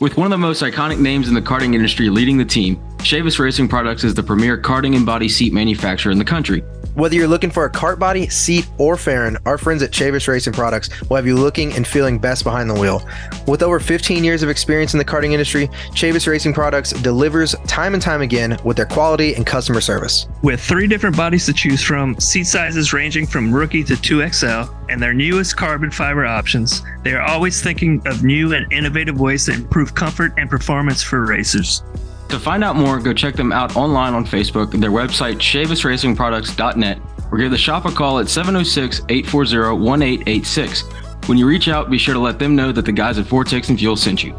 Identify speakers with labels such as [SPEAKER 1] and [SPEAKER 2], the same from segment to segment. [SPEAKER 1] With one of the most iconic names in the karting industry leading the team, Chavis Racing Products is the premier karting and body seat manufacturer in the country.
[SPEAKER 2] Whether you're looking for a cart body, seat, or fairing, our friends at Chavis Racing Products will have you looking and feeling best behind the wheel. With over 15 years of experience in the karting industry, Chavis Racing Products delivers time and time again with their quality and customer service.
[SPEAKER 3] With three different bodies to choose from, seat sizes ranging from rookie to 2XL, and their newest carbon fiber options, they are always thinking of new and innovative ways to improve comfort and performance for racers.
[SPEAKER 1] To find out more, go check them out online on Facebook, their website, chavisracingproducts.net, or give the shop a call at 706 840 1886. When you reach out, be sure to let them know that the guys at Vortex and Fuel sent you.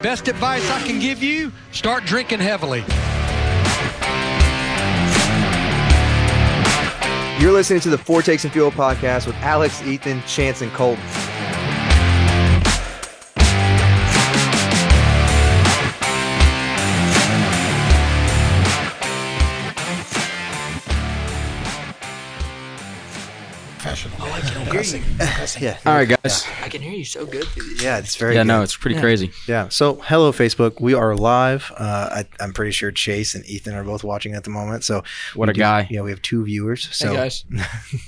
[SPEAKER 4] Best advice I can give you start drinking heavily.
[SPEAKER 2] You're listening to the Four Takes and Fuel podcast with Alex, Ethan, Chance, and Colton. Yeah,
[SPEAKER 1] All right, guys.
[SPEAKER 5] I can hear you so good through these.
[SPEAKER 2] yeah, it's very
[SPEAKER 1] Yeah,
[SPEAKER 2] good.
[SPEAKER 1] no, it's pretty crazy.
[SPEAKER 2] Yeah. So, hello, Facebook. We are live. Uh, I, I'm pretty sure Chase and Ethan are both watching at the moment. So,
[SPEAKER 1] What
[SPEAKER 2] we
[SPEAKER 1] a
[SPEAKER 2] do-
[SPEAKER 1] guy.
[SPEAKER 2] Yeah, we have two viewers. So,
[SPEAKER 5] hey guys,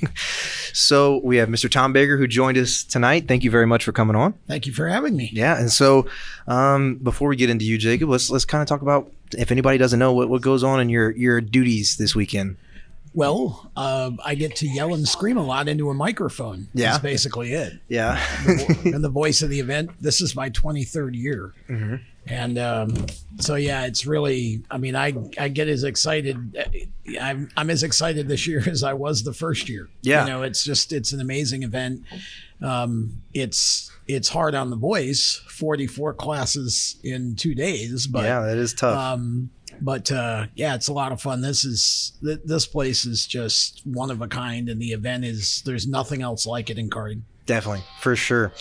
[SPEAKER 2] so we have Mr. Tom Baker who joined us tonight. Thank you very much for coming on.
[SPEAKER 6] Thank you for having me.
[SPEAKER 2] Yeah, and so um, before we get into you, Jacob, let's let's kind of talk about if anybody doesn't know what, what goes on in your your duties this weekend.
[SPEAKER 6] Well, uh, I get to yell and scream a lot into a microphone.
[SPEAKER 2] Yeah.
[SPEAKER 6] That's basically it.
[SPEAKER 2] Yeah,
[SPEAKER 6] and the voice of the event. This is my 23rd year.
[SPEAKER 2] Mm-hmm.
[SPEAKER 6] And um, so, yeah, it's really, I mean, I, I get as excited. eh, I'm, I'm as excited this year as I was the first year.
[SPEAKER 2] Yeah.
[SPEAKER 6] You know, it's just, it's an amazing event. Um, it's, it's hard on the voice, 44 classes in two days, but
[SPEAKER 2] yeah, that is tough.
[SPEAKER 6] um but uh yeah it's a lot of fun this is th- this place is just one of a kind and the event is there's nothing else like it in karting
[SPEAKER 2] Definitely, for sure.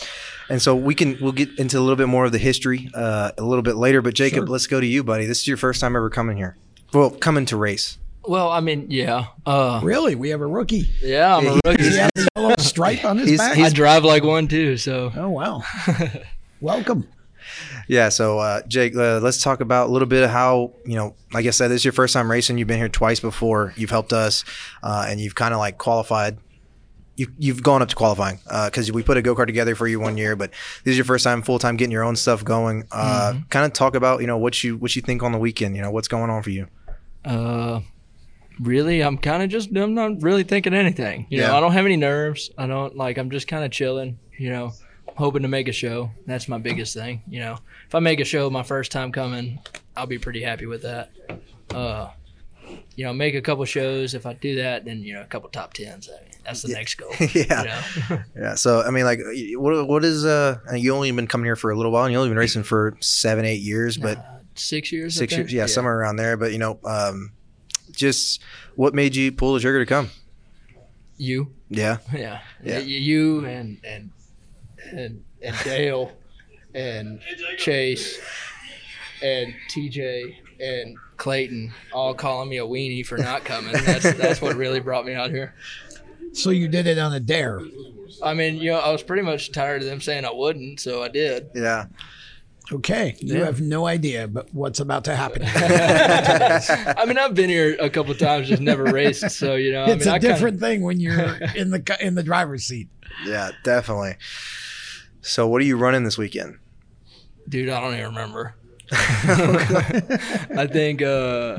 [SPEAKER 2] And so we can we'll get into a little bit more of the history uh, a little bit later. But Jacob, let's go to you, buddy. This is your first time ever coming here. Well, coming to race.
[SPEAKER 5] well, I mean, yeah, uh,
[SPEAKER 6] really we have a rookie
[SPEAKER 5] yeah, I'm a rookie.
[SPEAKER 6] he has a yellow stripe on his
[SPEAKER 2] He's-
[SPEAKER 6] back
[SPEAKER 5] I drive like one too, so
[SPEAKER 6] oh wow welcome
[SPEAKER 2] Yeah. So uh, Jake, uh, let's talk about a little bit of how you know. Like I said, this is your first time racing. You've been here twice before. You've helped us, uh, and you've kind of like qualified. You, you've gone up to qualifying because we put a go kart together for you one year, but this is your first time full time getting your own stuff going. Uh, Kind of talk about you know what you what you think on the weekend. You know what's going on for you.
[SPEAKER 6] Oh.
[SPEAKER 5] uh, really, I'm kind of just I'm not really thinking anything. You
[SPEAKER 2] Yeah.
[SPEAKER 5] know, I don't have any nerves. I don't like. I'm just kind of chilling. You know, hoping to make a show. That's my biggest thing. You know, if I make a show my first time coming, I'll be pretty happy with that. Uh, you know, make a couple shows. If I do that, then you know, a couple top tens. I mean, that's the next goal.
[SPEAKER 2] yeah.
[SPEAKER 5] You know?
[SPEAKER 2] Yeah. So I mean, like, what what is uh? You only been coming here for a little while, and you only been racing for seven, eight years, but
[SPEAKER 5] Six years. I
[SPEAKER 2] six
[SPEAKER 5] think?
[SPEAKER 2] years, yeah, somewhere around there. But you know, um, just what made you pull the trigger to come?
[SPEAKER 5] You.
[SPEAKER 2] Yeah.
[SPEAKER 5] Yeah.
[SPEAKER 2] Yeah.
[SPEAKER 5] Y- You and and and and Dale and Chase and TJ and Clayton all calling me a weenie for not coming. That's that's what really brought me out here.
[SPEAKER 6] so you did it on a dare
[SPEAKER 5] I mean, you know, I was pretty much tired of them saying I wouldn't, so I did.
[SPEAKER 2] Yeah.
[SPEAKER 6] okay you have no idea but what's about to happen
[SPEAKER 5] I mean, I've been here a couple times, just never raced. So you know,
[SPEAKER 6] it's
[SPEAKER 5] I mean, I
[SPEAKER 6] a
[SPEAKER 5] kinda-
[SPEAKER 6] different thing when you're in the ca- in the driver's seat
[SPEAKER 2] Yeah. Definitely. So what are you running this weekend?
[SPEAKER 5] dude. I don't even remember. I think uh,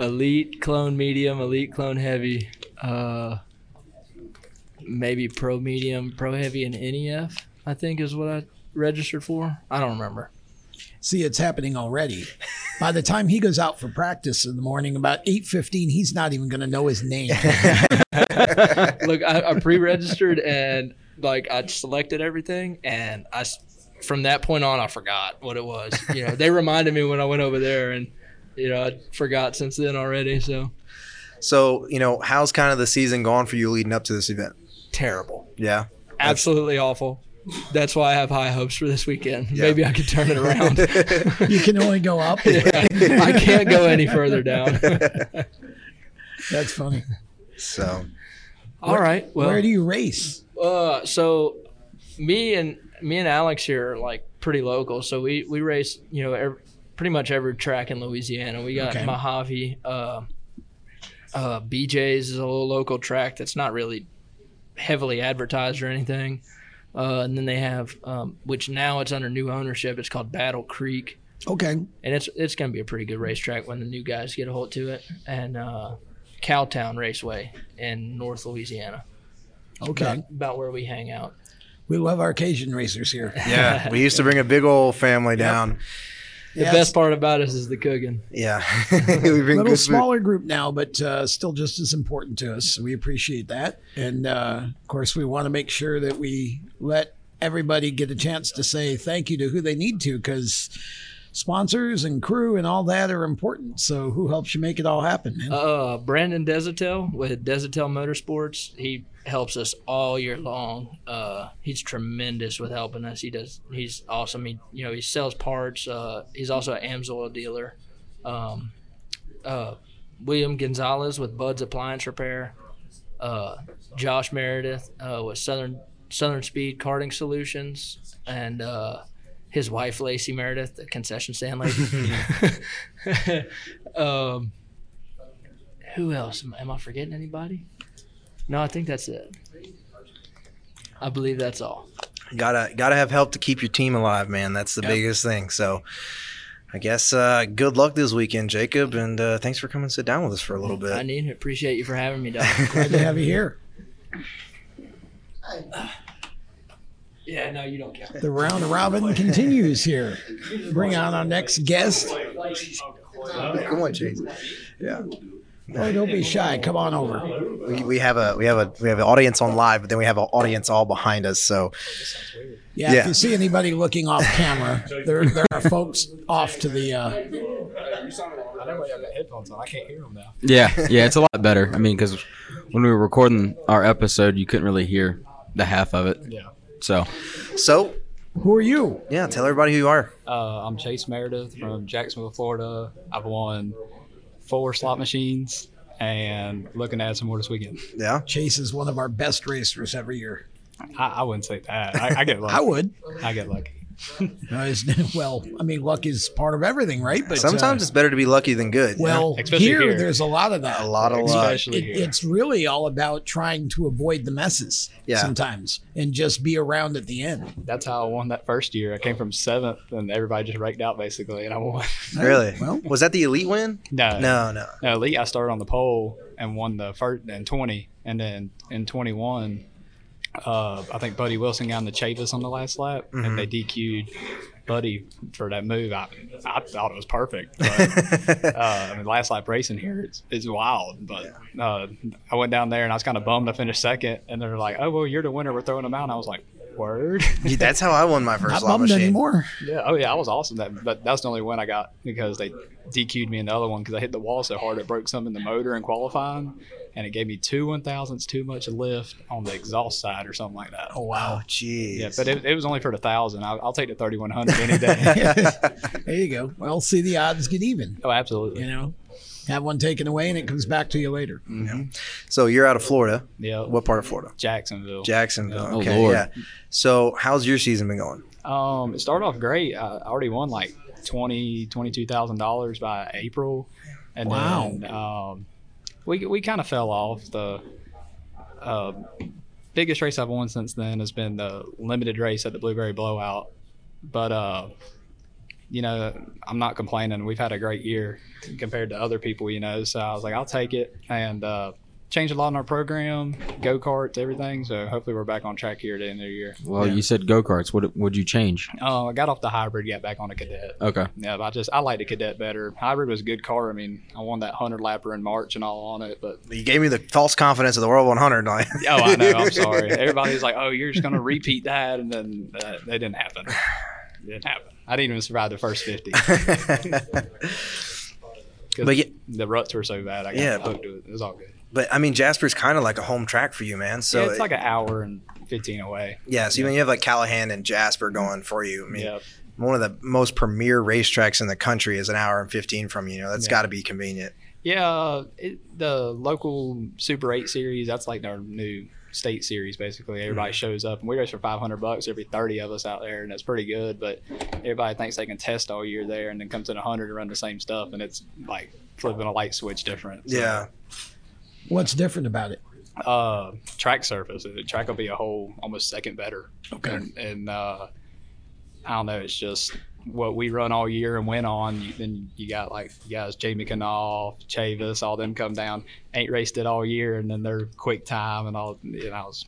[SPEAKER 5] elite clone medium, elite clone heavy, uh, maybe pro medium, pro heavy, and E NEF. I think is what I registered for. I don't remember.
[SPEAKER 6] see it's happening already by the time he goes out for practice in the morning about 8.15 he's not even going to know his name
[SPEAKER 5] Look, I, I pre-registered and like I selected everything, and I s- from that point on I forgot what it was. You know, they reminded me when I went over there, and you know I forgot since then already. So
[SPEAKER 2] So you know, how's kind of the season gone for you leading up to this event?
[SPEAKER 5] terrible.
[SPEAKER 2] Yeah.
[SPEAKER 5] absolutely awful. That's why I have high hopes for this weekend.
[SPEAKER 2] Yeah.
[SPEAKER 5] Maybe I could turn it around.
[SPEAKER 6] you can only go up
[SPEAKER 5] I can't go any further down.
[SPEAKER 6] That's funny.
[SPEAKER 2] So
[SPEAKER 5] All right. Well,
[SPEAKER 6] Where do you race?
[SPEAKER 5] Uh, so me and me and Alex here are like pretty local. So we we race, you know, ev pretty much every track in Louisiana. We got
[SPEAKER 6] Okay.
[SPEAKER 5] Mojave, uh, uh, BJ's is a little local track that's not really heavily advertised or anything. Uh, and then they have, um, which now it's under new ownership. It's called Battle Creek
[SPEAKER 6] Okay.
[SPEAKER 5] and it's it's gonna be a pretty good racetrack when the new guys get a hold to it. And uh, Cowtown Raceway in North Louisiana,
[SPEAKER 6] Okay.
[SPEAKER 5] about where we hang out.
[SPEAKER 6] We love our Cajun racers here.
[SPEAKER 2] yeah, we used to bring a big old family down.
[SPEAKER 5] The best part about us is the cooking.
[SPEAKER 2] Yeah, we
[SPEAKER 6] A
[SPEAKER 2] bring
[SPEAKER 6] little
[SPEAKER 2] good food.
[SPEAKER 6] smaller group now, but uh, still just as important to us. We appreciate that. And uh, of course, we want to make sure that we let everybody get a chance to say thank you to who they need to because sponsors and crew and all that are important. So, who helps you make it all happen, man?
[SPEAKER 5] Uh, Brandon Desitel with Desitel Motorsports, he helps us all year long. Uh, he's tremendous with helping us. He does. He's awesome. He you know he sells parts. Uh, he's also an Amsoil dealer. Um, uh, William Gonzalez with Bud's Appliance Repair. Uh, Josh Meredith uh, with Southern Southern Speed Karting Solutions, and uh, his wife Lacey Meredith, the concession stand lady. um, who else? Am- Am I forgetting anybody? No, I think that's it. I believe that's all.
[SPEAKER 2] gotta gotta have help to keep your team alive, man. That's the biggest thing. So I guess uh, good luck this weekend, Jacob, and uh, thanks for coming and sit down with us for a little
[SPEAKER 5] I
[SPEAKER 2] bit.
[SPEAKER 5] need to appreciate you for having me, dog.
[SPEAKER 6] Glad to have you here.
[SPEAKER 5] yeah, no, you don't care.
[SPEAKER 6] The round robin continues here. Bring on our next guest.
[SPEAKER 2] Come on, Chase. Yeah,
[SPEAKER 6] Oh, don't be shy. Come on over.
[SPEAKER 2] we, we have a we have a we have an audience on live, but then we have an audience all behind us. So
[SPEAKER 6] Yeah, if
[SPEAKER 2] Yeah.
[SPEAKER 6] you see anybody looking off camera, there, there are folks off to the. Uh,
[SPEAKER 7] I know y'all got headphones on. I can't hear them now.
[SPEAKER 1] Yeah, yeah, it's a lot better. I mean, because when we were recording our episode, you couldn't really hear the half of it.
[SPEAKER 7] Yeah.
[SPEAKER 1] So
[SPEAKER 2] so
[SPEAKER 6] who are you?
[SPEAKER 2] yeah, tell everybody who you are.
[SPEAKER 7] Uh, I'm Chase Meredith from Jacksonville, Florida. I've won four slot machines and looking to add some more this weekend.
[SPEAKER 2] Yeah,
[SPEAKER 6] Chase is one of our best racers every year.
[SPEAKER 7] I, I wouldn't say that. I, I get lucky.
[SPEAKER 6] I would.
[SPEAKER 7] I get lucky.
[SPEAKER 6] No, it's- well, I mean, luck is part of everything, right? But uh,
[SPEAKER 2] sometimes it's better to be lucky than good. you know?
[SPEAKER 6] well,
[SPEAKER 7] Especially
[SPEAKER 6] here,
[SPEAKER 7] here.
[SPEAKER 6] there's a lot of that.
[SPEAKER 2] a lot of luck.
[SPEAKER 7] Especially
[SPEAKER 6] It,
[SPEAKER 7] here.
[SPEAKER 6] it's really all about trying to avoid the messes
[SPEAKER 2] Yeah.
[SPEAKER 6] sometimes and just be around at the end.
[SPEAKER 7] That's how I won that first year. I came from seventh and everybody just raked out basically, and I won.
[SPEAKER 2] Really?
[SPEAKER 6] Well,
[SPEAKER 2] Was that the elite win?
[SPEAKER 7] no,
[SPEAKER 2] No, no.
[SPEAKER 7] no. Elite, I started on the pole and won the first and 20, and then in 21. Uh, I think Buddy Wilson got in the Chavis on the last lap, and
[SPEAKER 2] Mm-hmm.
[SPEAKER 7] they DQ'd Buddy for that move. I, I thought it was perfect. But uh, I mean, last lap racing here, it's, it's wild. But uh, I went down there and I was kind of bummed I finished second. And they're like, oh, well, you're the winner. We're throwing them out. And I was like, word.
[SPEAKER 2] That's how I won my
[SPEAKER 6] not
[SPEAKER 2] first slot
[SPEAKER 6] bummed
[SPEAKER 2] machine.
[SPEAKER 6] anymore.
[SPEAKER 7] yeah. Oh, yeah. I was awesome. That, but that was the only win I got because they DQ'd me in the other one because I hit the wall so hard it broke something in the motor in qualifying. And it gave me two one thousandths too much lift on the exhaust side or something like that.
[SPEAKER 6] Oh wow!
[SPEAKER 2] Oh, jeez.
[SPEAKER 7] Yeah, but it, it was only for the thousand. I'll, I'll take the thirty one hundred any day.
[SPEAKER 6] There you go. Well, see the odds get even.
[SPEAKER 7] oh, absolutely.
[SPEAKER 6] You know, have one taken away and it comes back to you later.
[SPEAKER 1] Mm-hmm.
[SPEAKER 2] so you're out of Florida.
[SPEAKER 7] Yeah.
[SPEAKER 2] What part of Florida?
[SPEAKER 7] Jacksonville.
[SPEAKER 2] Jacksonville.
[SPEAKER 1] Oh,
[SPEAKER 2] Okay,
[SPEAKER 1] Lord.
[SPEAKER 2] yeah. So, how's your season been going?
[SPEAKER 7] Um, it started off great. I I already won like twenty, twenty-two thousand dollars by April, and
[SPEAKER 6] Wow.
[SPEAKER 7] then um, we we kind of fell off. The uh, biggest race I've won since then has been the limited race at the Blueberry Blowout, but uh, you know I'm not complaining. We've had a great year compared to other people, you know. So I was like, I'll take it and. Uh, Changed a lot in our program, go karts, everything. So hopefully we're back on track here at the end of the year.
[SPEAKER 1] well, you said go karts. What would you change?
[SPEAKER 7] Uh, I got off the hybrid, got back on a cadet.
[SPEAKER 1] Okay.
[SPEAKER 7] Yeah, but I just I like the cadet better. Hybrid was a good car. I mean, I won that hundred lapper in March and all on it, but
[SPEAKER 2] You gave me the false confidence of the World 100. Like,
[SPEAKER 7] oh, I know. I'm sorry. Everybody's like, oh, you're just gonna repeat that, and then uh, that didn't happen. It didn't happen. I didn't even survive the first fifty. 'Cause
[SPEAKER 2] But ye-
[SPEAKER 7] the ruts were so bad. I got
[SPEAKER 2] Yeah,
[SPEAKER 7] yeah,
[SPEAKER 2] but-
[SPEAKER 7] hooked to it. It was all good.
[SPEAKER 2] but I mean, Jasper's kind of like a home track for you, man. So,
[SPEAKER 7] yeah, it's like an hour and fifteen away.
[SPEAKER 2] yeah, so even you have like Callahan and Jasper going for you. I mean,
[SPEAKER 7] Yeah,
[SPEAKER 2] one of the most premier racetracks in the country is an hour and 15 from you. You know, that's
[SPEAKER 7] Yeah.
[SPEAKER 2] got to be convenient.
[SPEAKER 7] Yeah, uh, it, the local Super Eight series. That's like our new state series. Basically, everybody shows up, and we race for five hundred bucks every thirty of us out there, and that's pretty good. But everybody thinks they can test all year there, and then comes in hundred and run the same stuff, and it's like flipping a light switch different. So,
[SPEAKER 2] Yeah.
[SPEAKER 6] What's different about it?
[SPEAKER 7] Uh, track surface. The track will be a whole almost second better.
[SPEAKER 6] Okay.
[SPEAKER 7] and, and uh, I don't know. It's just what we run all year and went on. You, then you got like you guys, Jamie Canal, Chavis, all them come down. Ain't raced it all year, and then they're quick time and all. And I was,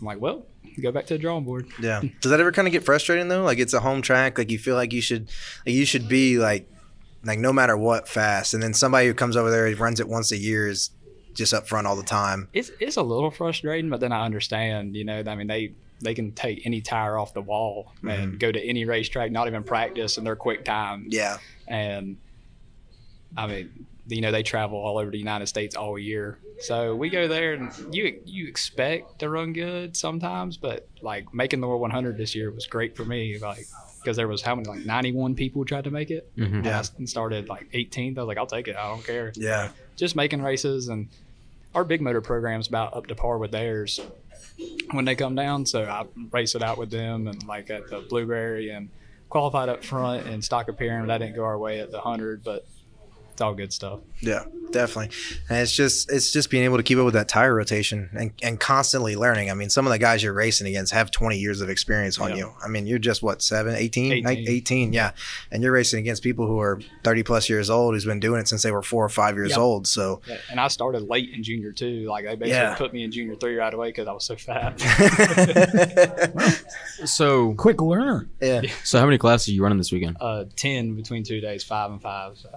[SPEAKER 7] I'm like, well, go back to the drawing board.
[SPEAKER 2] Yeah. Does that ever kind of get frustrating though? Like it's a home track, like you feel like you should like you should be like like no matter what fast and then somebody who comes over there and runs it once a year is just up front all the time.
[SPEAKER 7] It's it's a little frustrating, but then I understand. You know, I mean they. They can take any tire off the wall and go to any racetrack, not even practice, and they're quick time.
[SPEAKER 2] Yeah.
[SPEAKER 7] and I mean, you know, they travel all over the United States all year. So we go there, and you you expect to run good sometimes, but like making the World 100 this year was great for me, like because there was how many like 91 people tried to make it.
[SPEAKER 1] Mhm.
[SPEAKER 7] And I s- started like 18th. I was like, I'll take it. I don't care.
[SPEAKER 2] Yeah.
[SPEAKER 7] Just making races, and our big motor program's about up to par with theirs when they come down. So I race it out with them and like at the Blueberry and qualified up front and stock appearing. That didn't go our way at the 100, but it's all good stuff.
[SPEAKER 2] Yeah, definitely. And it's just it's just being able to keep up with that tire rotation and, and constantly learning. I mean, some of the guys you're racing against have 20 years of experience on
[SPEAKER 7] Yeah.
[SPEAKER 2] you. I mean, you're just what, 7, 18, Nin- 18.
[SPEAKER 7] 18.
[SPEAKER 2] yeah. And you're racing against people who are 30 plus years old who's been doing it since they were 4 or 5 years
[SPEAKER 7] Yeah.
[SPEAKER 2] old. So
[SPEAKER 7] And I started late in junior two. Like they basically
[SPEAKER 2] Yeah.
[SPEAKER 7] put me in junior three right away because I was so fat.
[SPEAKER 1] So,
[SPEAKER 6] Quick learner.
[SPEAKER 2] yeah.
[SPEAKER 1] so how many classes are you running this weekend?
[SPEAKER 7] uh, 10 between two days, five and five. So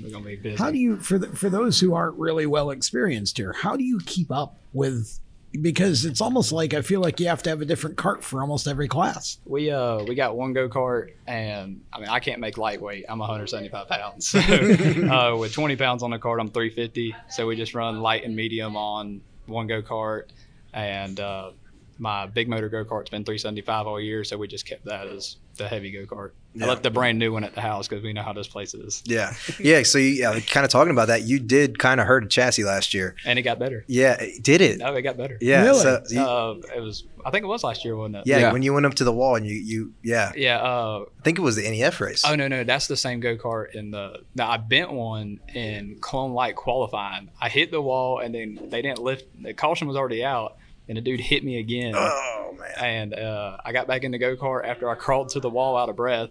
[SPEAKER 7] we're going to be busy.
[SPEAKER 6] How do you for the, for those who aren't really well experienced here? How do you keep up with? Because it's almost like I feel like you have to have a different cart for almost every class.
[SPEAKER 7] We uh we got one go kart, and I mean I can't make lightweight. I'm 175 pounds. So, uh, with 20 pounds on the cart, I'm 350. So we just run light and medium on one go kart, and uh, my big motor go kart's been 375 all year. So we just kept that as the heavy go kart.
[SPEAKER 2] Yeah.
[SPEAKER 7] I left the brand new one at the house because we know how this place is,
[SPEAKER 2] Yeah. Yeah. So, you, yeah, kind of talking about that, you did kind of hurt a chassis last year.
[SPEAKER 7] and it got better.
[SPEAKER 2] Yeah. it- Did it?
[SPEAKER 7] No, it got better.
[SPEAKER 2] Yeah.
[SPEAKER 6] Really?
[SPEAKER 2] So, you-
[SPEAKER 7] Uh, it was I think it was last year, wasn't it?
[SPEAKER 2] yeah,
[SPEAKER 1] Yeah.
[SPEAKER 2] When you went up to the wall and you, you, yeah,
[SPEAKER 7] Yeah. Uh,
[SPEAKER 2] I think it was the NEF race.
[SPEAKER 7] Oh no, no, that's the same go kart in the. No, I bent one in Clone Light qualifying. I hit the wall, and then they didn't lift. The caution was already out, and the dude hit me again.
[SPEAKER 2] Oh, man.
[SPEAKER 7] And uh, I got back in the go kart after I crawled to the wall out of breath,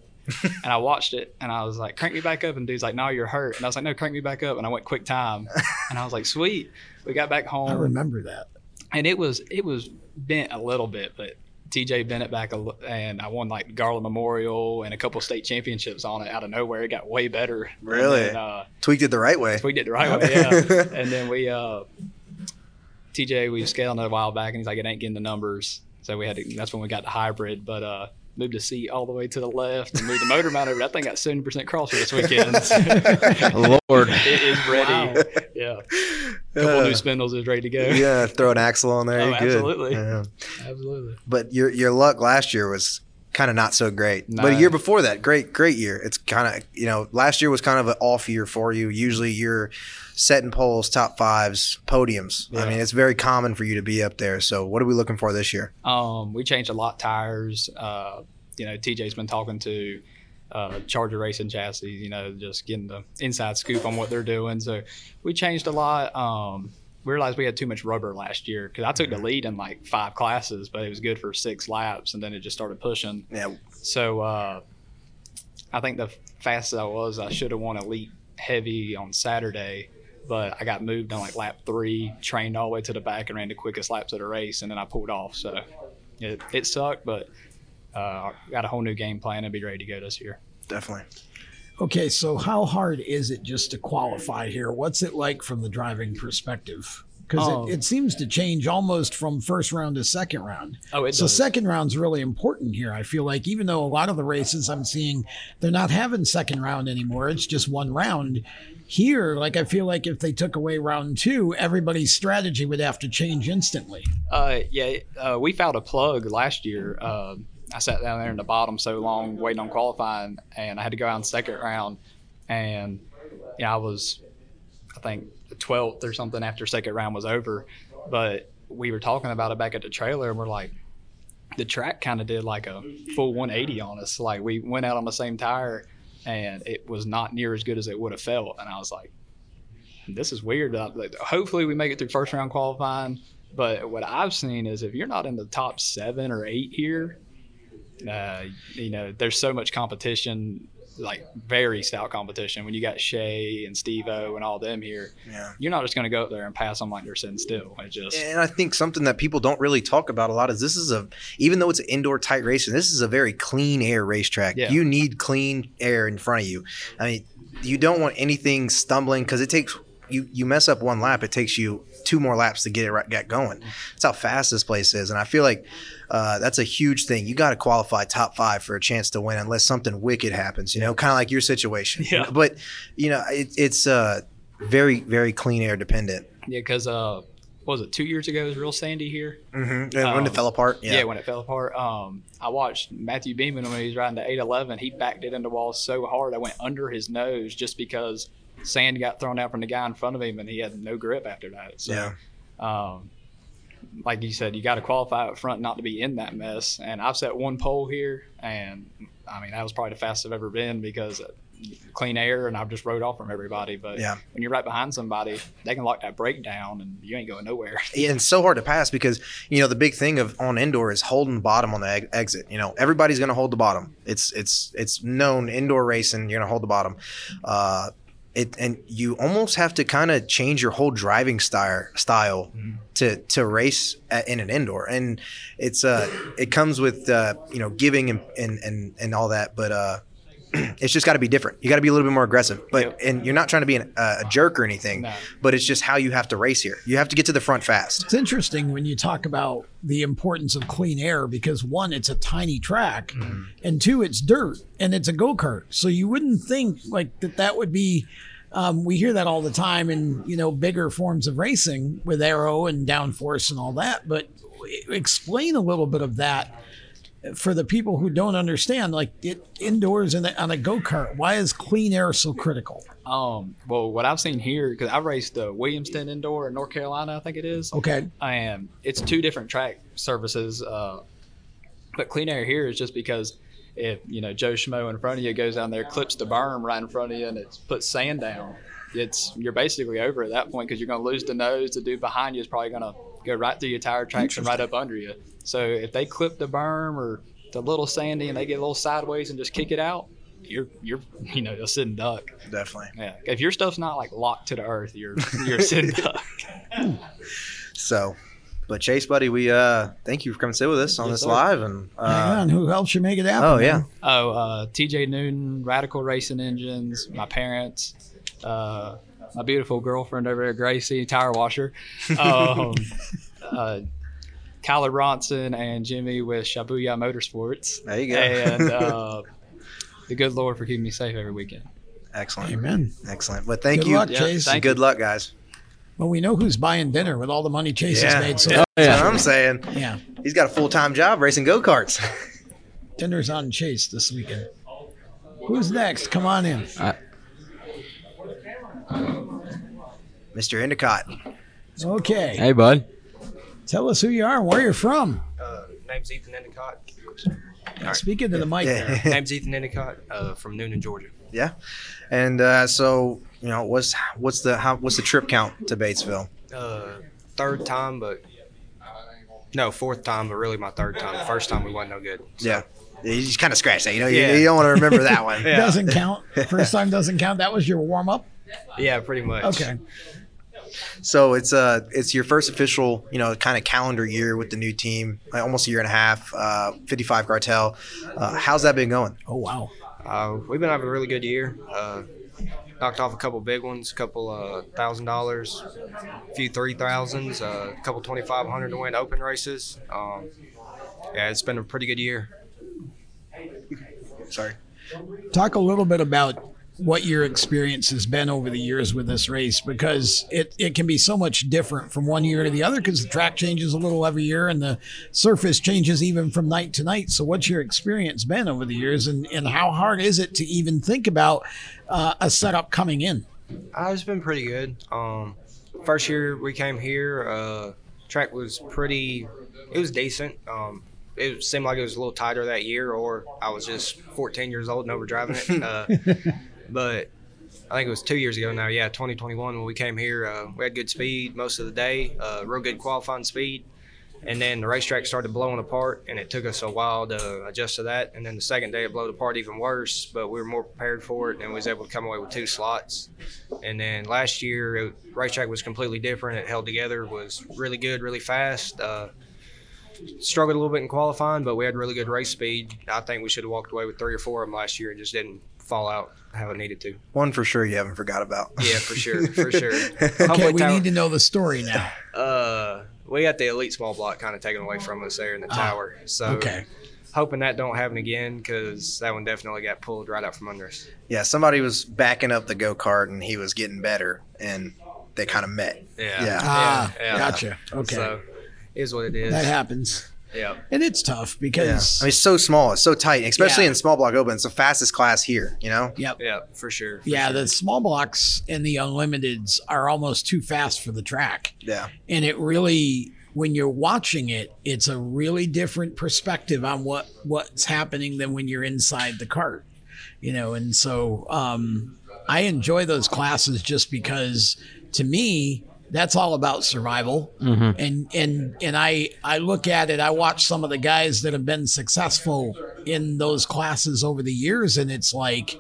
[SPEAKER 7] and I watched it, and I was like, "Crank me back up!" And dude's like, "No, you're hurt." And I was like, "No, crank me back up!" And I went quick time, and I was like, "Sweet." We got back
[SPEAKER 6] I
[SPEAKER 7] home,
[SPEAKER 6] remember that.
[SPEAKER 7] and it was it was bent a little bit, but TJ bent it back a l- and I won like Garland Memorial and a couple state championships on it out of nowhere. It got way better.
[SPEAKER 2] Really?
[SPEAKER 7] And then, uh,
[SPEAKER 2] Tweaked it the right way.
[SPEAKER 7] we did the right way. Yeah. and then we uh, TJ we scaled it a while back, and he's like, it ain't getting the numbers, so we had to. That's when we got the hybrid, but uh. Moved the seat all the way to the left and moved the motor mount over. That thing got 70% crosser this weekend.
[SPEAKER 1] Lord.
[SPEAKER 7] it is ready. Yeah. couple new spindles is ready to go.
[SPEAKER 2] Uh, yeah, throw an axle on there.
[SPEAKER 7] Oh,
[SPEAKER 2] you're good.
[SPEAKER 7] absolutely.
[SPEAKER 2] Yeah.
[SPEAKER 5] Absolutely.
[SPEAKER 2] But your your luck last year was kind of not so great.
[SPEAKER 7] No.
[SPEAKER 2] But a year before that, great great year. It's kind of you know last year was kind of an off year for you. Usually you're setting poles, top fives, podiums. I
[SPEAKER 7] Yeah.
[SPEAKER 2] mean, it's very common for you to be up there. So what are we looking for this year?
[SPEAKER 7] Um, we changed a lot of tires. Uh, you know, TJ's been talking to uh, Charger Racing Chassis. You know, just getting the inside scoop on what they're doing. So we changed a lot. Um, we realized we had too much rubber last year because I took the lead in like five classes, but it was good for six laps, and then it just started pushing.
[SPEAKER 2] Yeah,
[SPEAKER 7] So uh, I think the fastest I was, I should have won elite heavy on Saturday, but I got moved on like lap three, trained all the way to the back, and ran the quickest laps of the race, and then I pulled off. So it, it sucked, but uh, got a whole new game plan and be ready to go this year.
[SPEAKER 2] definitely.
[SPEAKER 6] Okay, so how hard is it just to qualify here? What's it like from the driving perspective? Because
[SPEAKER 7] Oh.
[SPEAKER 6] it, it seems to change almost from first round to second round.
[SPEAKER 7] Oh, it
[SPEAKER 6] So second round's really important here. I feel like even though a lot of the races I'm seeing, they're not having second round anymore. It's just one round. Here, like I feel like if they took away round two, everybody's strategy would have to change instantly.
[SPEAKER 7] Uh, yeah, uh, we found a plug last year. Um I sat down there in the bottom so long waiting on qualifying, and I had to go out in second round, and you know, I was I think the 12th or something after second round was over. But we were talking about it back at the trailer, and we're like, the track kind of did like a full 180 on us. Like we went out on the same tire, and it was not near as good as it would have felt. And I was like, this is weird. Uh, like, Hopefully, we make it through first round qualifying. But what I've seen is if you're not in the top seven or eight here, uh, you know, there's so much competition, like very stout competition. When you got Shea and Steve O and all them here,
[SPEAKER 2] Yeah.
[SPEAKER 7] you're not just going to go up there and pass them like they're sitting still. It just,
[SPEAKER 2] And I think something that people don't really talk about a lot is this is a even though it's an indoor tight race, and this is a very clean air racetrack.
[SPEAKER 7] Yeah.
[SPEAKER 2] You need clean air in front of you. I mean, you don't want anything stumbling because it takes you you mess up one lap, it takes you two more laps to get it right, get going. That's how fast this place is, and I feel like uh, that's a huge thing. You got to qualify top five for a chance to win, unless something wicked happens. You know, kind of like your situation.
[SPEAKER 7] Yeah.
[SPEAKER 2] But you know, it, it's uh, very very clean air dependent.
[SPEAKER 7] yeah, because, uh, what was it two years ago? It was real sandy here.
[SPEAKER 2] Mm-hmm. when
[SPEAKER 7] Um,
[SPEAKER 2] it fell apart.
[SPEAKER 7] Yeah. when it fell apart. Um, I watched Matthew Beeman when he was riding the 811. He backed it into the wall so hard I went under his nose just because sand got thrown out from the guy in front of him and he had no grip after that. So,
[SPEAKER 2] Yeah.
[SPEAKER 7] um, like you said, you got to qualify up front not to be in that mess. And I've set one pole here, and I mean that was probably the fastest I've ever been because clean air, and I've just rode off from everybody. But
[SPEAKER 2] Yeah.
[SPEAKER 7] when you're right behind somebody, they can lock that brake down, and you ain't going nowhere.
[SPEAKER 2] Yeah, and it's so hard to pass because you know the big thing of on indoor is holding bottom on the eg- exit. You know everybody's going to hold the bottom. It's it's it's known indoor racing. You're going to hold the bottom. Uh, it and you almost have to kind of change your whole driving style style to to race at, in an indoor. And it's uh it comes with uh, you know giving and and and, and all that, but uh. It's just got to be different. You got to be a little bit more aggressive, but
[SPEAKER 7] Yep.
[SPEAKER 2] and you're not trying to be an, uh, a jerk or anything,
[SPEAKER 7] No.
[SPEAKER 2] but it's just how you have to race here. You have to get to the front fast.
[SPEAKER 6] It's interesting when you talk about the importance of clean air because one, it's a tiny track, and two, it's dirt and it's a go kart. So you wouldn't think like that that would be. Um, we hear that all the time in you know bigger forms of racing with aero and downforce and all that. But w- explain a little bit of that for the people who don't understand. Like it indoors and on a go kart, why is clean air so critical?
[SPEAKER 7] Um, well, what I've seen here because I raced the Williamston Indoor in North Carolina, I think it is.
[SPEAKER 6] Okay,
[SPEAKER 7] and it's two different track services. Uh, but clean air here is just because if you know Joe Schmo in front of you goes down there, clips the berm right in front of you, and it puts sand down, it's you're basically over at that point because you're going to lose the nose. The dude behind you is probably going to go right through your tire tracks and right up under you. So if they clip the berm or it's a little sandy and they get a little sideways and just kick it out, you're you're you know a sitting duck.
[SPEAKER 2] Definitely.
[SPEAKER 7] Yeah, if your stuff's not like locked to the earth, you're you're a sitting duck.
[SPEAKER 2] So, but Chase, buddy, we uh thank you for coming sit with us on
[SPEAKER 7] Yes,
[SPEAKER 2] this
[SPEAKER 7] sir.
[SPEAKER 2] live and
[SPEAKER 6] hang
[SPEAKER 2] uh,
[SPEAKER 6] on. Who helps you make it happen?
[SPEAKER 2] oh
[SPEAKER 6] man?
[SPEAKER 2] yeah,
[SPEAKER 7] Oh, uh, TJ Newton, Radical Racing Engines, my parents, uh, my beautiful girlfriend over there, Gracie, tire washer, um, uh, Kyler Bronson, and Jimmy with Shabuya Motorsports.
[SPEAKER 2] there you go.
[SPEAKER 7] And uh, the good Lord for keeping me safe every weekend.
[SPEAKER 2] excellent,
[SPEAKER 6] Amen.
[SPEAKER 2] excellent. But thank
[SPEAKER 6] Good
[SPEAKER 2] you.
[SPEAKER 6] luck,
[SPEAKER 7] Yeah,
[SPEAKER 6] Chase.
[SPEAKER 7] thank
[SPEAKER 2] Good luck, guys.
[SPEAKER 6] Well, we know who's buying dinner with all the money Chase
[SPEAKER 2] Yeah.
[SPEAKER 6] has made. So,
[SPEAKER 2] Yeah. That's what I'm saying.
[SPEAKER 6] yeah,
[SPEAKER 2] He's got a full time job racing go karts.
[SPEAKER 6] dinner's on Chase this weekend. Who's next? Come on in.
[SPEAKER 2] Mr. Endicott.
[SPEAKER 6] Okay.
[SPEAKER 1] Hey, bud.
[SPEAKER 6] Tell us who you are and where you're from.
[SPEAKER 8] Uh, name's Ethan Endicott.
[SPEAKER 6] Speaking to the mic there.
[SPEAKER 2] Yeah.
[SPEAKER 8] name's Ethan Endicott uh, from Noonan, Georgia.
[SPEAKER 2] yeah. And uh, so you know what's what's the how what's the trip count to Batesville?
[SPEAKER 8] Uh, third time, but no, fourth time, but really my third time. The first time we wasn't no good.
[SPEAKER 2] Yeah. You just kind of scratch that. You know, you-
[SPEAKER 8] Yeah.
[SPEAKER 2] you, don't want to remember that one.
[SPEAKER 6] Doesn't count. First time doesn't count. That was your warm up.
[SPEAKER 8] Yeah, pretty much.
[SPEAKER 6] Okay.
[SPEAKER 2] So it's uh it's your first official you know kind of calendar year with the new team, like almost a year and a half. Uh, 55 Cartel. Uh, how's that been going?
[SPEAKER 6] Oh wow.
[SPEAKER 8] Uh, we've been having a really good year. Uh, knocked off a couple big ones, a couple uh, thousand dollars, a few three thousands, uh, a couple twenty five hundred to win open races. Um, yeah, it's been a pretty good year.
[SPEAKER 2] Sorry.
[SPEAKER 6] Talk a little bit about what your experience has been over the years with this race because it, it can be so much different from one year to the other because the track changes a little every year and the surface changes even from night to night. So, what's your experience been over the years and, and how hard is it to even think about uh, a setup coming in?
[SPEAKER 8] Uh, it's been pretty good. Um, first year we came here, uh, track was pretty. It was decent. Um, it seemed like it was a little tighter that year, or I was just 14 years old and overdriving it. Uh, but I think it was two years ago now. Yeah, 2021 when we came here, uh, we had good speed most of the day, uh, real good qualifying speed. And then the racetrack started blowing apart, and it took us a while to adjust to that. And then the second day, it blew apart even worse, but we were more prepared for it and was able to come away with two slots. And then last year, it, racetrack was completely different. It held together, was really good, really fast. Uh, struggled a little bit in qualifying, but we had really good race speed. I think we should have walked away with three or four of them last year and just didn't fall out how it needed to.
[SPEAKER 2] One for sure you haven't forgot about.
[SPEAKER 8] Yeah, for sure, for sure.
[SPEAKER 6] Okay,
[SPEAKER 8] Hopefully
[SPEAKER 6] we
[SPEAKER 8] Tower-
[SPEAKER 6] need to know the story now.
[SPEAKER 8] uh, we got the elite small block kind of taken away from us there in the tower. So
[SPEAKER 6] Ah, Okay.
[SPEAKER 8] hoping that don't happen again because that one definitely got pulled right out from under us.
[SPEAKER 2] Yeah, somebody was backing up the go kart and he was getting better and they kind of met.
[SPEAKER 8] Yeah.
[SPEAKER 2] Yeah.
[SPEAKER 6] Ah,
[SPEAKER 8] Yeah, yeah.
[SPEAKER 6] gotcha. Okay.
[SPEAKER 8] So it is what it is.
[SPEAKER 6] that happens.
[SPEAKER 8] Yeah.
[SPEAKER 6] And it's tough
[SPEAKER 2] Yeah.
[SPEAKER 6] because
[SPEAKER 2] I mean, it's so small. It's so tight, especially
[SPEAKER 6] Yeah.
[SPEAKER 2] in small block open. It's the fastest class here, you know?
[SPEAKER 6] Yep.
[SPEAKER 8] Yeah, for sure. for
[SPEAKER 6] Yeah,
[SPEAKER 8] sure.
[SPEAKER 6] the small blocks and the unlimiteds are almost too fast for the track.
[SPEAKER 2] Yeah.
[SPEAKER 6] And it really when you're watching it, it's a really different perspective on what what's happening than when you're inside the cart. You know, and so um I enjoy those classes just because to me that's all about survival. And and and I I look at it, I watch some of the guys that have been successful in those classes over the years and it's like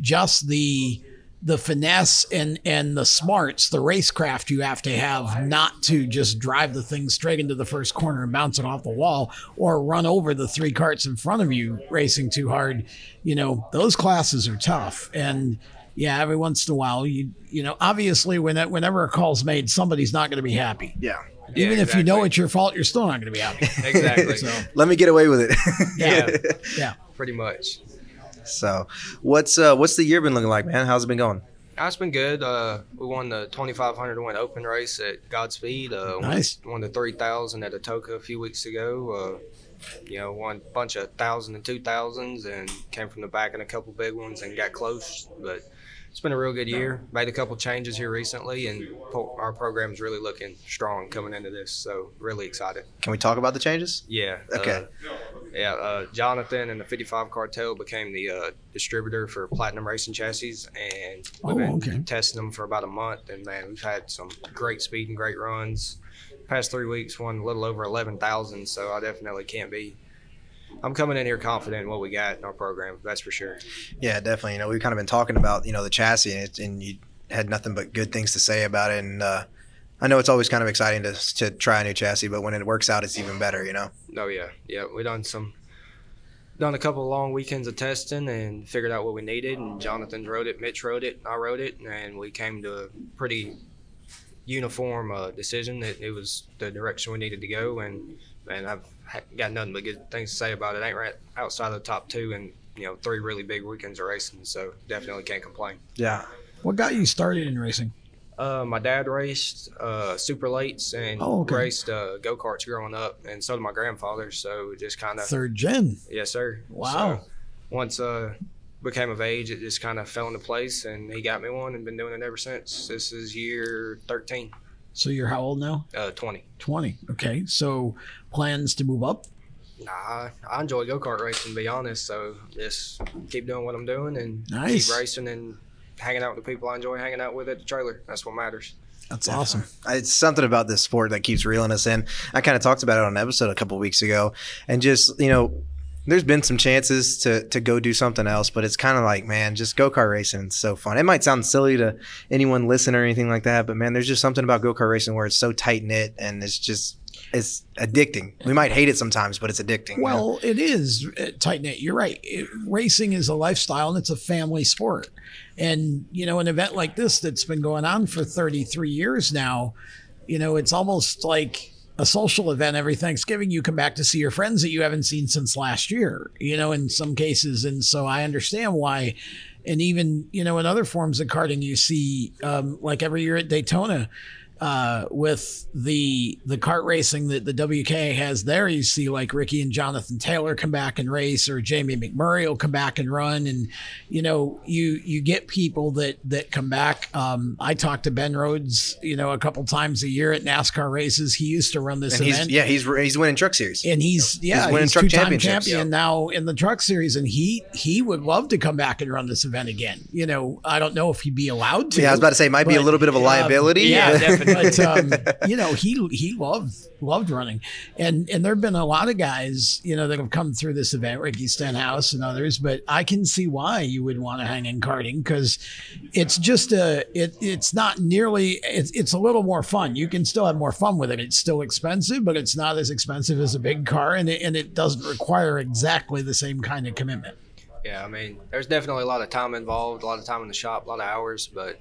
[SPEAKER 6] just the the finesse and and the smarts, the racecraft you have to have not to just drive the thing straight into the first corner and bounce it off the wall or run over the three carts in front of you racing too hard. You know, those classes are tough. And yeah, every once in a while you you know, obviously when that, whenever a call's made, somebody's not gonna be happy.
[SPEAKER 2] Yeah.
[SPEAKER 8] Yeah,
[SPEAKER 6] Even if you know
[SPEAKER 8] exactly.
[SPEAKER 6] it's your fault, you're still not gonna be happy.
[SPEAKER 8] Exactly.
[SPEAKER 2] Let me get away with it.
[SPEAKER 6] Yeah. yeah.
[SPEAKER 8] Pretty much.
[SPEAKER 2] so, what's uh what's the year been looking like, man? How's it been going?
[SPEAKER 8] That's been good. Uh, we won the 2500 to win open race at Godspeed. Uh,
[SPEAKER 6] Nice.
[SPEAKER 8] Won the 3000 at Atoka a few weeks ago. Uh, you know, won a bunch of thousand and two thousands and came from the back in a couple big ones and got close. But it's been a real good year. Made a couple changes here recently, and po- our program's really looking strong coming into this. So really excited.
[SPEAKER 2] Can we talk about the changes?
[SPEAKER 8] Yeah.
[SPEAKER 2] Okay.
[SPEAKER 8] uh, yeah. Uh, Jonathan and the 55 Cartel became the uh, distributor for Platinum Racing Chassis, and we've
[SPEAKER 6] Oh,
[SPEAKER 8] been
[SPEAKER 6] okay.
[SPEAKER 8] testing them for about a month. And man, we've had some great speed and great runs. Past three weeks, won a little over 11,000. So I definitely can't be. I'm coming in here confident in what we got in our program. That's for sure.
[SPEAKER 2] Yeah, definitely. You know, we've kind of been talking about you know the chassis, and, it, and you had nothing but good things to say about it. And uh, I know it's always kind of exciting to to try a new chassis, but when it works out, it's even better. You know.
[SPEAKER 8] Oh yeah, yeah. We done some, done a couple of long weekends of testing and figured out what we needed. And Jonathan wrote it, Mitch wrote it, I wrote it, and we came to a pretty uniform uh, decision that it was the direction we needed to go. And and I've ha- got nothing but good things to say about it. Ain't right outside of the top two and you know three really big weekends of racing, so definitely can't complain.
[SPEAKER 2] Yeah.
[SPEAKER 6] What got you started in racing?
[SPEAKER 8] Uh, my dad raced uh, super lates and
[SPEAKER 6] Oh, okay.
[SPEAKER 8] raced uh, go karts growing up, and so did my grandfather. So it just kind of
[SPEAKER 6] Third gen.
[SPEAKER 8] Yes, sir.
[SPEAKER 6] Wow.
[SPEAKER 8] So, once uh became of age, it just kind of fell into place, and he got me one, and been doing it ever since. This is year thirteen,
[SPEAKER 6] So you're how old now?
[SPEAKER 8] uh, twenty.
[SPEAKER 6] 20. Okay. So plans to move up?
[SPEAKER 8] Nah, I, I enjoy go kart racing, to be honest. So just keep doing what I'm doing and
[SPEAKER 6] Nice.
[SPEAKER 8] keep racing and hanging out with the people I enjoy hanging out with at the trailer. That's what matters.
[SPEAKER 6] That's awesome.
[SPEAKER 2] It's something about this sport that keeps reeling us in. I kind of talked about it on an episode a couple weeks ago, and just you know, there's been some chances to to go do something else, but it's kind of like, man, just go kart racing is so fun. It might sound silly to anyone listen or anything like that, but man, there's just something about go kart racing where it's so tight knit and it's just it's addicting. We might hate it sometimes, but it's addicting. you know?
[SPEAKER 6] Well, it is uh, tight knit. You're right. It- racing is a lifestyle and it's a family sport. And, you know, an event like this that's been going on for 33 years now, you know, it's almost like a social event every Thanksgiving. You come back to see your friends that you haven't seen since last year, you know, in some cases. And so I understand why. And even, you know, in other forms of karting, you see, um, like every year at Daytona, uh, with the the kart racing that the WK has there, you see like Ricky and Jonathan Taylor come back and race, or Jamie McMurray will come back and run, and you know you you get people that that come back. Um, I talked to Ben Rhodes, you know, a couple times a year at NASCAR races. He used to run this
[SPEAKER 2] And he's
[SPEAKER 6] event.
[SPEAKER 2] yeah, he's he's winning truck series.
[SPEAKER 6] And he's yeah,
[SPEAKER 2] He's
[SPEAKER 6] he's,
[SPEAKER 2] winning truck
[SPEAKER 6] two-time
[SPEAKER 2] championships.
[SPEAKER 6] champion
[SPEAKER 2] Yeah.
[SPEAKER 6] now in the truck series, and he he would love to come back and run this event again. You know, I don't know if he'd be allowed to.
[SPEAKER 2] Yeah, I was about to say, might be a little bit of a
[SPEAKER 6] um,
[SPEAKER 2] liability.
[SPEAKER 6] yeah,
[SPEAKER 2] but-
[SPEAKER 6] but um, you know, he he loved loved running, and and there've been a lot of guys you know that have come through this event, Ricky Stenhouse and others. But I can see why you would want to hang in karting because it's just a it it's not nearly it's it's a little more fun. You can still have more fun with it. It's still expensive, but it's not as expensive as a big car, and it, and it doesn't require exactly the same kind of commitment.
[SPEAKER 8] Yeah, I mean, there's definitely a lot of time involved, a lot of time in the shop, a lot of hours, but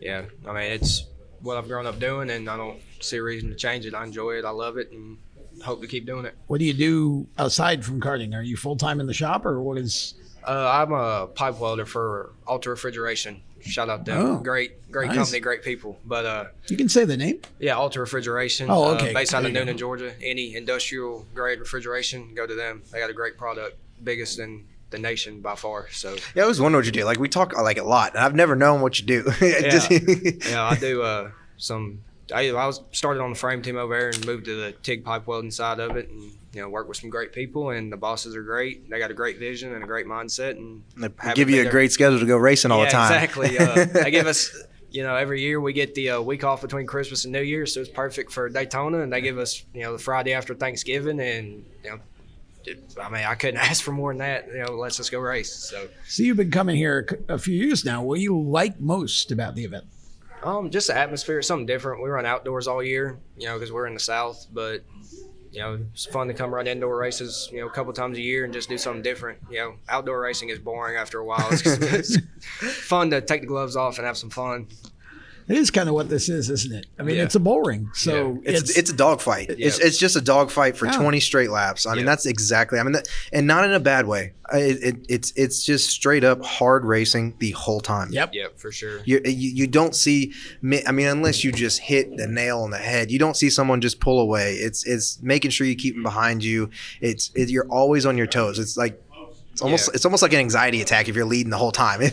[SPEAKER 8] yeah, I mean, it's what I've grown up doing, and I don't see a reason to change it. I enjoy it, I love it, and hope to keep doing it.
[SPEAKER 6] What do you do aside from karting? Are you full time in the shop, or what is
[SPEAKER 8] Uh, I'm a pipe welder for Alta Refrigeration. Shout out to them.
[SPEAKER 6] Oh,
[SPEAKER 8] great, great
[SPEAKER 6] nice.
[SPEAKER 8] company, great people. But uh,
[SPEAKER 6] you can say the name?
[SPEAKER 8] yeah, Alta Refrigeration.
[SPEAKER 6] Oh,
[SPEAKER 8] uh,
[SPEAKER 6] okay.
[SPEAKER 8] based out
[SPEAKER 6] There
[SPEAKER 8] of
[SPEAKER 6] you go.
[SPEAKER 8] Noonan, Georgia. Any industrial grade refrigeration, go to them. They got a great product, biggest in the nation by far. So
[SPEAKER 2] Yeah, I was wondering what you do. Like we talk uh, like a lot, and I've never known what you do. Just-
[SPEAKER 8] yeah, I do uh, some. I, I was started on the frame team over there and moved to the TIG pipe welding side of it, and you know work with some great people. And the bosses are great. They got a great vision and a great mindset, and
[SPEAKER 2] They
[SPEAKER 8] haven't
[SPEAKER 2] give
[SPEAKER 8] been
[SPEAKER 2] you a
[SPEAKER 8] there.
[SPEAKER 2] great schedule to go racing all
[SPEAKER 8] yeah,
[SPEAKER 2] the time.
[SPEAKER 8] exactly. Uh, they give us. You know, every year we get the uh, week off between Christmas and New Year's, so it's perfect for Daytona. And they give us, you know, the Friday after Thanksgiving, and you know, it- I mean, I couldn't ask for more than that. You know, let's just go race. So,
[SPEAKER 6] So you've been coming here a c- a few years now. What do you like most about the event?
[SPEAKER 8] Um, just the atmosphere, something different. We run outdoors all year, you know, because we're in the south. But you know, it's fun to come run indoor races, you know, a couple times a year and just do something different. You know, outdoor racing is boring after a while. It's, it's fun to take the gloves off and have some fun.
[SPEAKER 6] It is kind of what this is, isn't it? I mean,
[SPEAKER 8] Yeah.
[SPEAKER 6] it's a bull ring. So
[SPEAKER 2] It's it's, a dogfight. It's
[SPEAKER 8] Yeah.
[SPEAKER 2] it's just a dogfight for
[SPEAKER 6] Yeah.
[SPEAKER 2] twenty straight laps. I mean,
[SPEAKER 8] Yeah.
[SPEAKER 2] that's exactly. I mean, that, and not in a bad way. I- It, it, it's it's just straight up hard racing the whole time.
[SPEAKER 6] Yep.
[SPEAKER 8] Yeah, for sure.
[SPEAKER 2] You, you you don't see. mi- I mean, unless you just hit the nail on the head, you don't see someone just pull away. It's it's making sure you keep them behind you. It's it, you're always on your toes. It's like. It's almost
[SPEAKER 8] Yeah.
[SPEAKER 2] it's almost like an anxiety attack if you're leading the whole time.
[SPEAKER 8] Yeah,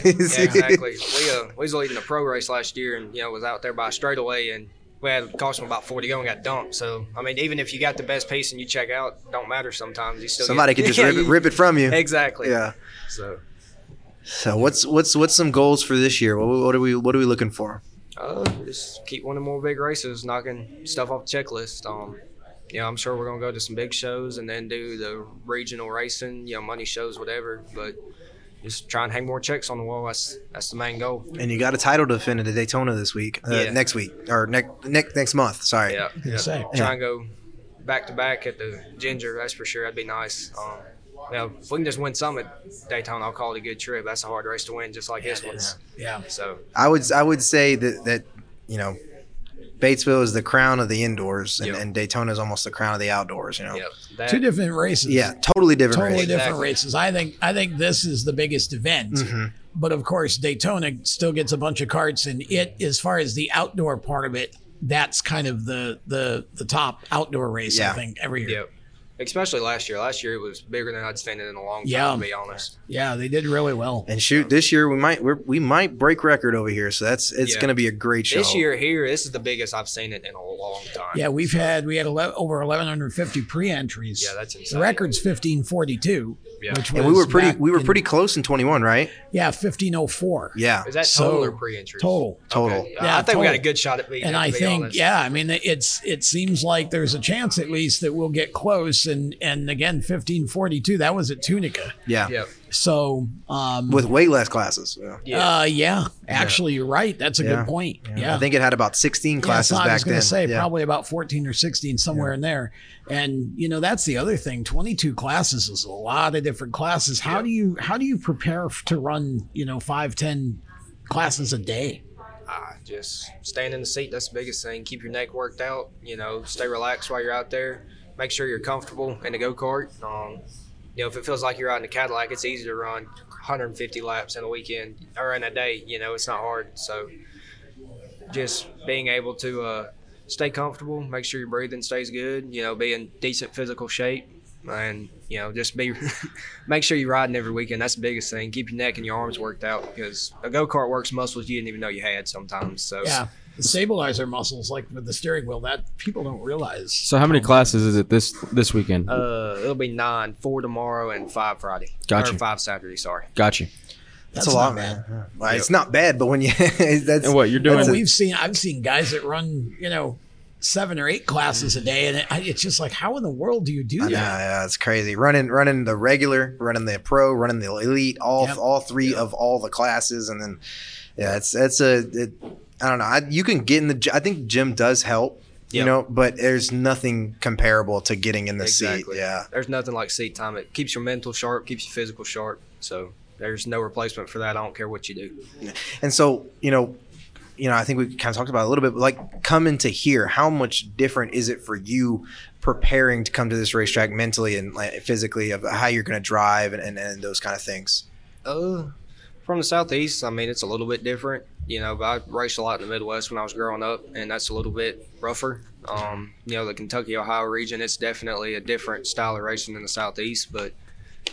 [SPEAKER 8] exactly. we uh, we was leading the pro race last year, and you know, was out there by a straightaway, and we had cost him about forty to go and got dumped. So, I mean, even if you got the best piece and you check out, don't matter sometimes. You still
[SPEAKER 2] Somebody
[SPEAKER 8] get,
[SPEAKER 2] could just
[SPEAKER 8] Yeah,
[SPEAKER 2] rip, it,
[SPEAKER 8] you-
[SPEAKER 2] rip it from you.
[SPEAKER 8] Exactly.
[SPEAKER 2] Yeah.
[SPEAKER 8] So.
[SPEAKER 2] So what's what's what's some goals for this year? What, what are we what are we looking for?
[SPEAKER 8] Uh, just keep winning more big races, knocking stuff off the checklist. Um, you know, I'm sure we're gonna go to some big shows and then do the regional racing, you know, money shows, whatever. But just try and hang more checks on the wall. That's that's the main goal.
[SPEAKER 2] And you got a title to defend at the Daytona this week, uh,
[SPEAKER 8] Yeah.
[SPEAKER 2] next week or next next next month. Sorry.
[SPEAKER 8] Yeah, yeah.
[SPEAKER 6] Same.
[SPEAKER 8] Try and go back to back at the Ginger. That's for sure. That'd be nice. Um, you know, if we can just win some at Daytona, I'll call it a good trip. That's a hard race to win, just like this one's.
[SPEAKER 6] yeah.
[SPEAKER 8] So
[SPEAKER 2] I would I would say that that you know Batesville is the crown of the indoors, and,
[SPEAKER 8] Yeah.
[SPEAKER 2] and Daytona is almost the crown of the outdoors. You know.
[SPEAKER 8] yeah, that,
[SPEAKER 6] Two different races.
[SPEAKER 2] Yeah, totally different.
[SPEAKER 6] Totally
[SPEAKER 2] race.
[SPEAKER 6] different
[SPEAKER 8] Exactly.
[SPEAKER 6] races. I think I think this is the biggest event.
[SPEAKER 2] Mm-hmm.
[SPEAKER 6] But of course, Daytona still gets a bunch of carts, and it as far as the outdoor part of it, that's kind of the the the top outdoor race
[SPEAKER 2] Yeah.
[SPEAKER 6] I think every year.
[SPEAKER 8] Yep. Especially last year. Last year it was bigger than I'd seen it in a long time.
[SPEAKER 6] Yeah.
[SPEAKER 8] To be honest.
[SPEAKER 6] Yeah, they did really well.
[SPEAKER 2] And shoot, this year we might we're, we might break record over here, so that's it's
[SPEAKER 8] Yeah.
[SPEAKER 2] going to be a great show.
[SPEAKER 8] This year here, this is the biggest I've seen it in a long time.
[SPEAKER 6] Yeah, we've had we had ele- over 1150 pre-entries.
[SPEAKER 8] Yeah, that's insane.
[SPEAKER 6] the record's 1542,
[SPEAKER 8] Yeah.
[SPEAKER 6] which was
[SPEAKER 2] and we were pretty
[SPEAKER 6] back
[SPEAKER 2] we were
[SPEAKER 6] in-
[SPEAKER 2] pretty close in 21, right?
[SPEAKER 6] yeah 1504
[SPEAKER 2] Yeah,
[SPEAKER 8] Is that
[SPEAKER 6] So-
[SPEAKER 8] total or pre-entry?
[SPEAKER 6] total.
[SPEAKER 2] total.
[SPEAKER 8] Okay.
[SPEAKER 6] Yeah,
[SPEAKER 8] I think we got a
[SPEAKER 6] total.
[SPEAKER 8] good shot at beating.
[SPEAKER 6] And
[SPEAKER 8] it, to
[SPEAKER 6] I
[SPEAKER 8] be
[SPEAKER 6] think,
[SPEAKER 8] honest.
[SPEAKER 6] yeah, I mean, it's it seems like there's a chance at least that we'll get close. And and again, 1542, that was at Tunica.
[SPEAKER 2] Yeah.
[SPEAKER 8] Yeah.
[SPEAKER 6] So, um,
[SPEAKER 2] with way less classes. Yeah.
[SPEAKER 8] Yeah.
[SPEAKER 6] uh, yeah, actually, you're right. That's a
[SPEAKER 2] Yeah.
[SPEAKER 6] good point. Yeah.
[SPEAKER 2] I think it had about 16 classes
[SPEAKER 6] yeah, so I
[SPEAKER 2] back
[SPEAKER 6] was gonna
[SPEAKER 2] then.
[SPEAKER 6] say
[SPEAKER 2] yeah.
[SPEAKER 6] probably about 14 or 16 somewhere in there. And you know that's the other thing. 22 classes is a lot of different classes. How do you how do you prepare f- to run you know five ten classes a day?
[SPEAKER 8] Ah, just staying in the seat. That's the biggest thing. Keep your neck worked out. You know, stay relaxed while you're out there. Make sure you're comfortable in the go kart. Um, you know, if it feels like you're out in a Cadillac, it's easy to run 150 laps in a weekend or in a day. You know, it's not hard. So just being able to uh, stay comfortable, make sure your breathing stays good, you know, be in decent physical shape, and you know, just be make sure you're riding every weekend. That's the biggest thing. Keep your neck and your arms worked out because a go kart works muscles you didn't even know you had sometimes. So
[SPEAKER 6] Yeah. The stabilizer muscles, like with the steering wheel, that people don't realize.
[SPEAKER 1] So how many classes is it this this weekend?
[SPEAKER 8] Uh, it'll be nine, four tomorrow, and five Friday.
[SPEAKER 1] Gotcha.
[SPEAKER 8] Or five Saturday. Sorry.
[SPEAKER 1] Got you.
[SPEAKER 2] That's, a lot,
[SPEAKER 6] not
[SPEAKER 2] man. Yeah. Well, It's not bad, but when you that's
[SPEAKER 1] And what you're
[SPEAKER 6] But
[SPEAKER 1] doing?
[SPEAKER 6] we've seen, I've seen guys that run, you know, seven or eight classes a day, and it, I- it's just like, how in the world do you do
[SPEAKER 2] Mm. I know,
[SPEAKER 6] that?
[SPEAKER 2] yeah, it's crazy. Running, running the regular, running the pro, running the elite, all
[SPEAKER 6] Yep.
[SPEAKER 2] all three of all the classes, and then yeah, it's it's a it, I don't know. I, you can get in the. gy- I think gym does help, you
[SPEAKER 8] Yep.
[SPEAKER 2] know, but there's nothing comparable to getting in the
[SPEAKER 8] Exactly.
[SPEAKER 2] seat. Yeah,
[SPEAKER 8] There's nothing like seat time. It keeps your mental sharp, keeps your physical sharp. So there's no replacement for that. I don't care what you do.
[SPEAKER 2] and so you know. You know, I think we kind of talked about it a little bit, but like coming to here, how much different is it for you preparing to come to this racetrack mentally and like, physically of how you're going to drive and, and, and those kind of things?
[SPEAKER 8] Uh, from the southeast, I mean, it's a little bit different, you know. But I raced a lot in the Midwest when I was growing up, and that's a little bit rougher. Um, you know, the Kentucky Ohio region, it's definitely a different style of racing than the southeast. But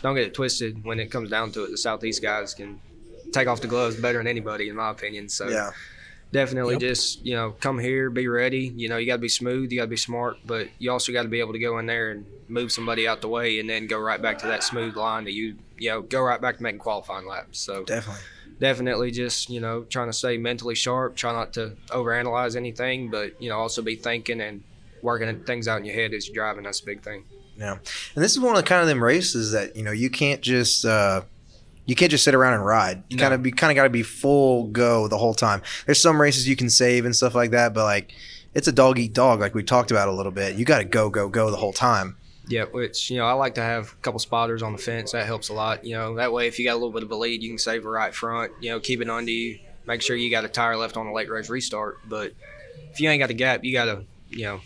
[SPEAKER 8] don't get it twisted. When it comes down to it, the southeast guys can take off the gloves better than anybody, in my opinion. So
[SPEAKER 2] Yeah.
[SPEAKER 8] definitely
[SPEAKER 6] Yep.
[SPEAKER 8] just you know come here be ready you know you got to be smooth you got to be smart but you also got to be able to go in there and move somebody out the way and then go right back to that smooth line that you you know go right back to making qualifying laps so
[SPEAKER 2] Definitely.
[SPEAKER 8] definitely just you know trying to stay mentally sharp try not to overanalyze anything but you know also be thinking and working things out in your head as you're driving that's a big thing
[SPEAKER 2] Yeah, and this is one of the kind of them races that you know you can't just uh, you can't just sit around and ride. You
[SPEAKER 8] No.
[SPEAKER 2] kind of be kind of got to be full go the whole time. There's some races you can save and stuff like that, but like it's a dog eat dog, like we talked about a little bit. You got to go go go the whole time.
[SPEAKER 8] Yeah, which you know, I like to have a couple spotters on the fence. That helps a lot. You know, that way if you got a little bit of a lead, you can save a right front. You know, keep it under you. Make sure you got a tire left on a late race restart. But if you ain't got the gap, you gotta you know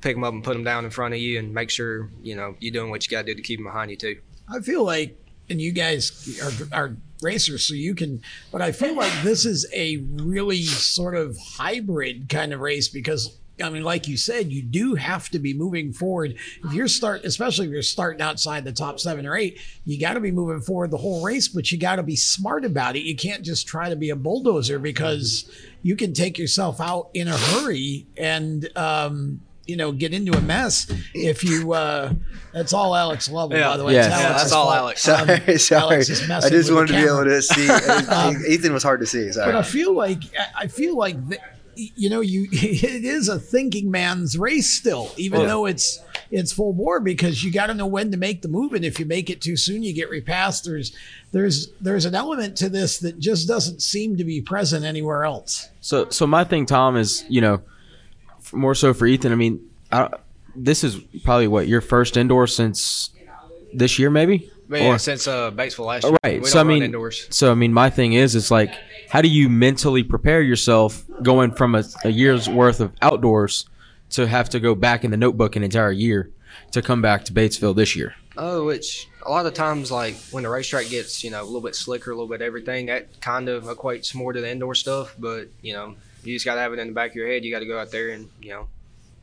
[SPEAKER 8] pick them up and put them down in front of you, and make sure you know you're doing what you gotta do to keep them behind you too.
[SPEAKER 6] I feel like, and you guys are, are racers, so you can, but I feel like this is a really sort of hybrid kind of race because. I mean, like you said, you do have to be moving forward. If you're start, especially if you're starting outside the top seven or eight, you got to be moving forward the whole race, but you got to be smart about it. You can't just try to be a bulldozer because you can take yourself out in a hurry and, um, you know, get into a mess if you. Uh, that's all Alex Lovell, by the way.
[SPEAKER 1] Yeah.
[SPEAKER 6] It's
[SPEAKER 1] Yeah,
[SPEAKER 6] Alex's
[SPEAKER 8] that's all
[SPEAKER 6] fault.
[SPEAKER 8] Alex.
[SPEAKER 6] Um,
[SPEAKER 2] Sorry, sorry.
[SPEAKER 6] Alex is messing
[SPEAKER 2] I just
[SPEAKER 6] with
[SPEAKER 2] wanted to
[SPEAKER 6] the
[SPEAKER 2] be able
[SPEAKER 6] camera. Um,
[SPEAKER 2] to see. Ethan was hard to see.
[SPEAKER 6] But I
[SPEAKER 2] Sorry.
[SPEAKER 6] feel like I I feel like th- you know you it is a thinking man's race still, even though it's it's full bore because you got to know when to make the move, and if you make it too soon, you get repassed. There's there's there's an element to this that just doesn't seem to be present anywhere else.
[SPEAKER 1] So, so my thing, Tom, is you know, f- more so for Ethan. I mean, I, this is probably what your first indoor since this year, maybe. Or-
[SPEAKER 8] since uh, Batesville last
[SPEAKER 1] Oh, right. so I mean, so I mean, my thing is, it's like, how do you mentally prepare yourself going from a, a year's worth of outdoors to have to go back in the notebook an entire year to come back to Batesville this year?
[SPEAKER 8] Oh, which a lot of times, like when the racetrack gets, you know, a little bit slicker, a little bit everything, that kind of equates more to the indoor stuff. But you know, you just gotta have it in the back of your head. You gotta go out there and you know,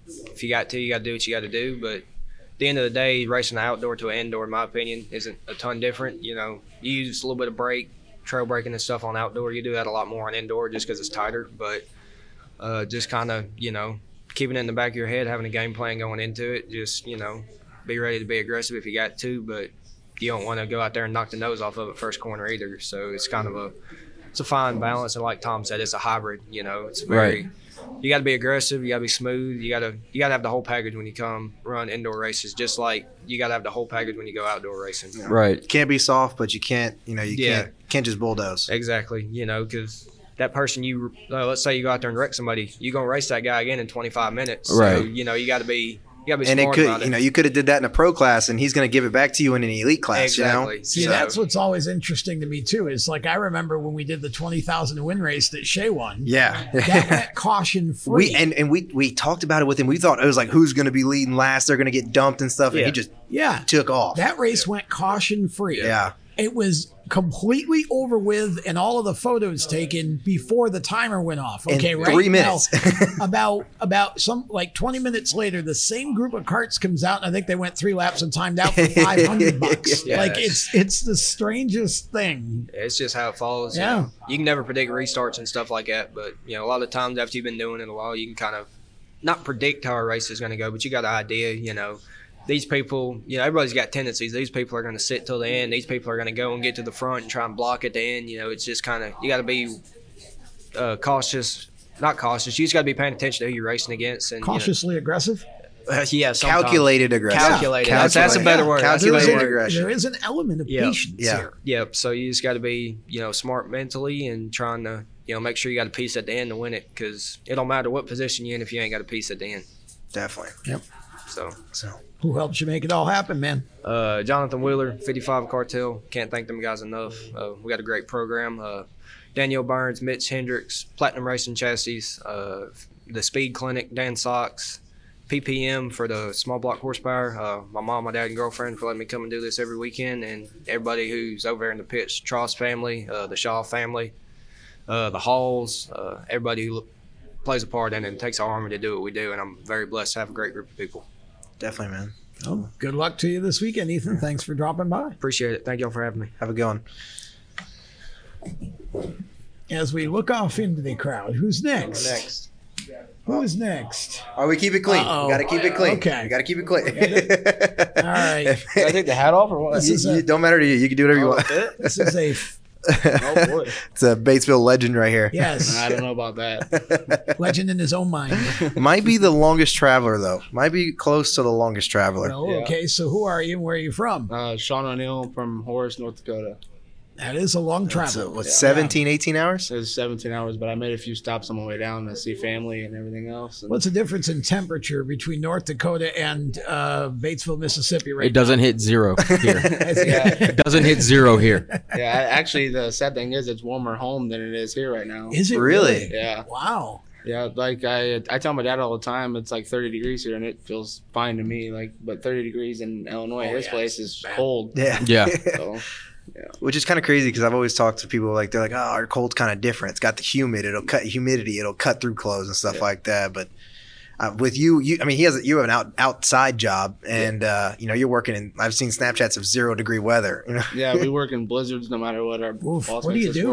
[SPEAKER 8] if you got to, you gotta do what you gotta do. But at the end of the day, racing the outdoor to an indoor, in my opinion, isn't a ton different. You know, you use a little bit of brake, trail braking and stuff on outdoor. You do that a lot more on indoor just because it's tighter. But uh, just kind of, you know, keeping it in the back of your head, having a game plan going into it. Just you know be ready to be aggressive if you got to, but you don't want to go out there and knock the nose off of it first corner either. So it's kind of a it's a fine balance, and like Tom said, it's a hybrid. You know, it's very you got to be aggressive, you got to be smooth, you got to you got to have the whole package when you come run indoor races, just like you got to have the whole package when you go outdoor racing.
[SPEAKER 1] Right.
[SPEAKER 2] Can't be soft, but you can't. You know, you
[SPEAKER 8] Yeah.
[SPEAKER 2] can't can't just bulldoze.
[SPEAKER 8] Exactly, you know, because that person you uh, let's say you go out there and wreck somebody, you are gonna race that guy again in 25 minutes. So
[SPEAKER 1] Right.
[SPEAKER 8] you know you got to be you got to be
[SPEAKER 2] And it
[SPEAKER 8] smart about
[SPEAKER 2] could,
[SPEAKER 8] it.
[SPEAKER 2] you know, you could have did that in a pro class, and he's going to give it back to you in an elite class.
[SPEAKER 8] exactly.
[SPEAKER 2] You know,
[SPEAKER 6] See,
[SPEAKER 8] So-
[SPEAKER 6] that's what's always interesting to me too. Is like I remember when we did the twenty thousand to win race that Shea won.
[SPEAKER 2] yeah,
[SPEAKER 6] that went caution free.
[SPEAKER 2] We and, and we we talked about it with him. We thought it was like who's going to be leading last? They're going to get dumped and stuff. And
[SPEAKER 8] Yeah.
[SPEAKER 2] he just
[SPEAKER 6] yeah,
[SPEAKER 2] took off.
[SPEAKER 6] that race went caution free.
[SPEAKER 2] yeah,
[SPEAKER 6] it was completely over with and all of the photos taken before the timer went off. Okay, right.
[SPEAKER 2] three
[SPEAKER 6] now,
[SPEAKER 2] minutes.
[SPEAKER 6] about about some like 20 minutes later, the same group of carts comes out, and I think they went three laps and timed out for 500 bucks.
[SPEAKER 8] Yeah.
[SPEAKER 6] Like it's it's the strangest thing.
[SPEAKER 8] It's just how it falls.
[SPEAKER 6] Yeah.
[SPEAKER 8] You, know. You can never predict restarts and stuff like that, but you know, a lot of times after you've been doing it a while, you can kind of not predict how a race is going to go, but you got an idea. You know, these people, you know, everybody's got tendencies. These people are going to sit till the end. These people are going to go and get to the front and try and block at the end. You know, it's just kind of you got to be uh, cautious. Not cautious. You just got to be paying attention to who you're racing against. And you know-
[SPEAKER 6] Cautiously aggressive.
[SPEAKER 8] yeah, sometimes.
[SPEAKER 2] Calculated aggression.
[SPEAKER 8] Calculated. That's- that's a better word. That's a
[SPEAKER 2] Calculated
[SPEAKER 8] better word.
[SPEAKER 2] aggression.
[SPEAKER 6] There is an element of
[SPEAKER 8] Yeah.
[SPEAKER 6] patience
[SPEAKER 2] Yeah.
[SPEAKER 6] here.
[SPEAKER 8] Yep. So you just got to be, you know, smart mentally and trying to, you know, make sure you got a piece at the end to win it because it don't matter what position you're in if you ain't got a piece at the end.
[SPEAKER 2] Definitely.
[SPEAKER 8] So,
[SPEAKER 6] Who helps you make it all happen, man?
[SPEAKER 8] uh, Jonathan Wheeler, 55 Cartel. Can't thank them guys enough. Uh, we got a great program. Uh, Daniel Burns, Mitch Hendricks, Platinum Racing Chassis, uh, the Speed Clinic, Dan Socks, PPM for the small block horsepower. Uh, my mom, my dad, and girlfriend for letting me come and do this every weekend, and everybody who's over there in the pits, Tross family, uh, the Shaw family, uh, the Halls, uh, everybody who plays a part in it and takes our army to do what we do. And I'm very blessed to have a great group of people.
[SPEAKER 2] Definitely, man.
[SPEAKER 6] Oh, good luck to you this weekend, Ethan. Thanks for dropping by.
[SPEAKER 8] Appreciate it. Thank y'all for having me.
[SPEAKER 2] Have a good one.
[SPEAKER 6] As we look off into the crowd, who's next?
[SPEAKER 2] Next.
[SPEAKER 6] Who is next?
[SPEAKER 2] Oh, we keep it clean.
[SPEAKER 6] Uh-oh.
[SPEAKER 2] We gotta keep it clean.
[SPEAKER 6] Okay.
[SPEAKER 2] We gotta keep it clean.
[SPEAKER 6] All right.
[SPEAKER 9] Did I take the hat off or what?
[SPEAKER 6] This is
[SPEAKER 2] You- you-
[SPEAKER 6] a,
[SPEAKER 2] don't matter to you. You can do whatever you want.
[SPEAKER 6] this is a
[SPEAKER 9] Oh boy.
[SPEAKER 2] it's a Batesville legend right here.
[SPEAKER 6] yes,
[SPEAKER 9] I don't know about that.
[SPEAKER 6] legend in his own mind.
[SPEAKER 2] Might be the longest traveler though. Might be close to the longest traveler.
[SPEAKER 6] Well,
[SPEAKER 9] Yeah.
[SPEAKER 6] okay, so who are you and where are you from?
[SPEAKER 9] Uh, Sean O'Neill from Horace, North Dakota.
[SPEAKER 6] That is a long
[SPEAKER 2] So
[SPEAKER 6] travel.
[SPEAKER 2] what, 17, 18 hours?
[SPEAKER 9] It was 17 hours, but I made a few stops on my way down to see family and everything else. And
[SPEAKER 6] What's the difference in temperature between North Dakota and uh, Batesville, Mississippi? Right.
[SPEAKER 10] It doesn't hit zero here.
[SPEAKER 6] now?
[SPEAKER 9] Yeah.
[SPEAKER 10] it doesn't hit zero here.
[SPEAKER 9] yeah, I, actually, the sad thing is, it's warmer home than it is here right now.
[SPEAKER 6] Is it
[SPEAKER 2] Really?
[SPEAKER 6] really?
[SPEAKER 9] Yeah,
[SPEAKER 6] Wow.
[SPEAKER 9] yeah. Like I, I tell my dad all the time, it's like 30 degrees here, and it feels fine to me. Like, but 30 degrees in Illinois,
[SPEAKER 6] Oh,
[SPEAKER 9] this
[SPEAKER 6] yeah,
[SPEAKER 9] place is cold.
[SPEAKER 2] Yeah.
[SPEAKER 10] Yeah.
[SPEAKER 9] So,
[SPEAKER 2] Which is kind of crazy because I've always talked to people like they're like, oh, our cold's kind of different. It's got the humid. It'll cut humidity. It'll cut through clothes and stuff like that. But uh, with you, you I mean, he has you have an out, outside job, and uh, you know you're working in. I've seen Snapchats of zero degree weather. You know,
[SPEAKER 9] yeah, we work in blizzards no matter what our
[SPEAKER 6] Oof,
[SPEAKER 9] boss
[SPEAKER 6] what do
[SPEAKER 9] makes
[SPEAKER 6] you
[SPEAKER 9] us
[SPEAKER 6] do?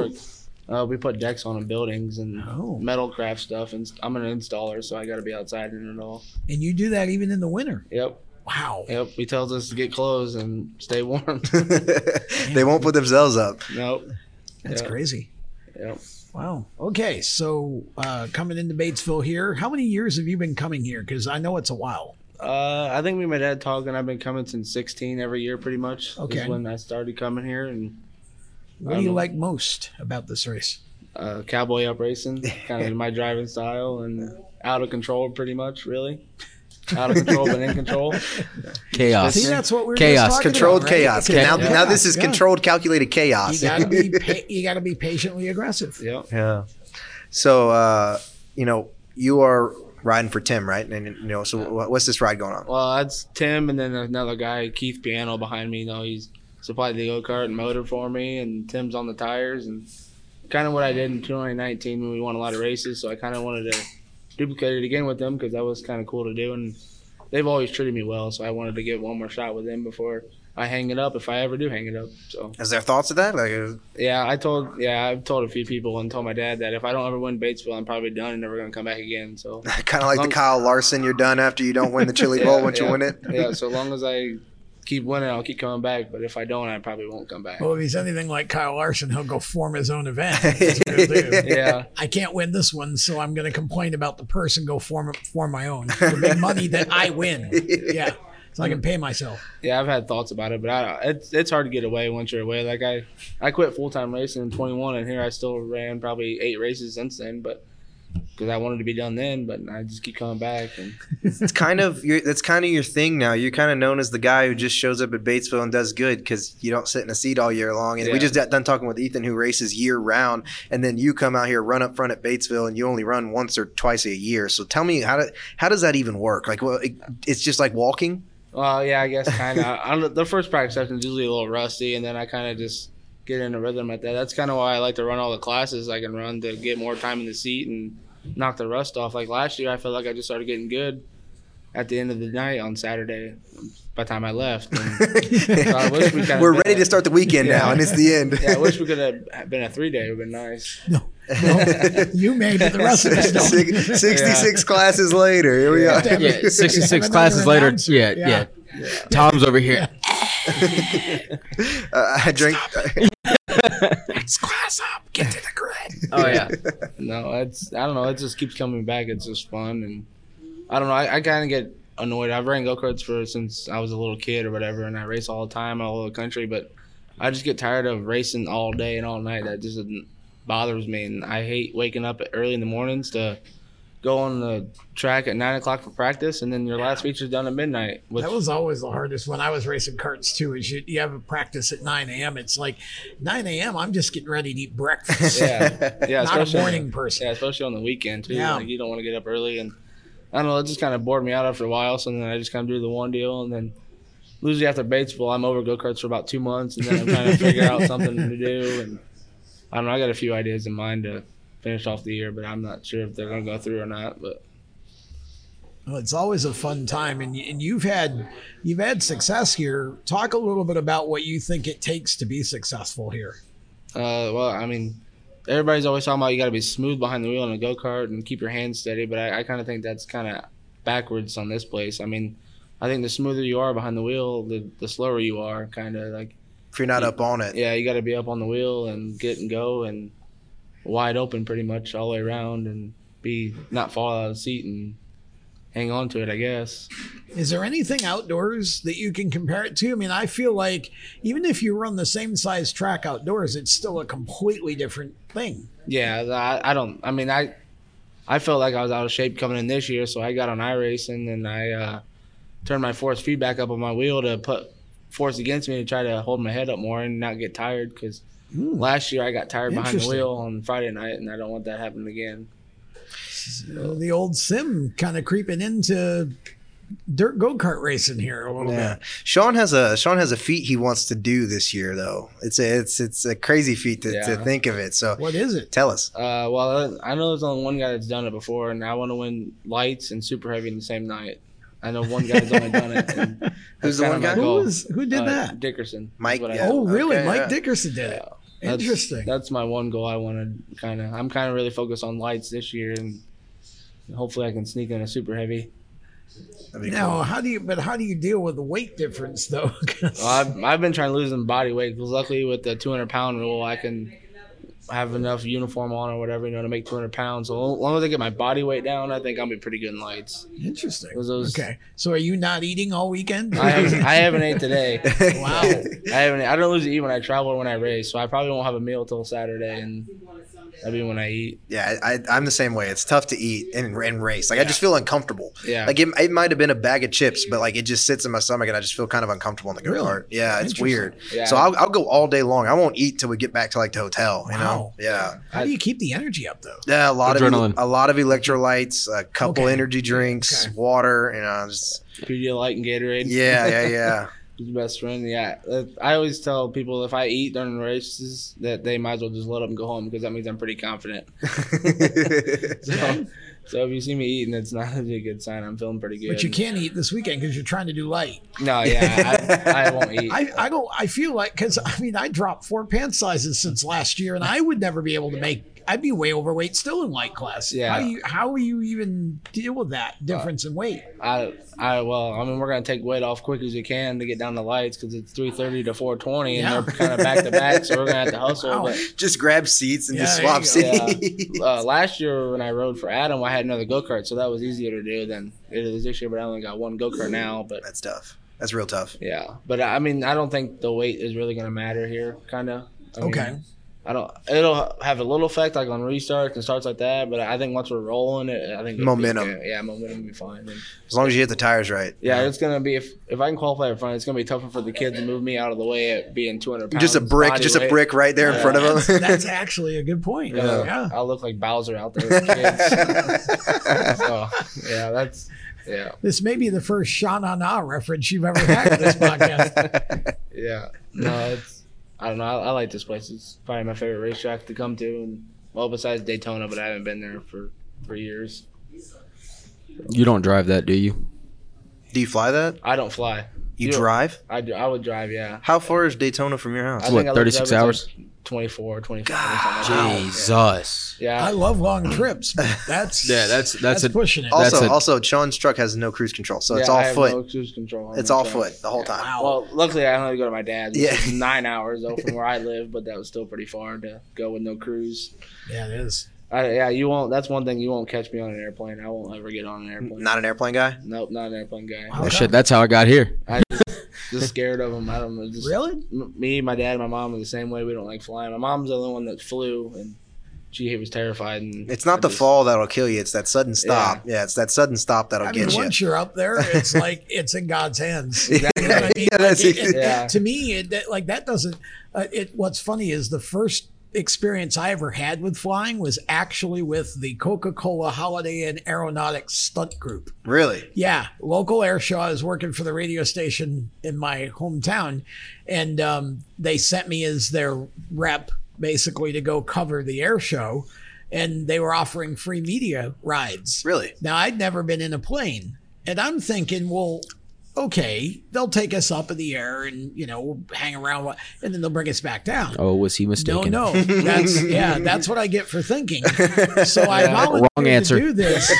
[SPEAKER 9] work. Uh, we put decks on in buildings and
[SPEAKER 6] Oh.
[SPEAKER 9] metal craft stuff, and I'm an installer, so I got to be outside in it all.
[SPEAKER 6] And you do that even in the winter?
[SPEAKER 9] Yep,
[SPEAKER 6] Wow.
[SPEAKER 9] yep. He tells us to get clothes and stay warm.
[SPEAKER 2] they won't put themselves up.
[SPEAKER 9] nope.
[SPEAKER 6] That's
[SPEAKER 9] Yeah.
[SPEAKER 6] crazy.
[SPEAKER 9] Yep.
[SPEAKER 6] Wow. Okay. So uh, coming into Batesville here, how many years have you been coming here? Because I know it's a while.
[SPEAKER 9] Uh, I think me and my dad talking. I've been coming since 16 every year, pretty much. is
[SPEAKER 6] Okay.
[SPEAKER 9] when I started coming here and
[SPEAKER 6] What do
[SPEAKER 9] Um,
[SPEAKER 6] you like most about this race?
[SPEAKER 9] uh, cowboy up racing, kind of my driving style, and out of control, pretty much, really. Out of control, but in control.
[SPEAKER 10] Chaos.
[SPEAKER 6] See, that's what we're
[SPEAKER 10] Chaos.
[SPEAKER 6] just talking
[SPEAKER 2] Controlled
[SPEAKER 6] about, right?
[SPEAKER 2] chaos. Now, now Uh, this is
[SPEAKER 6] Yeah.
[SPEAKER 2] controlled, calculated
[SPEAKER 6] You
[SPEAKER 2] chaos.
[SPEAKER 6] gotta be pa- you gotta be patiently aggressive.
[SPEAKER 9] Yep.
[SPEAKER 2] Yeah. So, uh, you know, you are riding for Tim, right? And you know, so wha- what's this ride going on?
[SPEAKER 9] Well, that's Tim, and then another guy, Keith Piano, behind me. You know, he's supplied the go kart and motor for me, and Tim's on the tires, and kind of what I did in 2019 when we won a lot of races. So I kind of wanted to duplicate it again with them because that was kind of cool to do, and they've always treated me well. So I wanted to get one more shot with them before I hang it up, if I ever do hang it up. So
[SPEAKER 2] Is there thoughts of that? Like, uh,
[SPEAKER 9] yeah, I told yeah I've told a few people and told my dad that if I don't ever win Batesville, I'm probably done and never gonna come back again. So.
[SPEAKER 2] kind of like the
[SPEAKER 9] Long-
[SPEAKER 2] Kyle Larson, you're done after you don't win the Chili Bowl once you win it.
[SPEAKER 9] Um, yeah, so long as I keep winning, I'll keep coming back. But if I don't, I probably won't come back.
[SPEAKER 6] Well, if he's anything like Kyle Larson, he'll go form his own event. That's what he'll do.
[SPEAKER 9] Yeah,
[SPEAKER 6] I can't win this one, so I'm going to complain about the purse and go form form my own for the money that I win. Yeah, so I can pay myself.
[SPEAKER 9] yeah, I've had thoughts about it, but I, it's it's hard to get away once you're away. Like I, I quit full time racing in 21, and here I still ran probably eight races since then, but because I wanted to be done then, but I just keep coming back. And
[SPEAKER 2] It's kind of your, that's kind of your thing now. You're kind of known as the guy who just shows up at Batesville and does good because you don't sit in a seat all year long. And we
[SPEAKER 9] Yeah.
[SPEAKER 2] just got done talking with Ethan, who races year round, and then you come out here, run up front at Batesville, and you only run once or twice a year. So tell me how do, how does that even work? Like, well, it, it's just like walking.
[SPEAKER 9] Well, yeah, I guess kind of. the first practice session is usually a little rusty, and then I kind of just get in a rhythm at that. That's kind of why I like to run all the classes I can run to get more time in the seat and knock the rust off. Like last year, I felt like I just started getting good at the end of the night on Saturday. By the time I left, And so I wish we kinda
[SPEAKER 2] We're
[SPEAKER 9] did
[SPEAKER 2] ready
[SPEAKER 9] that.
[SPEAKER 2] to start the weekend now, and it's the end.
[SPEAKER 9] yeah, I wish we could have been a three day. It would have been nice.
[SPEAKER 6] you made it. The rest of us don't.
[SPEAKER 2] Six- 66 classes later, here we are.
[SPEAKER 6] Yeah.
[SPEAKER 10] Yeah,
[SPEAKER 6] Have
[SPEAKER 10] 66
[SPEAKER 6] another
[SPEAKER 10] classes later.
[SPEAKER 6] announcer.
[SPEAKER 10] Yeah,
[SPEAKER 6] Yeah.
[SPEAKER 10] yeah, Tom's over here.
[SPEAKER 2] Uh, I drank.
[SPEAKER 6] It's class up. Get to the grid.
[SPEAKER 9] Oh yeah. no, it's I don't know. It just keeps coming back. It's just fun, and I don't know. I, I kind of get annoyed. I've ran go karts for since I was a little kid or whatever, and I race all the time all over the country. But I just get tired of racing all day and all night. That just doesn't- bothers me, and I hate waking up early in the mornings to go on the track at nine o'clock for practice, and then your last feature's done at midnight. Which,
[SPEAKER 6] That was always the hardest when I was racing carts too. Is you, you have a practice at 9 a.m. It's like 9 a.m. I'm just getting ready to eat breakfast.
[SPEAKER 9] yeah, yeah,
[SPEAKER 6] Not a
[SPEAKER 9] especially-
[SPEAKER 6] morning person.
[SPEAKER 9] Yeah, especially on the weekend too.
[SPEAKER 6] Yeah.
[SPEAKER 9] Like you don't want to get up early, and I don't know. It just kind of bored me out after a while. So then I just kind of do the one deal, and then usually after Batesville, I'm over go karts for about two months, and then I'm trying to figure out something to do. And I don't know. I got a few ideas in mind to finish off the year, but I'm not sure if they're gonna go through or not. But
[SPEAKER 6] Well, it's always a fun time, and, y- and you've had you've had success here. Talk a little bit about what you think it takes to be successful here.
[SPEAKER 9] Uh, well, I mean, everybody's always talking about you got to be smooth behind the wheel in a go kart and keep your hands steady, but I, I kind of think that's kind of backwards on this place. I mean, I think the smoother you are behind the wheel, the, the slower you are, kind of like
[SPEAKER 2] If you're not up on it,
[SPEAKER 9] yeah, you got to be up on the wheel and get and go and wide open pretty much all the way around and be not fall out of the seat and hang on to it, I guess.
[SPEAKER 6] Is there anything outdoors that you can compare it to? I mean, I feel like even if you run the same size track outdoors, it's still a completely different thing.
[SPEAKER 9] Yeah, I, I don't. I mean, I I felt like I was out of shape coming in this year, so I got on iRacing and I uh, turned my force feedback up on my wheel to put force against me to try to hold my head up more and not get tired because last year I got tired behind the
[SPEAKER 6] Hmm. Interesting.
[SPEAKER 9] wheel on Friday night, and I don't want that happening again.
[SPEAKER 6] Uh, the old sim kind of creeping into dirt go kart racing here a little
[SPEAKER 2] Yeah,
[SPEAKER 6] bit.
[SPEAKER 2] Sean has a Sean has a feat he wants to do this year though. It's a it's it's a crazy feat to, to
[SPEAKER 9] Yeah.
[SPEAKER 2] think of it. So
[SPEAKER 6] What is it?
[SPEAKER 2] tell us.
[SPEAKER 9] Uh, well, I I know there's only one guy that's done it before, and I want to win lights and super heavy in the same night. I know one guy's only done it. And that's
[SPEAKER 2] Who's the
[SPEAKER 9] kinda
[SPEAKER 2] one
[SPEAKER 9] my
[SPEAKER 2] guy?
[SPEAKER 9] goal.
[SPEAKER 6] Who is who did
[SPEAKER 9] Uh,
[SPEAKER 6] that?
[SPEAKER 9] Dickerson. is
[SPEAKER 2] Mike,
[SPEAKER 9] what I-
[SPEAKER 2] yeah.
[SPEAKER 6] Oh, really?
[SPEAKER 2] okay,
[SPEAKER 6] Mike
[SPEAKER 2] yeah.
[SPEAKER 6] Dickerson did it.
[SPEAKER 9] That's-
[SPEAKER 6] Interesting.
[SPEAKER 9] That's my one goal. I want to kind of. I'm kind of really focused on lights this year, and hopefully I can sneak in a super heavy.
[SPEAKER 2] That'd be
[SPEAKER 6] Now,
[SPEAKER 2] cool.
[SPEAKER 6] how do you? But how do you deal with the weight difference though? 'Cause-
[SPEAKER 9] Well, I've I've been trying to lose some body weight because luckily with the 200 pound rule, I can have enough uniform on or whatever you know to make 200 pounds. So as long as I get my body weight down, I think I'll be pretty good in lights.
[SPEAKER 6] Interesting.
[SPEAKER 9] Was those-
[SPEAKER 6] okay. So, are you not eating all weekend?
[SPEAKER 9] I haven't, I haven't ate today.
[SPEAKER 6] wow.
[SPEAKER 9] I haven't. I don't usually eat when I travel or when I race, so I probably won't have a meal till Saturday, and that'll be when I eat.
[SPEAKER 2] Yeah, I, I'm the same way. It's tough to eat and, and race. Like I just feel uncomfortable.
[SPEAKER 9] Yeah.
[SPEAKER 2] Like it, it might have been a bag of chips, but like it just sits in my stomach and I just feel kind of uncomfortable in the go
[SPEAKER 6] Really?
[SPEAKER 2] kart. Yeah, it's
[SPEAKER 6] Interesting.
[SPEAKER 2] weird.
[SPEAKER 9] Yeah.
[SPEAKER 2] So I'll, I'll go all day long. I won't eat till we get back to like the hotel. You
[SPEAKER 6] Wow.
[SPEAKER 2] know? Yeah.
[SPEAKER 6] How do you keep the energy up though?
[SPEAKER 2] Yeah, a lot
[SPEAKER 10] Adrenaline.
[SPEAKER 2] of a lot of electrolytes, a couple
[SPEAKER 6] Okay.
[SPEAKER 2] energy drinks,
[SPEAKER 6] Okay.
[SPEAKER 2] water. You know, just
[SPEAKER 9] Pedialyte and Gatorade.
[SPEAKER 2] yeah, yeah, yeah.
[SPEAKER 9] His best friend, yeah. Uh, I always tell people if I eat during races that they might as well just let them go home because that means I'm pretty confident. So, so if you see me eating, it's not a good sign. I'm feeling pretty good.
[SPEAKER 6] But you can't eat this weekend because you're trying to do light.
[SPEAKER 9] No, yeah, I, I won't eat.
[SPEAKER 6] I, I don't. I feel like because I mean I dropped four pant sizes since last year, and I would never be able to make. I'd be way overweight still in light class.
[SPEAKER 9] Yeah.
[SPEAKER 6] How do you how do you even deal with that difference in weight?
[SPEAKER 9] I, I, well, I mean, we're gonna take weight off quick as we can to get down the lights because it's 3:30 to 4:20,
[SPEAKER 6] Yeah.
[SPEAKER 9] and they're kind of back to back, so we're gonna have to hustle.
[SPEAKER 6] Wow.
[SPEAKER 9] But
[SPEAKER 2] just grab seats and just
[SPEAKER 6] Yeah, there
[SPEAKER 2] swap
[SPEAKER 6] you
[SPEAKER 9] go.
[SPEAKER 2] seats.
[SPEAKER 9] uh, last year when I rode for Adam, I had another go kart, so that was easier to do than it is this year. But I only got one go kart now, but.
[SPEAKER 2] That's tough. That's real tough.
[SPEAKER 9] Yeah, but I mean, I don't think the weight is really going to matter here. Kind of. I mean,
[SPEAKER 6] Okay.
[SPEAKER 9] I don't. It'll have a little effect, like on restarts and starts like that. But I think once we're rolling, it I think it'll be
[SPEAKER 2] Momentum.
[SPEAKER 9] okay. Yeah, momentum will be fine. And
[SPEAKER 2] As long as you hit the tires right.
[SPEAKER 9] yeah, it's gonna be if if I can qualify in front, it's gonna be tougher for the kid to move me out of the way at being 200 pounds.
[SPEAKER 2] Just a brick,
[SPEAKER 9] body
[SPEAKER 2] just a
[SPEAKER 9] weight.
[SPEAKER 2] brick right there in front of him.
[SPEAKER 6] That's actually a good point.
[SPEAKER 9] Yeah.
[SPEAKER 6] yeah.
[SPEAKER 9] I look like Bowser out there with kids. so yeah, that's Yeah.
[SPEAKER 6] This may be the first Sha Na Na reference you've ever had in this podcast.
[SPEAKER 9] yeah. No, it's I don't know. I, I like this place. It's probably my favorite racetrack to come to, and well, besides Daytona, but I haven't been there for for years.
[SPEAKER 10] You don't drive that, do you?
[SPEAKER 2] Do you fly that?
[SPEAKER 9] I don't fly.
[SPEAKER 2] You,
[SPEAKER 9] don't-
[SPEAKER 2] drive?
[SPEAKER 9] I, do- I would drive. Yeah.
[SPEAKER 2] How far is Daytona from your house?
[SPEAKER 9] I think I looked it up, it's like 24, 25. or something like that.
[SPEAKER 10] Jesus.
[SPEAKER 9] Yeah.
[SPEAKER 6] I love long trips. but That's
[SPEAKER 10] Yeah, that's that's, a
[SPEAKER 6] pushing it.
[SPEAKER 2] Also,
[SPEAKER 10] That's a-
[SPEAKER 2] also, Sean's truck has no cruise control, so it's
[SPEAKER 9] Yeah,
[SPEAKER 2] all
[SPEAKER 9] I have
[SPEAKER 2] foot.
[SPEAKER 9] no cruise control on
[SPEAKER 2] it's
[SPEAKER 9] my
[SPEAKER 2] all
[SPEAKER 9] truck.
[SPEAKER 2] foot the whole time.
[SPEAKER 9] Well, luckily I don't have to go to my dad's.
[SPEAKER 2] Yeah.
[SPEAKER 9] Yeah. nine hours though from where I live, but that was still pretty far to go with no cruise.
[SPEAKER 6] yeah, it is.
[SPEAKER 9] I, yeah, you won't. That's one thing you won't catch me on an airplane. I won't ever get on an airplane.
[SPEAKER 2] Not an airplane guy.
[SPEAKER 9] Nope, not an airplane guy.
[SPEAKER 10] Oh, shit, that's how I got here.
[SPEAKER 9] I just, just scared of them. I don't know. Just,
[SPEAKER 6] Really?
[SPEAKER 9] M- Me, my dad, and my mom are the same way. We don't like flying. My mom's the only one that flew, and she was terrified. And
[SPEAKER 2] It's
[SPEAKER 9] I
[SPEAKER 2] not the
[SPEAKER 9] just-
[SPEAKER 2] fall that'll kill you. It's that sudden stop. Yeah, it's that sudden stop that'll
[SPEAKER 6] I mean,
[SPEAKER 2] get you.
[SPEAKER 6] once you're up there, it's like it's in God's hands.
[SPEAKER 9] Exactly.
[SPEAKER 6] You know what I mean?
[SPEAKER 2] Yeah,
[SPEAKER 6] Like,
[SPEAKER 2] that's
[SPEAKER 6] it-
[SPEAKER 2] it.
[SPEAKER 6] it-
[SPEAKER 9] Yeah.
[SPEAKER 6] To me, it, that, like that doesn't. Uh, it. What's funny is the first experience I ever had with flying was actually with the Coca-Cola Holiday Inn Aeronautics Stunt Group.
[SPEAKER 2] Really?
[SPEAKER 6] Yeah, local Airshaw is working for the radio station in my hometown, and um, they sent me as their rep basically to go cover the air show, and they were offering free media rides.
[SPEAKER 2] Really?
[SPEAKER 6] Now I'd never been in a plane, and I'm thinking, well, okay, they'll take us up in the air and you know we'll hang around, and then they'll bring us back down.
[SPEAKER 10] Oh, was he mistaken?
[SPEAKER 6] No, no, that's yeah, that's what I get for thinking. So I volunteered
[SPEAKER 10] Wrong answer.
[SPEAKER 6] to do this,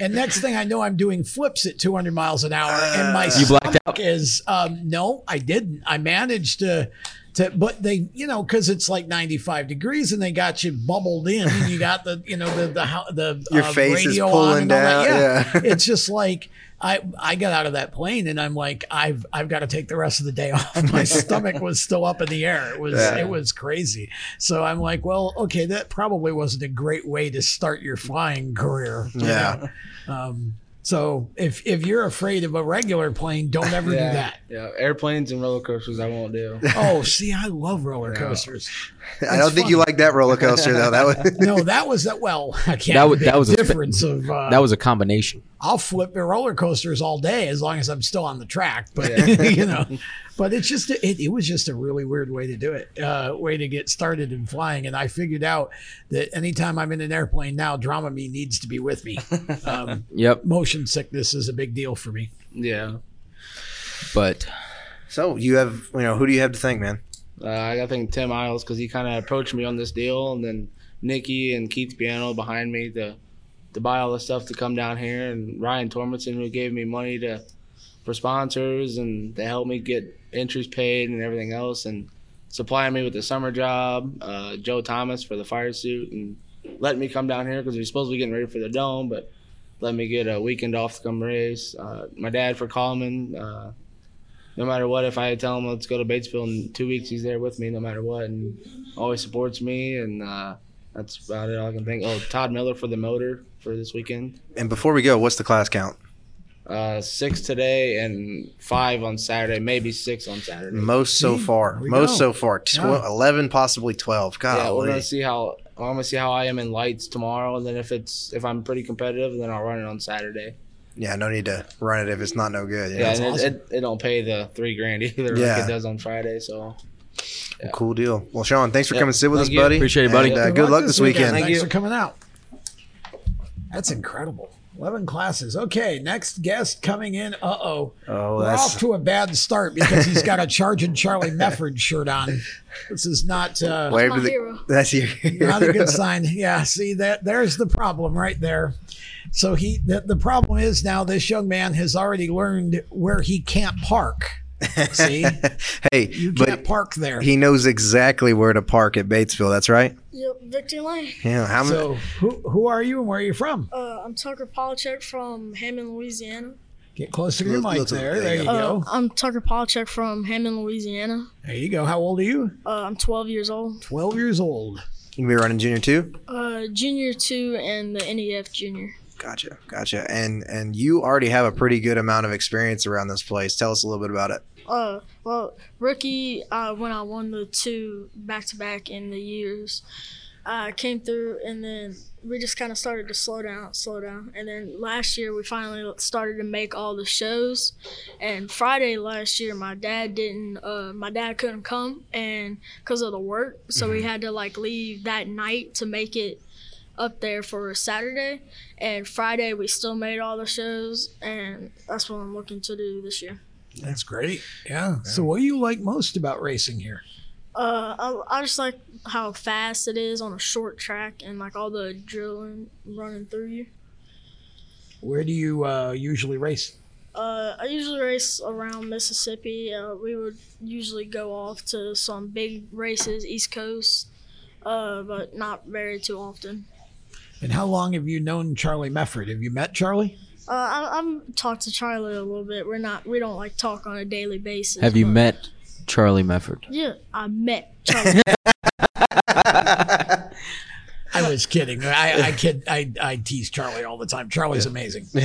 [SPEAKER 6] and next thing I know, I'm doing flips at 200 miles an hour, and my
[SPEAKER 10] You blacked out.
[SPEAKER 6] stomach is um, no, I didn't. I managed to. To, but they, you know, because it's like 95 degrees and they got you bubbled in. And you got the, you know, the the ho- the uh,
[SPEAKER 2] Your face is pulling
[SPEAKER 6] and all that.
[SPEAKER 2] down. Yeah.
[SPEAKER 6] it's just like I I got out of that plane and I'm like I've I've got to take the rest of the day off. My stomach was still up in the air. It was
[SPEAKER 2] Yeah.
[SPEAKER 6] it was crazy. So I'm like, well, okay, that probably wasn't a great way to start your flying career. you
[SPEAKER 2] Yeah.
[SPEAKER 6] know? Um, so if if you're afraid of a regular plane, don't ever
[SPEAKER 9] Yeah,
[SPEAKER 6] do that.
[SPEAKER 9] yeah. Airplanes and roller coasters, I won't do.
[SPEAKER 6] Oh, see, I love roller coasters.
[SPEAKER 2] I don't think you
[SPEAKER 6] funny.
[SPEAKER 2] like that roller coaster though. That was
[SPEAKER 6] No, that was that. Well, I can't.
[SPEAKER 10] That was-
[SPEAKER 6] the
[SPEAKER 10] that was a-
[SPEAKER 6] difference of uh,
[SPEAKER 10] That was a combination.
[SPEAKER 6] I'll flip the roller coasters all day as long as I'm still on the track. But
[SPEAKER 9] Yeah.
[SPEAKER 6] you know, but it's just it, it was just a really weird way to do it, uh, way to get started in flying. And I figured out that anytime I'm in an airplane now, Dramamine needs to be with me. Um,
[SPEAKER 10] Yep.
[SPEAKER 6] motion sickness is a big deal for me.
[SPEAKER 9] Yeah,
[SPEAKER 10] But
[SPEAKER 2] so. You have you know who do you have to thank, man?
[SPEAKER 9] uh, I think Tim Isles because he kind of approached me on this deal, and then Nikki and Keith Piano behind me to to buy all the stuff to come down here, and Ryan Tormenson who gave me money to for sponsors and to help me get entries paid and everything else, and supplying me with the summer job. Uh, Joe Thomas for the fire suit and letting me come down here because we are supposed to be getting ready for the dome, but let me get a weekend off to come race. Uh, my dad for Coleman. Uh, no matter what, if I tell him let's go to Batesville in two weeks, he's there with me no matter what, and always supports me. And uh, that's about it. All I can think. Oh, Todd Miller for the motor for this weekend.
[SPEAKER 2] And before we go, what's the class count?
[SPEAKER 9] Uh, six today and five on Saturday, maybe six on Saturday.
[SPEAKER 2] Most so
[SPEAKER 6] See,
[SPEAKER 2] far.
[SPEAKER 6] we
[SPEAKER 2] Most
[SPEAKER 6] go.
[SPEAKER 2] so far. Tw-
[SPEAKER 6] Yeah.
[SPEAKER 2] Eleven, possibly twelve.
[SPEAKER 9] yeah, we're
[SPEAKER 2] God,
[SPEAKER 9] gonna see how I'm gonna see how I am in lights tomorrow, and then if it's if I'm pretty competitive, then I'll run it on Saturday.
[SPEAKER 2] yeah. No need to run it if it's not no good.
[SPEAKER 9] Yeah,
[SPEAKER 2] Yeah,
[SPEAKER 9] and
[SPEAKER 6] awesome.
[SPEAKER 9] it, it, it don't pay the three grand either like
[SPEAKER 2] Yeah.
[SPEAKER 9] it does on Friday. So
[SPEAKER 2] cool deal. Well, Sean, thanks for
[SPEAKER 9] Yeah,
[SPEAKER 2] coming sit with
[SPEAKER 9] thank
[SPEAKER 2] us,
[SPEAKER 9] you.
[SPEAKER 2] buddy.
[SPEAKER 10] Appreciate it, buddy.
[SPEAKER 2] And, uh, good luck this weekend.
[SPEAKER 6] Thanks for coming out. That's incredible. 11 classes. Okay, next guest coming in. Uh oh.
[SPEAKER 2] Oh,
[SPEAKER 6] We're
[SPEAKER 2] that's-
[SPEAKER 6] off to a bad start because he's got a Charging Charlie Mefford shirt on. This is not. Uh,
[SPEAKER 2] Wave
[SPEAKER 11] my
[SPEAKER 2] to the-
[SPEAKER 11] hero.
[SPEAKER 2] That's your
[SPEAKER 6] not a
[SPEAKER 2] hero.
[SPEAKER 6] good sign. Yeah, see that there's the problem right there. So he the, the problem is now this young man has already learned where he can't park. See?
[SPEAKER 2] hey,
[SPEAKER 6] You
[SPEAKER 2] but
[SPEAKER 6] can't park there.
[SPEAKER 2] he knows exactly where to park at Batesville. That's right.
[SPEAKER 11] Yep, victory lane.
[SPEAKER 2] Yeah. How many?
[SPEAKER 6] so who who are you and where are you from?
[SPEAKER 11] Uh, I'm Tucker Polachek from Hammond, Louisiana.
[SPEAKER 6] Get closer to your
[SPEAKER 2] Little-
[SPEAKER 6] mic
[SPEAKER 2] little-
[SPEAKER 6] there.
[SPEAKER 2] there
[SPEAKER 6] There
[SPEAKER 2] you
[SPEAKER 6] you
[SPEAKER 11] Uh,
[SPEAKER 6] go.
[SPEAKER 11] I'm Tucker Polachek from Hammond, Louisiana.
[SPEAKER 6] There you go. How old are you?
[SPEAKER 11] Uh, I'm 12 years old.
[SPEAKER 6] Twelve years old.
[SPEAKER 2] You can be running junior two.
[SPEAKER 11] Uh, junior two and the NEF junior.
[SPEAKER 2] Gotcha, gotcha. And and you already have a pretty good amount of experience around this place. Tell us a little bit about it.
[SPEAKER 11] Uh, well, rookie, uh, when I won the two back to back in the years, uh, came through, and then we just kind of started to slow down, slow down. And then last year, we finally started to make all the shows. And Friday last year, my dad didn't, uh, my dad couldn't come, and because of the work, so we
[SPEAKER 12] Mhm.
[SPEAKER 11] had to like leave that night to make it up there for Saturday. And Friday, we still made all the shows, and that's what I'm looking to do this year.
[SPEAKER 6] That's great. Yeah. So, what do you like most about racing here?
[SPEAKER 11] Uh, I, I just like how fast it is on a short track and like all the drilling running through you.
[SPEAKER 6] Where do you uh, usually race?
[SPEAKER 11] Uh, I usually race around Mississippi. Uh, we would usually go off to some big races, East Coast, uh, but not very too often.
[SPEAKER 6] And how long have you known Charlie Mefford? Have you met Charlie?
[SPEAKER 11] Uh, I, I'm talked to Charlie a little bit. We're not, we don't like talk on a daily basis.
[SPEAKER 10] Have you
[SPEAKER 11] but-
[SPEAKER 10] met Charlie Mefford?
[SPEAKER 11] Yeah, I met Charlie.
[SPEAKER 6] I was kidding. I, I kid. I, I tease Charlie all the time. Charlie's amazing. He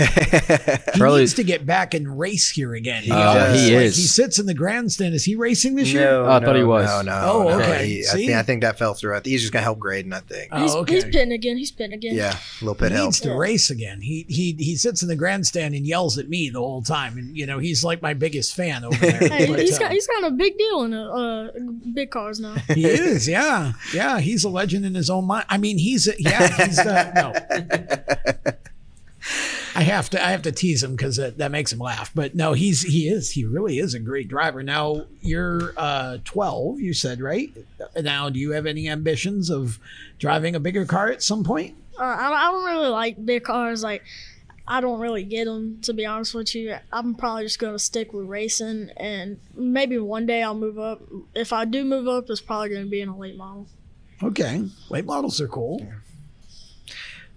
[SPEAKER 10] Charlie-
[SPEAKER 6] needs to get back and race here again.
[SPEAKER 10] He Uh, does. he
[SPEAKER 6] Like,
[SPEAKER 10] is.
[SPEAKER 6] he sits in the grandstand. Is he racing this year?
[SPEAKER 2] No,
[SPEAKER 10] Oh, I thought he
[SPEAKER 2] no,
[SPEAKER 10] was.
[SPEAKER 2] No, no.
[SPEAKER 6] Oh,
[SPEAKER 2] no.
[SPEAKER 6] okay.
[SPEAKER 2] He- I,
[SPEAKER 6] See? Oh,
[SPEAKER 2] think, I think that fell through. I think he's just gonna help Graydon. I think.
[SPEAKER 11] he's, he's pitting again. He's pitting again.
[SPEAKER 2] Yeah, a little
[SPEAKER 6] He
[SPEAKER 2] bit help.
[SPEAKER 6] needs to race again. He he he sits in the grandstand and yells at me the whole time, and you know he's like my biggest fan over there.
[SPEAKER 11] Hey,
[SPEAKER 6] But,
[SPEAKER 11] he's
[SPEAKER 6] uh,
[SPEAKER 11] got he's got a big deal in the uh, big cars now.
[SPEAKER 6] he is, yeah, yeah. He's a legend in his own mind. I mean, he's a, yeah, he's uh, no. I have to I have to tease him because that, that makes him laugh. But no, he's he is he really is a great driver. Now you're uh, 12, you said right? Now do you have any ambitions of driving a bigger car at some point?
[SPEAKER 11] Uh, I, I don't really like big cars. Like I don't really get them to be honest with you. I'm probably just gonna stick with racing, and maybe one day I'll move up. If I do move up, it's probably gonna be in a late model.
[SPEAKER 6] Okay, late models are cool.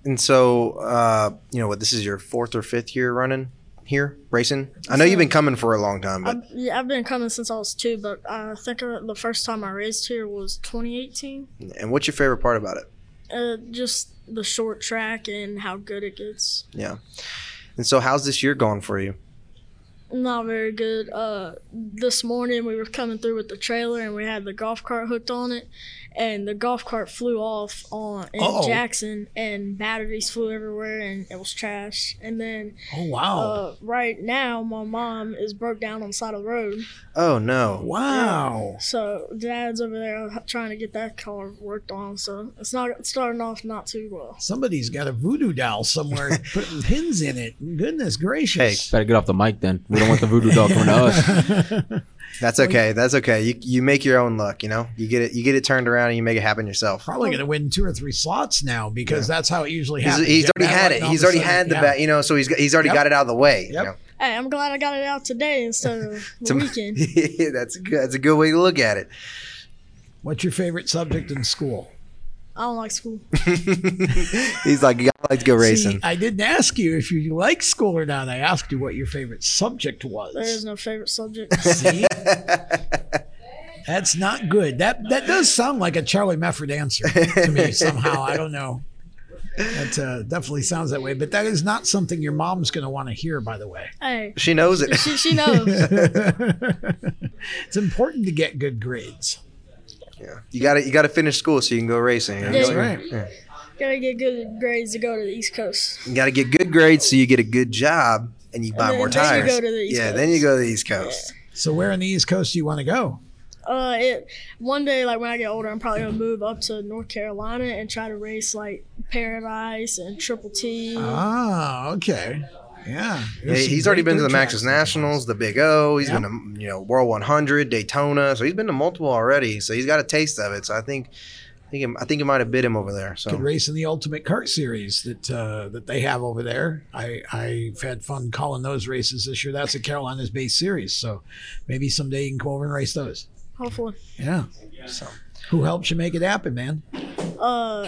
[SPEAKER 2] And so, uh, you know what? This is your fourth or fifth year running here, racing. I know you've been coming for a long time, but
[SPEAKER 11] I've, yeah, I've been coming since I was two, but I think uh, the first time I raced here was 2018.
[SPEAKER 2] and what's your favorite part about it?
[SPEAKER 11] Uh, just the short track and how good it gets.
[SPEAKER 2] Yeah. And so, how's this year going for you?
[SPEAKER 11] Not very good. Uh, this morning we were coming through with the trailer and we had the golf cart hooked on it, and the golf cart flew off on in
[SPEAKER 12] Uh-oh.
[SPEAKER 11] Jackson, and batteries flew everywhere, and it was trash. And then,
[SPEAKER 6] Oh, wow.
[SPEAKER 11] Uh, right now, my mom is broke down on the side of the road.
[SPEAKER 2] Oh no!
[SPEAKER 6] Wow.
[SPEAKER 11] So dad's over there trying to get that car worked on. So it's not it's starting off not too well.
[SPEAKER 6] Somebody's got a voodoo doll somewhere putting pins in it. Goodness gracious.
[SPEAKER 10] Better get off the mic then. We don't want the voodoo dog coming to us.
[SPEAKER 2] That's okay. That's okay. You you make your own luck. You know, you get it. You get it turned around, and you make it happen yourself.
[SPEAKER 6] Probably going to win two or three slots now because that's how it usually
[SPEAKER 2] He's,
[SPEAKER 6] happens.
[SPEAKER 2] he's
[SPEAKER 6] You have
[SPEAKER 2] already
[SPEAKER 6] that
[SPEAKER 2] had
[SPEAKER 6] light
[SPEAKER 2] it.
[SPEAKER 6] all
[SPEAKER 2] He's
[SPEAKER 6] of a
[SPEAKER 2] already
[SPEAKER 6] sudden,
[SPEAKER 2] had the
[SPEAKER 6] yeah.
[SPEAKER 2] bat. You know, so he's got, he's already
[SPEAKER 6] Yep.
[SPEAKER 2] got it out of the way. you know.
[SPEAKER 11] Hey, I'm glad I got it out today instead of the
[SPEAKER 2] Tom-
[SPEAKER 11] weekend.
[SPEAKER 2] that's a good. That's a good way to look at it.
[SPEAKER 6] What's your favorite subject in school?
[SPEAKER 11] I don't like school.
[SPEAKER 2] He's like, I like to go
[SPEAKER 6] See,
[SPEAKER 2] racing.
[SPEAKER 6] I didn't ask you if you like school or not. I asked you what your favorite subject was.
[SPEAKER 11] There is no favorite subject.
[SPEAKER 6] See? That's not good. That that does sound like a Charlie Mefford answer to me somehow. I don't know. That uh, definitely sounds that way, but that is not something your mom's going to want to hear. By the way,
[SPEAKER 11] Hey,
[SPEAKER 2] she knows it.
[SPEAKER 11] She, she knows.
[SPEAKER 6] it's important to get good grades.
[SPEAKER 2] You got to you got to finish school so you can go racing. you know?
[SPEAKER 11] That's
[SPEAKER 6] right.
[SPEAKER 2] Yeah.
[SPEAKER 11] Gotta get good grades to go to the East Coast.
[SPEAKER 2] You got to get good grades so you get a good job and you buy
[SPEAKER 11] then-
[SPEAKER 2] more
[SPEAKER 11] then you
[SPEAKER 2] tires.
[SPEAKER 11] go to the East
[SPEAKER 2] yeah, then you go to the East Coast.
[SPEAKER 6] So where on the East Coast do you want to go?
[SPEAKER 11] Uh, it one day like when I get older, I'm probably gonna move up to North Carolina and try to race like Paradise and Triple T.
[SPEAKER 6] Ah, okay. Yeah.
[SPEAKER 2] Yeah, he's already been to the Maxis Nationals, the Big O. He's been to you know World 100, Daytona. So he's been to multiple already. So he's got a taste of it. So I think, I think, him- I think it might have bit him over there.
[SPEAKER 6] Could
[SPEAKER 2] So
[SPEAKER 6] race in the Ultimate Kart Series that uh, that they have over there. I I've had fun calling those races this year. That's a Carolinas-based series, so maybe someday you can go over and race those.
[SPEAKER 11] Hopefully.
[SPEAKER 6] Yeah. So, who helps you make it happen, man?
[SPEAKER 11] uh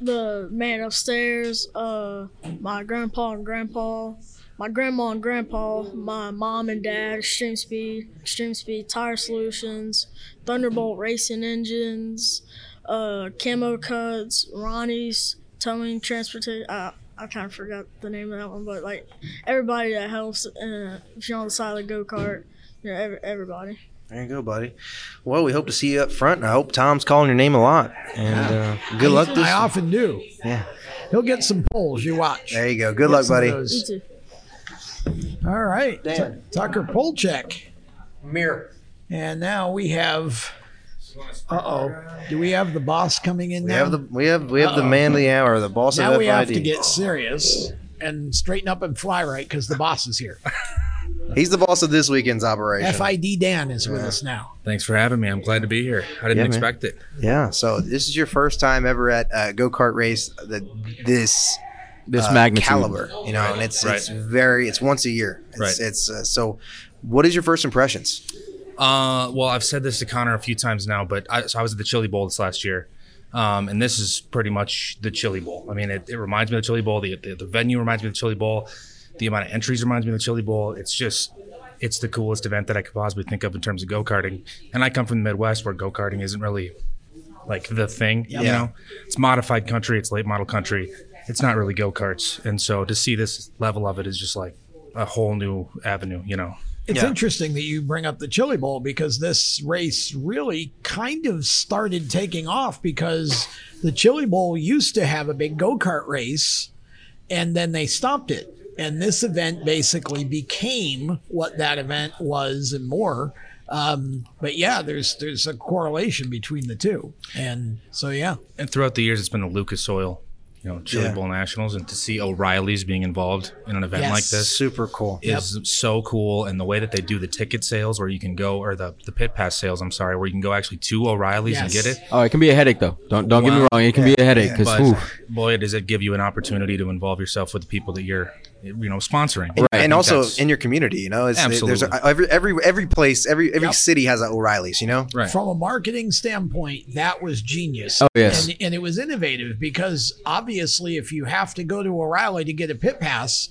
[SPEAKER 11] the man upstairs, uh my grandpa and grandpa, my grandma and grandpa, my mom and dad, Extreme Speed, Extreme Speed Tire Solutions, Thunderbolt Racing Engines, uh Camo Cuts, Ronnie's Towing Transportation. Uh, I kind of forgot the name of that one, but like everybody that helps, uh, if you're on the side of the go kart, you know, every, everybody.
[SPEAKER 2] There you go, buddy. Well, we hope to see you up front. and I hope Tom's calling your name a lot. And uh, good luck
[SPEAKER 6] I,
[SPEAKER 2] this
[SPEAKER 6] I often do.
[SPEAKER 2] Yeah.
[SPEAKER 6] He'll get some polls. You watch.
[SPEAKER 2] There you go. Good
[SPEAKER 6] Get
[SPEAKER 2] luck,
[SPEAKER 6] some of
[SPEAKER 2] buddy.
[SPEAKER 6] those.
[SPEAKER 11] You too.
[SPEAKER 6] All right.
[SPEAKER 2] Dan.
[SPEAKER 6] Tu- Tucker poll check.
[SPEAKER 2] Mirror.
[SPEAKER 6] And now we have. Uh oh. Do we have the boss coming in
[SPEAKER 2] We
[SPEAKER 6] now?
[SPEAKER 2] have the we have we have the
[SPEAKER 6] Uh-oh.
[SPEAKER 2] manly hour, the boss
[SPEAKER 6] now
[SPEAKER 2] of
[SPEAKER 6] we
[SPEAKER 2] FID.
[SPEAKER 6] have to get serious and straighten up and fly right because the boss is here.
[SPEAKER 2] He's the boss of this weekend's operation.
[SPEAKER 6] FID Dan is with us now.
[SPEAKER 12] Thanks for having me. I'm glad to be here. I didn't
[SPEAKER 2] Yeah, man.
[SPEAKER 12] expect it.
[SPEAKER 2] Yeah. So this is your first time ever at a go kart race that this uh,
[SPEAKER 10] This magnitude.
[SPEAKER 2] caliber, you know, and it's it's very it's once a year. It's,
[SPEAKER 12] Right.
[SPEAKER 2] It's uh, so. What is your first impressions?
[SPEAKER 12] Uh, well, I've said this to Connor a few times now, but I, so I was at the Chili Bowl this last year, um, and this is pretty much the Chili Bowl. I mean, it, it reminds me of the Chili Bowl. The, the the venue reminds me of the Chili Bowl. The amount of entries reminds me of the Chili Bowl. It's just, it's the coolest event that I could possibly think of in terms of go karting. And I come from the Midwest, where go karting isn't really like the thing. You
[SPEAKER 2] Yeah.
[SPEAKER 12] know, it's modified country, it's late model country, it's not really go karts. And so to see this level of it is just like a whole new avenue. You know.
[SPEAKER 6] It's interesting that you bring up the Chili Bowl because this race really kind of started taking off because the Chili Bowl used to have a big go kart race and then they stopped it. And this event basically became what that event was and more. Um, but yeah, there's there's a correlation between the two, and so yeah,
[SPEAKER 12] And throughout the years, it's been the Lucas Oil, you know, Chili
[SPEAKER 6] Yeah.
[SPEAKER 12] Bowl Nationals, and to see O'Reilly's being involved in an event
[SPEAKER 6] Yes.
[SPEAKER 12] like this,
[SPEAKER 2] super cool,
[SPEAKER 12] is so cool. And the way that they do the ticket sales, where you can go, or the the pit pass sales, I'm sorry, where you can go actually to O'Reilly's and
[SPEAKER 10] Yes.
[SPEAKER 12] get it.
[SPEAKER 10] Oh, it can be a headache though. Don't don't get me
[SPEAKER 12] Wow.
[SPEAKER 10] wrong. It can be a headache because
[SPEAKER 12] But, boy, does it give you an opportunity to involve yourself with the people that you're, you know, sponsoring,
[SPEAKER 2] And,
[SPEAKER 12] I
[SPEAKER 2] and
[SPEAKER 12] think
[SPEAKER 2] also
[SPEAKER 12] that's-
[SPEAKER 2] in your community, you know, it's, there's
[SPEAKER 12] Absolutely.
[SPEAKER 2] a, every every every place, every every city has an O'Reilly's, you know.
[SPEAKER 6] From a marketing standpoint, that was genius.
[SPEAKER 2] Oh, yes.
[SPEAKER 6] And, and it was innovative because obviously, if you have to go to O'Reilly to get a pit pass,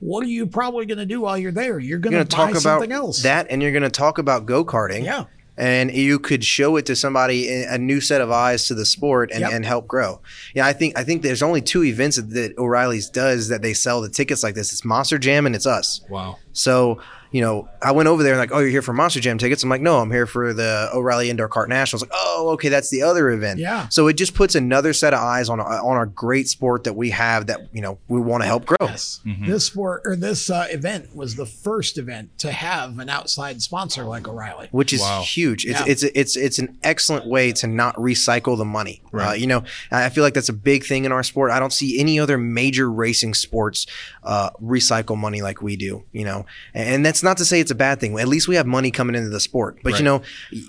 [SPEAKER 6] what are you probably going to do while you're there? You're going
[SPEAKER 2] You're
[SPEAKER 6] to
[SPEAKER 2] going to talk
[SPEAKER 6] buy
[SPEAKER 2] about
[SPEAKER 6] something else.
[SPEAKER 2] that, and you're going to talk about go karting.
[SPEAKER 6] Yeah.
[SPEAKER 2] And you could show it to somebody, eh, a new set of eyes to the sport, and,
[SPEAKER 6] Yep.
[SPEAKER 2] and help grow. Yeah, I think I think there's only two events that, that O'Reilly's does that they sell the tickets like this. It's Monster Jam and it's us.
[SPEAKER 12] Wow.
[SPEAKER 2] So you know, I went over there and like, oh, you're here for Monster Jam tickets. I'm like, no, I'm here for the O'Reilly Indoor Kart Nationals. Like, oh, okay, that's the other event.
[SPEAKER 6] Yeah.
[SPEAKER 2] So it just puts another set of eyes on uh, on our great sport that we have that you know we want to help grow. Mm-hmm.
[SPEAKER 6] This sport or this uh, event was the first event to have an outside sponsor like O'Reilly,
[SPEAKER 2] which is huge. It's,
[SPEAKER 6] Yeah.
[SPEAKER 2] it's it's it's an excellent way to not recycle the money. Uh,
[SPEAKER 6] Right.
[SPEAKER 2] you know, I I feel like that's a big thing in our sport. I don't see any other major racing sports uh, recycle money like we do. You know, and, and that's not to say it's a bad thing. At least we have money coming into the sport. But you
[SPEAKER 12] Right.
[SPEAKER 2] know, y- y-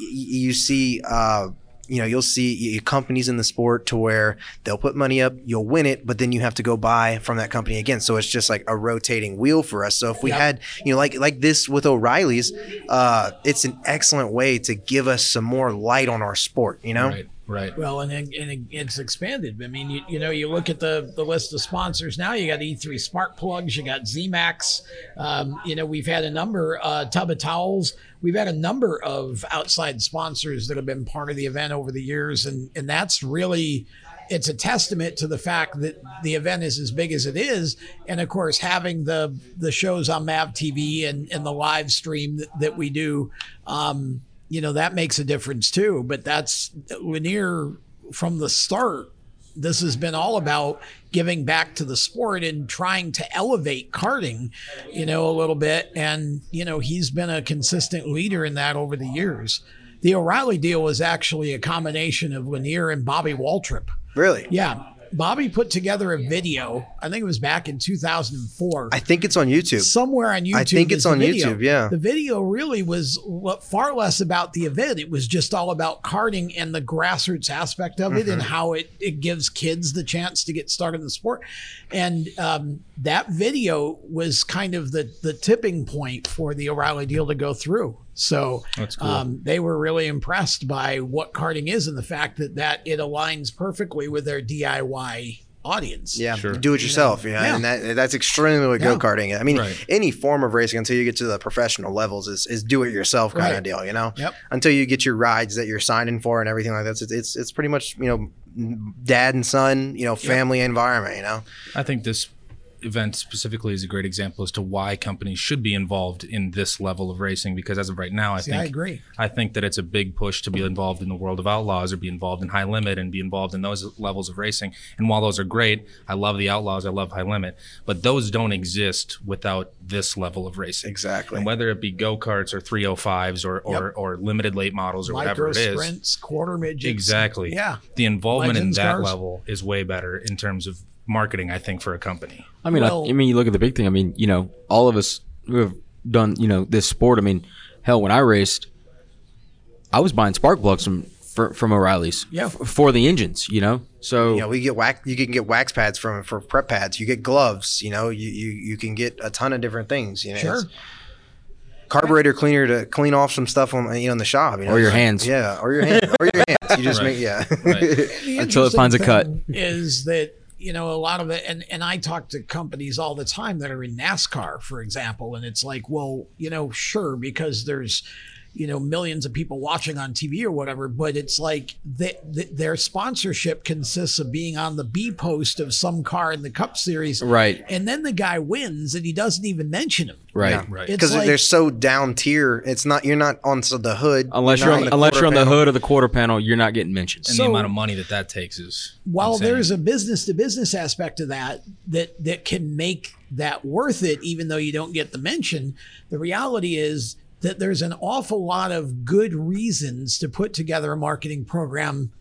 [SPEAKER 2] you see. Uh, you know, you'll see y- companies in the sport to where they'll put money up, you'll win it, but then you have to go buy from that company again. So it's just like a rotating wheel for us. So if we
[SPEAKER 6] Yep.
[SPEAKER 2] had, you know, like like this with O'Reilly's, uh, it's an excellent way to give us some more light on our sport. You know,
[SPEAKER 12] Right, right.
[SPEAKER 6] Well, and, it- and it- it's expanded. I mean, you, you know, you look at the, the list of sponsors now. You got E3 Smart Plugs, you got ZMAX. Um, you know, we've had a number, uh, Tub of Towels. We've had a number of outside sponsors that have been part of the event over the years, and and that's really. It's a testament to the fact that the event is as big as it is, and of course, having the the shows on Mav TV and, and the live stream that, that we do, um, you know that makes a difference too but that's lanier from the start this has been all about giving back to the sport and trying to elevate karting you know a little bit and you know he's been a consistent leader in that over the years the o'reilly deal was actually a combination of lanier and bobby waltrip
[SPEAKER 2] really.
[SPEAKER 6] yeah bobby put together a video i think it was back in 2004
[SPEAKER 2] I think it's on YouTube.
[SPEAKER 6] somewhere on YouTube.
[SPEAKER 2] I think
[SPEAKER 6] is
[SPEAKER 2] it's
[SPEAKER 6] the
[SPEAKER 2] on
[SPEAKER 6] video.
[SPEAKER 2] YouTube. Yeah,
[SPEAKER 6] the video really was lo- far less about the event. It was just all about karting and the grassroots aspect of it,
[SPEAKER 2] Mm-hmm.
[SPEAKER 6] and
[SPEAKER 13] Mhm.
[SPEAKER 6] how it it gives kids the chance to get started in the sport. And um, that video was kind of the the tipping point for the O'Reilly deal to go through. So
[SPEAKER 12] That's cool.
[SPEAKER 6] um, they were really impressed by what karting is and the fact that that it aligns perfectly with their DIY audience.
[SPEAKER 2] yeah. Do it yourself. Yeah,
[SPEAKER 6] Yeah.
[SPEAKER 2] and that that's extremely what
[SPEAKER 6] Yeah.
[SPEAKER 2] go karting. I mean,
[SPEAKER 6] Right.
[SPEAKER 2] any form of racing until you get to the professional levels is is do it yourself kind of
[SPEAKER 6] Right.
[SPEAKER 2] deal. You know,
[SPEAKER 6] Yep.
[SPEAKER 2] until you get your rides that you're signing for and everything like that. It's it's, it's pretty much you know dad and son, you know, family environment. You know,
[SPEAKER 12] I think this event specifically is a great example as to why companies should be involved in this level of racing because as of right now, I
[SPEAKER 6] See,
[SPEAKER 12] think
[SPEAKER 6] I agree.
[SPEAKER 12] I think that it's a big push to be involved in the world of outlaws or be involved in high limit and be involved in those levels of racing. And while those are great, I love the outlaws, I love high limit, but those don't exist without this level of racing.
[SPEAKER 2] Exactly.
[SPEAKER 12] And whether it be go karts or 305s or, or, or limited late models or whatever
[SPEAKER 6] Micro
[SPEAKER 12] it is.
[SPEAKER 6] sprints, quarter midgets.
[SPEAKER 12] Exactly.
[SPEAKER 6] Yeah.
[SPEAKER 12] The involvement
[SPEAKER 6] Legends
[SPEAKER 12] in that
[SPEAKER 6] cars.
[SPEAKER 12] level is way better in terms of marketing, I think, for a company.
[SPEAKER 10] I mean, I, I mean, you look at the big thing. I mean, you know, all of us who have done, you know, this sport. I mean, hell, when I raced, I was buying spark plugs from for, from O'Reilly's,
[SPEAKER 2] Yeah.
[SPEAKER 10] f- for the engines, you know. So
[SPEAKER 2] you know, we get wax. You can get wax pads from for prep pads. You get gloves. You know, you you, you can get a ton of different things. You know,
[SPEAKER 6] Sure.
[SPEAKER 2] It's carburetor cleaner to clean off some stuff on you know in the shop. You know,
[SPEAKER 10] Or your hands.
[SPEAKER 2] Yeah, or your hands. or your hands. You just
[SPEAKER 10] Right.
[SPEAKER 2] make yeah.
[SPEAKER 6] The
[SPEAKER 10] Until it finds a cut.
[SPEAKER 6] interesting thing Is that you know a lot of it, and and I talk to companies all the time that are in NASCAR, for example, and it's like, well, you know, sure, because there's you know millions of people watching on TV or whatever, but it's like they, th their sponsorship consists of being on the B post of some car in the Cup Series,
[SPEAKER 10] Right.
[SPEAKER 6] And then the guy wins, and he doesn't even mention him,
[SPEAKER 10] Right.
[SPEAKER 6] It's
[SPEAKER 2] Because
[SPEAKER 6] like-
[SPEAKER 2] they're so down tier. It's not you're not on so the hood
[SPEAKER 10] unless
[SPEAKER 2] not
[SPEAKER 10] you're on,
[SPEAKER 2] the
[SPEAKER 10] unless
[SPEAKER 2] quarter
[SPEAKER 10] you're on the
[SPEAKER 2] panel.
[SPEAKER 10] hood or the quarter panel, you're not getting mentioned.
[SPEAKER 12] And the amount of money that that takes is
[SPEAKER 6] while
[SPEAKER 12] insane.
[SPEAKER 6] there's a business to business aspect to that that that can make that worth it even though you don't get the mention the reality is that there's an awful lot of good reasons to put together a marketing program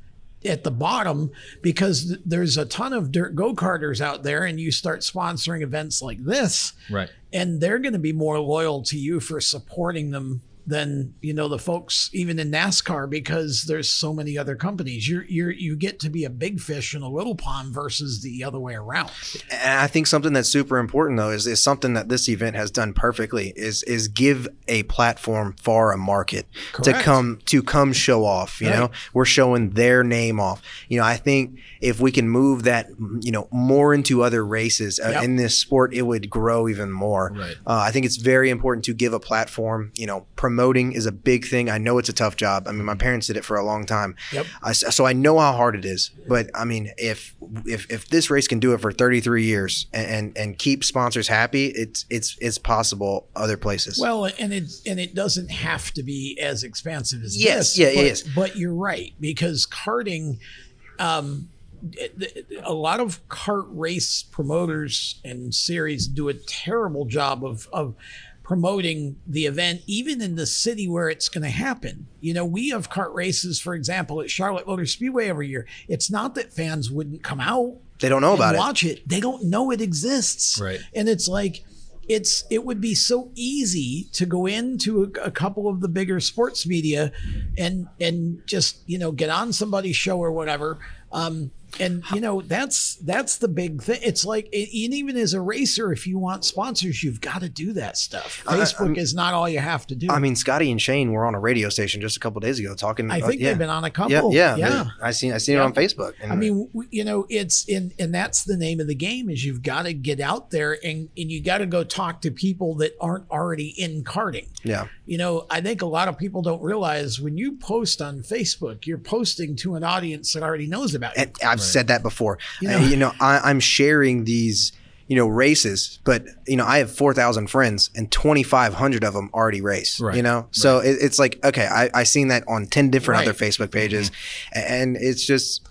[SPEAKER 6] at the bottom because th- there's a ton of dirt go-karters out there and you start sponsoring events like this
[SPEAKER 12] right.
[SPEAKER 6] and they're going to be more loyal to you for supporting them than you know the folks even in NASCAR because there's so many other companies. You're you're you get to be a big fish in a little pond versus the other way around.
[SPEAKER 2] And I think something that's super important though is, is something that this event has done perfectly is is give a platform for a market
[SPEAKER 6] Correct.
[SPEAKER 2] to come to come show off. You know,
[SPEAKER 6] Right.
[SPEAKER 2] we're showing their name off. You know, I think if we can move that you know more into other races uh,
[SPEAKER 6] Yep.
[SPEAKER 2] in this sport, it would grow even more.
[SPEAKER 12] Right.
[SPEAKER 2] Uh, I think it's very important to give a platform. You know, promoting is a big thing. I know it's a tough job. I mean,
[SPEAKER 6] Mm-hmm.
[SPEAKER 2] my parents did it for a long time.
[SPEAKER 6] Yep.
[SPEAKER 2] I s so I know how hard it is. But I mean, if if if this race can do it for 33 years and and, and keep sponsors happy, it's it's it's possible other places.
[SPEAKER 6] Well, and it and it doesn't have to be as expansive as
[SPEAKER 2] Yes,
[SPEAKER 6] this.
[SPEAKER 2] yeah,
[SPEAKER 6] but,
[SPEAKER 2] yeah, yes.
[SPEAKER 6] But you're right because karting, um, th- th- a lot of kart race promoters and series do a terrible job of of promoting the event, even in the city where it's going to happen. You know, we have kart races, for example, at Charlotte Motor Speedway every year. It's not that fans wouldn't come out.
[SPEAKER 2] They don't know
[SPEAKER 6] and
[SPEAKER 2] about it.
[SPEAKER 6] Watch it. They don't know it exists.
[SPEAKER 12] Right.
[SPEAKER 6] And it's like, it's it would be so easy to go into a, a couple of the bigger sports media, and and just you know get on somebody's show or whatever. Um, and you know that's that's the big thing. It's like it, and even as a racer, if you want sponsors, you've got to do that stuff.
[SPEAKER 2] I- I-
[SPEAKER 6] Facebook is not all you have to do.
[SPEAKER 2] I mean, Scotty and Shane were on a radio station just a couple days ago talking.
[SPEAKER 6] I
[SPEAKER 2] uh,
[SPEAKER 6] think
[SPEAKER 2] yeah.
[SPEAKER 6] they've been on a
[SPEAKER 2] Yeah,
[SPEAKER 6] couple.
[SPEAKER 2] yeah,
[SPEAKER 6] Yeah.
[SPEAKER 2] they- I seen I seen
[SPEAKER 6] Yeah.
[SPEAKER 2] it on Facebook.
[SPEAKER 6] I mean, w- you know, it's in, and that's the name of the game is you've got to get out there and, and you got to go talk to people that aren't already in karting.
[SPEAKER 2] yeah,
[SPEAKER 6] You know, I think a lot of people don't realize when you post on Facebook, you're posting to an audience that already knows about you.
[SPEAKER 2] and I've said that before.
[SPEAKER 6] You
[SPEAKER 2] You
[SPEAKER 6] know-
[SPEAKER 2] know, you know I, I'm sharing these, you know, races, but you know, I have 4,000 friends and 2,500 of them already race.
[SPEAKER 12] Right.
[SPEAKER 2] You know, so it, it's like okay, I I seen that on 10 different
[SPEAKER 6] Right. Mm-hmm.
[SPEAKER 2] other Facebook pages, and it's just.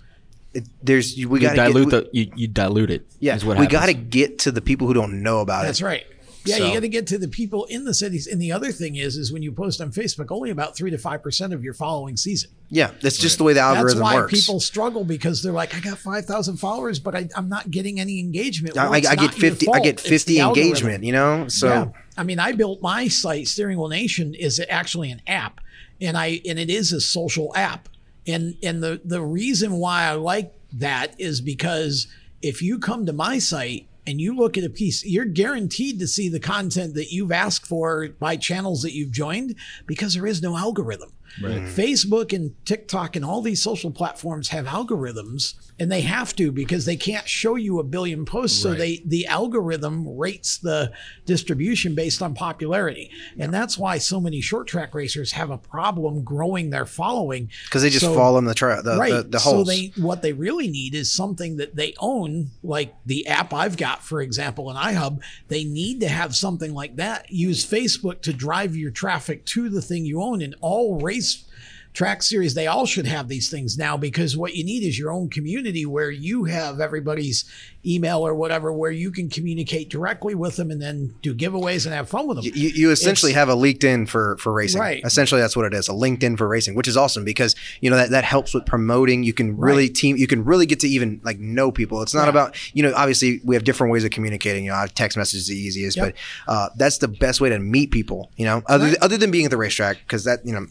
[SPEAKER 2] It, there's we
[SPEAKER 10] you
[SPEAKER 2] got
[SPEAKER 10] dilute
[SPEAKER 2] get, we,
[SPEAKER 10] the you, you dilute it.
[SPEAKER 2] yeah
[SPEAKER 10] is what
[SPEAKER 2] we
[SPEAKER 10] happens.
[SPEAKER 2] got to get to the people who don't know about
[SPEAKER 6] That's
[SPEAKER 2] it.
[SPEAKER 6] right. Yeah, you
[SPEAKER 2] So-
[SPEAKER 6] got to get to the people in the cities. And the other thing is, is when you post on Facebook, only about three to five percent of your following sees it.
[SPEAKER 2] Yeah, that's just the way the
[SPEAKER 6] That's
[SPEAKER 2] algorithm
[SPEAKER 6] why
[SPEAKER 2] works.
[SPEAKER 6] people struggle because they're like, I got five thousand followers, but I, I'm not getting any engagement.
[SPEAKER 2] I,
[SPEAKER 6] Well,
[SPEAKER 2] I,
[SPEAKER 6] it's
[SPEAKER 2] I
[SPEAKER 6] not
[SPEAKER 2] get
[SPEAKER 6] your
[SPEAKER 2] 50 I
[SPEAKER 6] fault.
[SPEAKER 2] get
[SPEAKER 6] It's the
[SPEAKER 2] 50
[SPEAKER 6] algorithm.
[SPEAKER 2] engagement, you know? So
[SPEAKER 6] Yeah. I mean, I built my site, Steering Wheel Nation, is actually an app, and I and it is a social app, and and the the reason why I like that is because if you come to my site and you look at a piece, you're guaranteed to see the content that you've asked for by channels that you've joined because there is no algorithm.
[SPEAKER 12] Right.
[SPEAKER 11] Mm-hmm.
[SPEAKER 6] Mm-hmm. Facebook and TikTok and all these social platforms have algorithms and they have to because they can't show you a billion posts. So
[SPEAKER 12] Right.
[SPEAKER 6] they the algorithm rates the distribution based on popularity. And that's why so many short track racers have a problem growing their following
[SPEAKER 2] because they just
[SPEAKER 6] So-
[SPEAKER 2] fall in the tra- the, the, the holes.
[SPEAKER 6] so they what they really need is something that they own, like the app I've got shop, for example, an iHub, they need to have something like that. Use Facebook to drive your traffic to the thing you own in all race track series they all should have these things now because what you need is your own community where you have everybody's email or whatever where you can communicate directly with them and then do giveaways and have fun with them
[SPEAKER 2] You, you essentially
[SPEAKER 6] It's-
[SPEAKER 2] have a LinkedIn for for racing.
[SPEAKER 6] Right.
[SPEAKER 2] Essentially, that's what it is. A LinkedIn for racing, which is awesome because you know that that helps with promoting. You can really team. You can really get to even like know people. It's not about you know. Obviously, we have different ways of communicating. You know, text message is the easiest,
[SPEAKER 6] Yep.
[SPEAKER 2] but uh, that's the best way to meet people. You know, other other than being at the racetrack because that you know.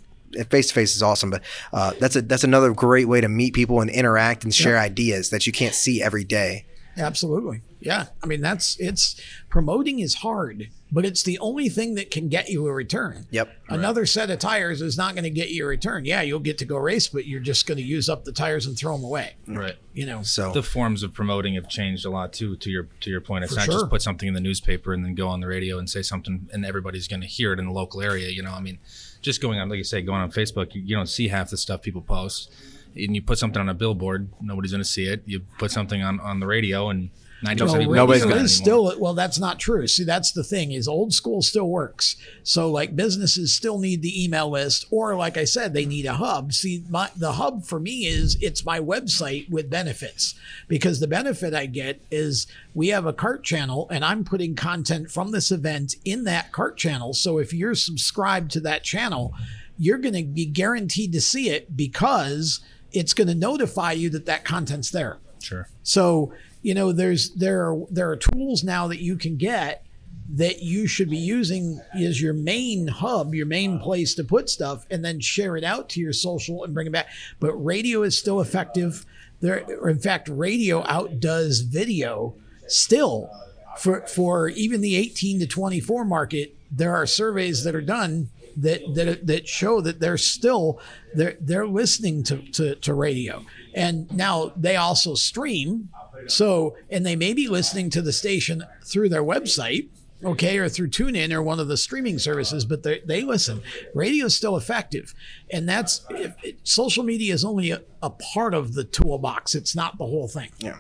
[SPEAKER 2] Face to face is awesome, but uh, that's a that's another great way to meet people and interact and share ideas that you can't see every day.
[SPEAKER 6] Absolutely. Yeah. I mean, that's it's promoting is hard, but it's the only thing that can get you a return.
[SPEAKER 2] Yep.
[SPEAKER 6] Another set of tires is not going to get you a return. Yeah, you'll get to go race, but you're just going to use up the tires and throw them away.
[SPEAKER 10] Mm.
[SPEAKER 12] Right.
[SPEAKER 6] You know.
[SPEAKER 2] So
[SPEAKER 12] the forms of promoting have changed a lot too. To your to your point, it's
[SPEAKER 6] For
[SPEAKER 12] not
[SPEAKER 6] sure.
[SPEAKER 12] just put something in the newspaper and then go on the radio and say something, and everybody's going to hear it in the local area. You know, I mean, just going on, like you say, going on Facebook, you, you don't see half the stuff people post. And you put something on a billboard, nobody's going to see it. You put something on on the radio, and ninety
[SPEAKER 6] Well,
[SPEAKER 12] percent of people
[SPEAKER 6] radio
[SPEAKER 12] don't
[SPEAKER 6] is
[SPEAKER 12] see it anymore.
[SPEAKER 6] still well. That's not true. See, that's the thing is old school still works. So like businesses still need the email list, or like I said, they need a hub. See, my the hub for me is it's my website with benefits because the benefit I get is we have a cart channel and I'm putting content from this event in that cart channel. So if you're subscribed to that channel, you're going to be guaranteed to see it because it's going to notify you that that content's there.
[SPEAKER 12] Sure.
[SPEAKER 6] So you know, there's there are there are tools now that you can get that you should be using is your main hub, your main place to put stuff, and then share it out to your social and bring it back. But radio is still effective. There, or in fact, radio outdoes video still for for even the 18 to 24 market. There are surveys that are done that that that show that they're still they're they're listening to to, to radio, and now they also stream. So, and they may be listening to the station through their website, okay, or through TuneIn or one of the streaming services, but they, they listen. Radio is still effective. And that's if, it, social media is only a, a part of the toolbox, it's not the whole thing.
[SPEAKER 2] Yeah.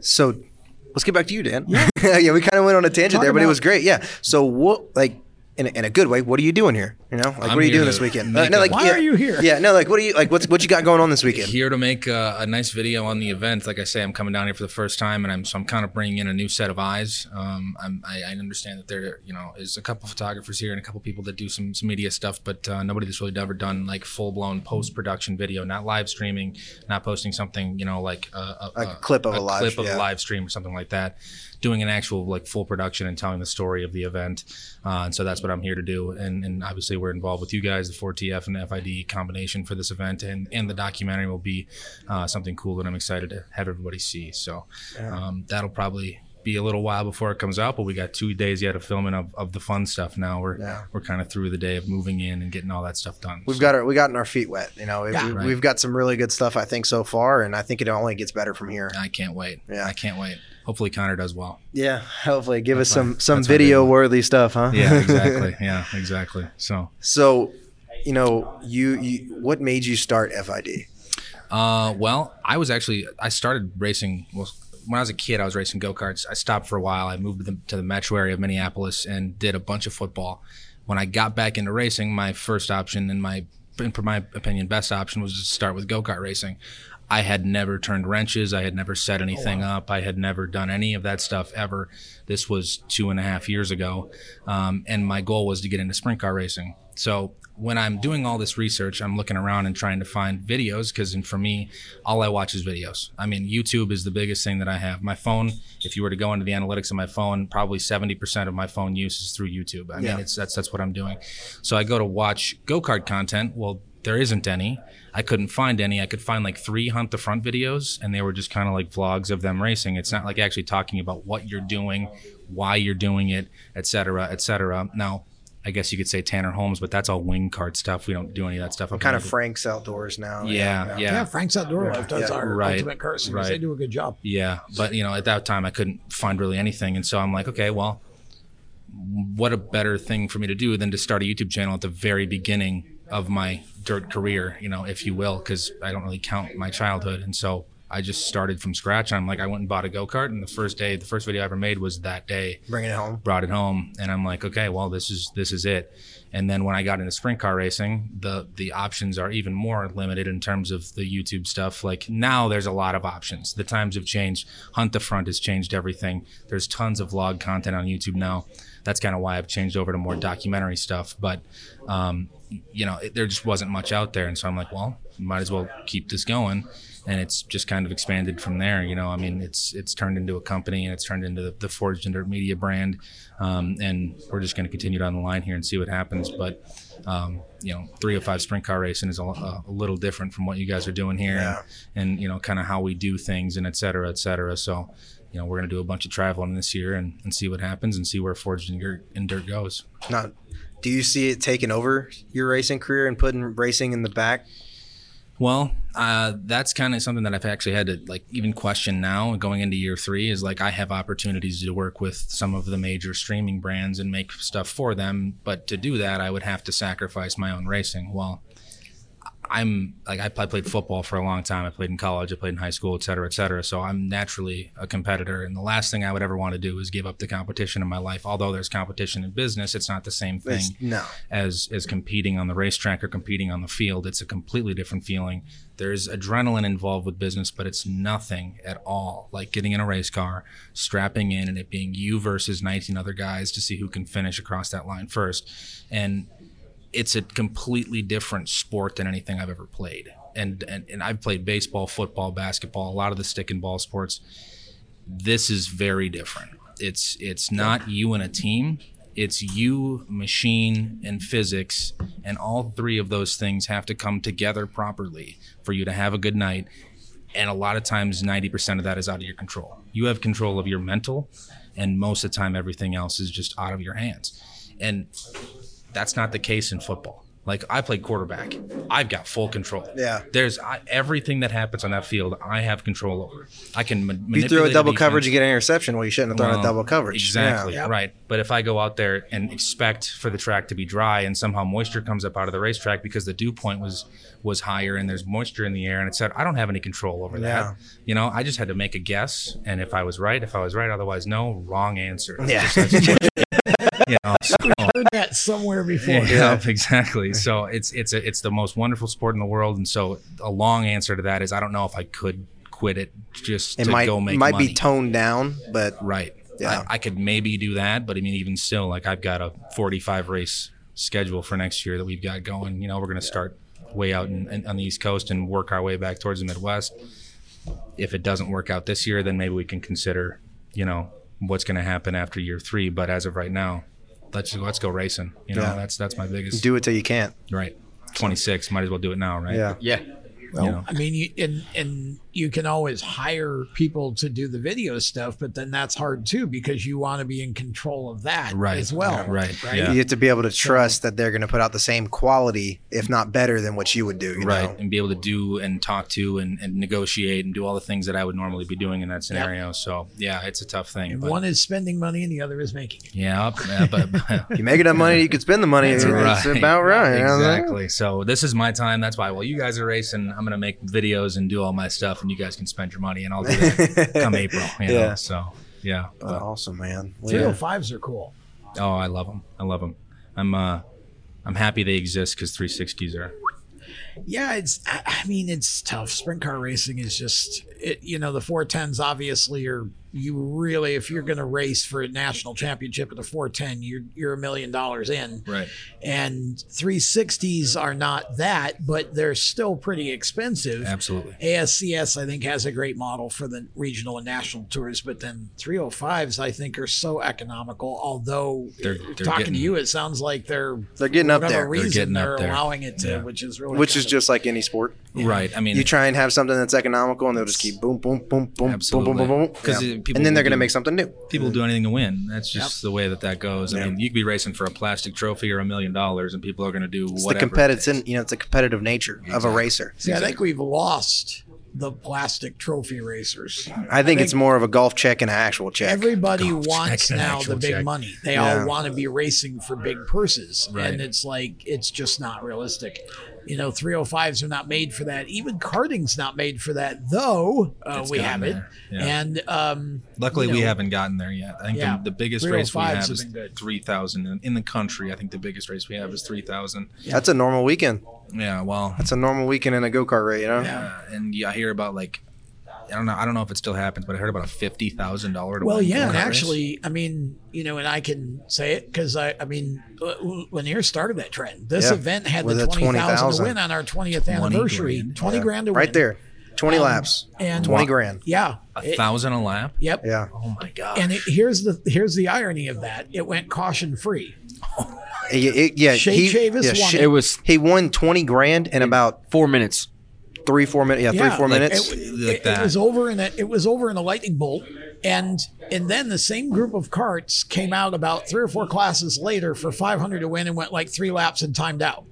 [SPEAKER 2] So let's get back to you, Dan. Yeah, we kind of went on a tangent
[SPEAKER 6] Talk
[SPEAKER 2] there, but it
[SPEAKER 6] about-
[SPEAKER 2] was great. Yeah. So what, like, in a, in a good way, what are you doing here? You know, like,
[SPEAKER 12] I'm
[SPEAKER 2] what are you
[SPEAKER 12] here
[SPEAKER 2] doing
[SPEAKER 12] to
[SPEAKER 2] this weekend? Uh,
[SPEAKER 12] make a-
[SPEAKER 2] no, like,
[SPEAKER 12] Why
[SPEAKER 2] yeah,
[SPEAKER 12] are you here?
[SPEAKER 2] Yeah, no, like, what are you like? What's what you got going on this weekend?
[SPEAKER 12] Here to make a, a nice video on the event. Like I say, I'm coming down here for the first time, and I'm so I'm kind of bringing in a new set of eyes. Um, I'm, I, I understand that there, you know, is a couple photographers here and a couple people that do some, some media stuff, but uh, nobody that's really ever done like full blown post production video, not live streaming, not posting something, you know, like a, a,
[SPEAKER 2] A clip of a live-
[SPEAKER 12] clip of a
[SPEAKER 2] yeah.
[SPEAKER 12] live stream or something like that. Doing an actual like full production and telling the story of the event, uh, and so that's what I'm here to do. And, and obviously we're involved with you guys, the 4TF and FID combination for this event, and and the documentary will be uh, something cool that I'm excited to have everybody see. So um, that'll probably be a little while before it comes out, but we got two days yet of filming of, of the fun stuff. Now we're
[SPEAKER 2] Yeah.
[SPEAKER 12] we're kind of through the day of moving in and getting all that stuff done.
[SPEAKER 2] We've got our we gotten our feet wet. You know,
[SPEAKER 12] Yeah.
[SPEAKER 2] we,
[SPEAKER 12] Right.
[SPEAKER 2] we've got some really good stuff I think so far, and I think it only gets better from here.
[SPEAKER 12] I can't wait. Yeah, I can't wait. Hopefully Connor does well.
[SPEAKER 2] Yeah, hopefully give us
[SPEAKER 12] That's my-
[SPEAKER 2] some some
[SPEAKER 12] that's my big
[SPEAKER 2] video worthy stuff, huh?
[SPEAKER 12] Yeah, exactly. yeah, exactly. So
[SPEAKER 2] so, you know, you, you what made you start FID?
[SPEAKER 12] Uh, well, I was actually I started racing. Well, when I was a kid, I was racing go karts. I stopped for a while. I moved to the, to the metro area of Minneapolis and did a bunch of football. When I got back into racing, my first option and my in my opinion best option was to start with go kart racing. I had never turned wrenches. I had never set anything up. I had never done any of that stuff ever. This was two and a half years ago. Um, and my goal was to get into sprint car racing. So when I'm doing all this research, I'm looking around and trying to find videos because for me, all I watch is videos. I mean, YouTube is the biggest thing that I have. My phone, if you were to go into the analytics of my phone, probably 70% of my phone use is through YouTube. I mean,
[SPEAKER 7] Yeah.
[SPEAKER 12] it's that's that's what I'm doing. So I go to watch go-kart content. Well, there isn't any. I couldn't find any. I could find like three hunt the front videos, and they were just kind of like vlogs of them racing. It's not like actually talking about what you're doing, why you're doing it, et cetera, et cetera. Now, I guess you could say Tanner Holmes, but that's all wing cart stuff. We don't do any of that stuff. up
[SPEAKER 2] Kind of
[SPEAKER 12] here.
[SPEAKER 2] Frank's outdoors now.
[SPEAKER 12] Yeah, yeah.
[SPEAKER 6] Yeah, Frank's Outdoor Life does
[SPEAKER 12] Yeah.
[SPEAKER 6] our
[SPEAKER 12] Right,
[SPEAKER 6] ultimate car series. They
[SPEAKER 12] right.
[SPEAKER 6] do a good job.
[SPEAKER 12] Yeah, but you know, at that time I couldn't find really anything, and so I'm like, okay, well, what a better thing for me to do than to start a YouTube channel at the very beginning of my dirt career, you know, if you will, because I don't really count my childhood, and so I just started from scratch. I'm like, I went and bought a go kart, and the first day, the first video I ever made was that day.
[SPEAKER 2] Bringing it home.
[SPEAKER 12] Brought it home, and I'm like, okay, well, this is this is it. And then when I got into sprint car racing, the the options are even more limited in terms of the YouTube stuff. Like now, there's a lot of options. The times have changed. Hunt the front has changed everything. There's tons of vlog content on YouTube now. That's kind of why I've changed over to more documentary stuff. But um, you know, it, there just wasn't much out there, and so I'm like, well, might as well keep this going. And it's just kind of expanded from there. You know, I mean, it's it's turned into a company, and it's turned into the, the Forged Media brand, um, and we're just going to continue down the line here and see what happens. But um, you know, 305 sprint car racing is a, a little different from what you guys are doing here,
[SPEAKER 2] Yeah.
[SPEAKER 12] and, and you know, kind of how we do things, and et cetera, et cetera. So. You know, we're going to do a bunch of traveling this year and, and see what happens and see where Forged and Dirt, and Dirt goes.
[SPEAKER 2] Not. Do you see it taking over your racing career and putting racing in the back?
[SPEAKER 12] Well, uh, that's kind of something that I've actually had to like even question now going into year three is like I have opportunities to work with some of the major streaming brands and make stuff for them. But to do that, I would have to sacrifice my own racing. Well, I'm like I I played football for a long time. I played in college, I played in high school, et cetera, et cetera. So I'm naturally a competitor, and the last thing I would ever want to do is give up the competition in my life. Although there's competition in business, it's not the same thing
[SPEAKER 2] It's- no.
[SPEAKER 12] as as competing on the racetrack or competing on the field. It's a completely different feeling. There's adrenaline involved with business, but it's nothing at all like getting in a race car, strapping in, and it being you versus 19 other guys to see who can finish across that line first. And it's a completely different sport than anything I've ever played. And, and and I've played baseball, football, basketball, a lot of the stick and ball sports. This is very different. It's it's not you and a team. It's you, machine, and physics, and all three of those things have to come together properly for you to have a good night. And a lot of times, ninety percent of that is out of your control. You have control of your mental, and most of the time, everything else is just out of your hands. And that's not the case in football. Like I played quarterback, I've got full control.
[SPEAKER 2] Yeah.
[SPEAKER 12] There's I, everything that happens on that field, I have control over. I can ma-
[SPEAKER 2] If you throw
[SPEAKER 12] manipulate
[SPEAKER 2] a
[SPEAKER 12] the
[SPEAKER 2] double
[SPEAKER 12] defense.
[SPEAKER 2] coverage, you get an interception. Well, you shouldn't have thrown
[SPEAKER 12] Well,
[SPEAKER 2] a double coverage.
[SPEAKER 12] Exactly.
[SPEAKER 2] Yeah.
[SPEAKER 12] Right. But if I go out there and expect for the track to be dry and somehow moisture comes up out of the racetrack because the dew point was was higher and there's moisture in the air and etc. I don't have any control over
[SPEAKER 2] Yeah.
[SPEAKER 12] that. You know, I just had to make a guess and if I was right, if I was right, otherwise no, wrong answer.
[SPEAKER 6] Yeah.
[SPEAKER 12] Just that's the way- you know,
[SPEAKER 6] We've
[SPEAKER 12] so-
[SPEAKER 6] heard that somewhere before.
[SPEAKER 12] yeah, exactly. So it's it's a, it's the most wonderful sport in the world, and so a long answer to that is I don't know if I could quit it just
[SPEAKER 2] It
[SPEAKER 12] to
[SPEAKER 2] might
[SPEAKER 12] go make
[SPEAKER 2] might
[SPEAKER 12] money.
[SPEAKER 2] be toned down, but
[SPEAKER 12] right.
[SPEAKER 2] Yeah.
[SPEAKER 12] I, I could maybe do that, but I mean, even still, like I've got a 45 race schedule for next year that we've got going. You know, we're going to start way out in, in, on the East Coast and work our way back towards the Midwest. If it doesn't work out this year, then maybe we can consider, you know, what's going to happen after year three. But as of right now, let's let's go racing. You know,
[SPEAKER 2] Yeah.
[SPEAKER 12] that's that's my biggest.
[SPEAKER 2] do it till you can't.
[SPEAKER 12] Right. 26. Might as well do it now, right?
[SPEAKER 2] Yeah.
[SPEAKER 10] Yeah.
[SPEAKER 6] Well,
[SPEAKER 12] You know.
[SPEAKER 6] I mean, you, and and you can always hire people to do the video stuff, but then that's hard too because you want to be in control of that
[SPEAKER 12] Right.
[SPEAKER 6] as well.
[SPEAKER 12] Right.
[SPEAKER 6] Right.
[SPEAKER 12] Yeah.
[SPEAKER 2] You have to be able to trust that they're going to put out the same quality, if not better, than what you would do. You
[SPEAKER 12] right.
[SPEAKER 2] Know?
[SPEAKER 12] And be able to do and talk to and, and negotiate and do all the things that I would normally be doing in that scenario. So, yeah, it's a tough thing. But,
[SPEAKER 6] One is spending money and the other is making it.
[SPEAKER 12] yeah. yeah, But,
[SPEAKER 2] If you make enough money, you could spend the money. It's about right. you know what I'm saying?
[SPEAKER 12] Exactly. So this is my time. That's why. Well, you guys are racing. I'm gonna make videos and do all my stuff, and you guys can spend your money, and I'll do that come April. You
[SPEAKER 2] Yeah.
[SPEAKER 12] Know? So yeah.
[SPEAKER 2] Oh, awesome, man.
[SPEAKER 6] Three hundred fives are cool.
[SPEAKER 12] Oh, I love them. I love them. I'm uh, I'm happy they exist because 360s are.
[SPEAKER 6] Yeah, it's. I I mean, it's tough. Sprint car racing is just. It, you know, the four tens obviously are. You really, if you're going to race for a national championship at a four ten, you're you're a million dollars in.
[SPEAKER 12] Right.
[SPEAKER 6] And three sixties are not that, but they're still pretty expensive.
[SPEAKER 12] Absolutely.
[SPEAKER 6] ASCS, I think, has a great model for the regional and national tours, but then 305s, I think, are so economical. Although,
[SPEAKER 12] They're- they're
[SPEAKER 6] talking
[SPEAKER 12] getting-
[SPEAKER 6] to you, it sounds like they're
[SPEAKER 2] They're getting up
[SPEAKER 6] for whatever
[SPEAKER 2] there. They're
[SPEAKER 6] Reason, they're
[SPEAKER 12] getting up there.
[SPEAKER 6] allowing it to,
[SPEAKER 12] Yeah.
[SPEAKER 6] which is really
[SPEAKER 2] Which
[SPEAKER 6] kind
[SPEAKER 2] is
[SPEAKER 6] of-
[SPEAKER 2] just like any sport.
[SPEAKER 12] Right. I mean,
[SPEAKER 2] you try and have something that's economical, and they'll just keep boom, boom, boom, boom,
[SPEAKER 12] Absolutely.
[SPEAKER 2] boom, boom, boom, boom.
[SPEAKER 12] 'Cause
[SPEAKER 2] Yeah.
[SPEAKER 12] it- people
[SPEAKER 2] And then they're
[SPEAKER 12] will
[SPEAKER 2] going to
[SPEAKER 12] do-
[SPEAKER 2] make something new.
[SPEAKER 12] people do anything to win. That's just the way that that goes. I mean, you could be racing for a plastic trophy or a million dollars, and people are gonna do
[SPEAKER 2] It's the
[SPEAKER 12] whatever.
[SPEAKER 2] competitive, you know, it's the competitive nature of a racer.
[SPEAKER 6] See, I think we've lost the plastic trophy racers.
[SPEAKER 2] I think it's more of a golf check and an actual check.
[SPEAKER 6] Everybody
[SPEAKER 2] Golf
[SPEAKER 6] wants
[SPEAKER 2] check and
[SPEAKER 6] now the
[SPEAKER 2] actual
[SPEAKER 6] big
[SPEAKER 2] check.
[SPEAKER 6] money. They
[SPEAKER 2] Yeah.
[SPEAKER 6] all want to be racing for big purses.
[SPEAKER 2] Right.
[SPEAKER 6] And it's like, it's just not realistic. You know, 305s are not made for that. Even karting's not made for that, though uh,
[SPEAKER 13] It's
[SPEAKER 6] we
[SPEAKER 13] gotten
[SPEAKER 6] have
[SPEAKER 13] there,
[SPEAKER 6] it.
[SPEAKER 13] yeah.
[SPEAKER 6] And um,
[SPEAKER 13] Luckily,
[SPEAKER 6] you know,
[SPEAKER 13] we haven't gotten there yet. I think
[SPEAKER 6] Yeah.
[SPEAKER 13] the, the biggest
[SPEAKER 6] 305s
[SPEAKER 13] race we
[SPEAKER 6] have
[SPEAKER 13] have is
[SPEAKER 6] been
[SPEAKER 13] 3,000. In- In the country, I think the biggest race we have is 3,000.
[SPEAKER 2] That's a normal weekend.
[SPEAKER 13] Yeah, well,
[SPEAKER 2] that's a normal weekend in a go kart race, you know.
[SPEAKER 13] Yeah, and yeah, I hear about like, I don't know, I don't know if it still happens, but I heard about a fifty thousand dollar.
[SPEAKER 6] Well, yeah, and actually, I mean, you know, and I can say it because I, I mean, L- Lanier started that trend. This
[SPEAKER 2] Yeah.
[SPEAKER 6] event had
[SPEAKER 2] With
[SPEAKER 6] the
[SPEAKER 2] a
[SPEAKER 6] twenty thousand
[SPEAKER 2] 20,000.
[SPEAKER 6] to win on our twentieth anniversary. Twenty grand to win
[SPEAKER 2] right there, twenty
[SPEAKER 6] Um,
[SPEAKER 2] laps,
[SPEAKER 6] and
[SPEAKER 2] twenty
[SPEAKER 6] Wow.
[SPEAKER 2] grand.
[SPEAKER 6] Yeah,
[SPEAKER 13] a thousand a lap.
[SPEAKER 6] Yep.
[SPEAKER 2] Yeah.
[SPEAKER 13] Oh my god.
[SPEAKER 6] And it, here's the here's the irony of that. It went caution free.
[SPEAKER 2] It- it- yeah,
[SPEAKER 6] Shay
[SPEAKER 2] he,
[SPEAKER 6] Chavis
[SPEAKER 2] yeah,
[SPEAKER 6] won
[SPEAKER 2] Shay-
[SPEAKER 6] it. It was-
[SPEAKER 2] he won twenty grand in about
[SPEAKER 10] four minutes,
[SPEAKER 2] three four minutes. Yeah, three four
[SPEAKER 6] like,
[SPEAKER 2] minutes.
[SPEAKER 6] It, it- it was over in a it was over in a lightning bolt, and and then the same group of carts came out about three or four classes later for 500 to win and went like three laps and timed out.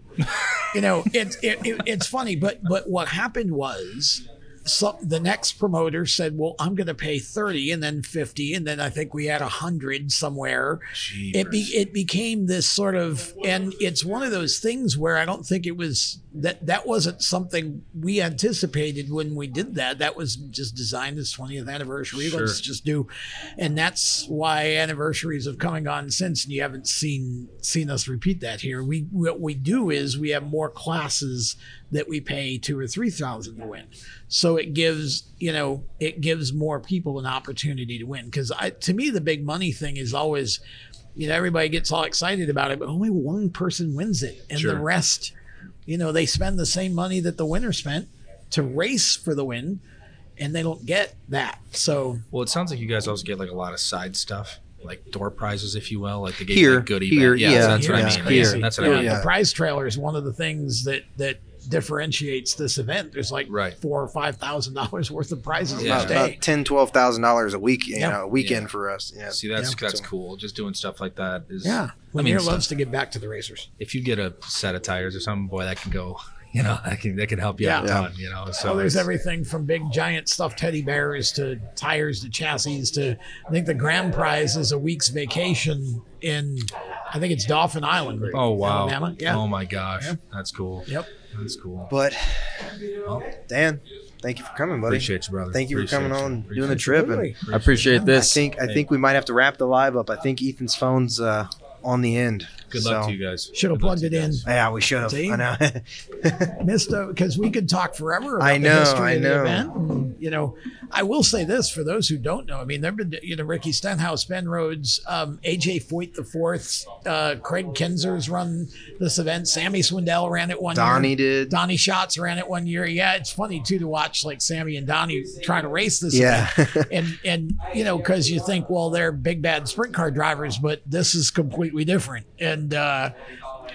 [SPEAKER 6] you know, it's it, it, it's funny, but but what happened was. So the next promoter said, "Well, I'm going to pay 30 and then 50 and then I think we had 100 somewhere." It be, it became this sort of and it's one of those things where I don't think it was that that wasn't something we anticipated when we did that. That was just designed as 20th anniversary.
[SPEAKER 13] Sure.
[SPEAKER 6] Let's just do and that's why anniversaries have coming on since and you haven't seen seen us repeat that here. We what we do is we have more classes that we pay 2 or 3000 to win. So it gives, you know, it gives more people an opportunity to win cuz I to me the big money thing is always you know, everybody gets all excited about it, but only one person wins it. And
[SPEAKER 13] Sure.
[SPEAKER 6] the rest, you know, they spend the same money that the winner spent to race for the win, and they don't get that. So
[SPEAKER 13] Well, it sounds like you guys also get like a lot of side stuff, like door prizes, if you will, like the
[SPEAKER 2] Here,
[SPEAKER 13] goodie
[SPEAKER 2] here,
[SPEAKER 13] bag. Yeah, so
[SPEAKER 2] yeah,
[SPEAKER 13] that's what
[SPEAKER 2] yeah,
[SPEAKER 13] I mean.
[SPEAKER 2] here,
[SPEAKER 13] Yeah, that's what
[SPEAKER 6] yeah,
[SPEAKER 13] I mean.
[SPEAKER 6] the prize trailer is one of the things that that differentiates this event. There's like
[SPEAKER 13] Right.
[SPEAKER 6] four or five thousand dollars worth of prizes
[SPEAKER 2] About,
[SPEAKER 6] each day.
[SPEAKER 2] about ten, twelve thousand dollars a week, you
[SPEAKER 6] Yeah.
[SPEAKER 2] know, a weekend for us. Yeah.
[SPEAKER 13] See, that's
[SPEAKER 6] Yeah.
[SPEAKER 13] that's cool. Just doing stuff like that is.
[SPEAKER 6] Yeah,
[SPEAKER 13] I
[SPEAKER 6] Lanier
[SPEAKER 13] mean,
[SPEAKER 6] loves
[SPEAKER 13] stuff,
[SPEAKER 6] to get back to the racers.
[SPEAKER 13] if you get a set of tires or something, boy, that can go. You know, that can that can help you out a
[SPEAKER 6] Yeah.
[SPEAKER 13] ton. You know, so
[SPEAKER 6] So Oh, there's
[SPEAKER 13] it's-
[SPEAKER 6] everything from big giant stuffed teddy bears to tires to chassis to I think the grand prize is a week's vacation in I think it's Dauphin Island.
[SPEAKER 13] Oh wow!
[SPEAKER 6] Alabama. Yeah.
[SPEAKER 13] Oh my gosh,
[SPEAKER 6] Yeah.
[SPEAKER 13] that's cool.
[SPEAKER 6] Yep.
[SPEAKER 13] That's cool.
[SPEAKER 2] But Dan, thank you for coming, buddy.
[SPEAKER 13] Appreciate you, brother.
[SPEAKER 2] Thank you
[SPEAKER 13] Appreciate
[SPEAKER 2] for coming
[SPEAKER 13] you.
[SPEAKER 2] on,
[SPEAKER 13] Appreciate
[SPEAKER 2] doing
[SPEAKER 13] you.
[SPEAKER 2] the trip. And
[SPEAKER 13] Absolutely. I appreciate this.
[SPEAKER 2] I think I think we might have to wrap the live up. I think Ethan's phone's uh, on the end.
[SPEAKER 13] Good luck to you guys.
[SPEAKER 6] Should have plugged it in.
[SPEAKER 2] Yeah, we should have.
[SPEAKER 6] See?
[SPEAKER 2] I know.
[SPEAKER 6] missed because we could talk forever about
[SPEAKER 2] I
[SPEAKER 6] the
[SPEAKER 2] know,
[SPEAKER 6] history
[SPEAKER 2] I
[SPEAKER 6] of
[SPEAKER 2] know.
[SPEAKER 6] the event. And, you know, I will say this for those who don't know. I mean, there've been you know Ricky Stenhouse, Ben Rhodes, um, AJ Foyt the fourth, uh, Craig Kinzer's run this event. Sammy Swindell ran it one.
[SPEAKER 2] Donnie
[SPEAKER 6] year.
[SPEAKER 2] did.
[SPEAKER 6] Donnie Schatz ran it one year. Yeah, it's funny too to watch like Sammy and Donnie trying to race this.
[SPEAKER 2] Yeah.
[SPEAKER 6] event. and and you know because you think well they're big bad sprint car drivers, but this is completely different. And uh,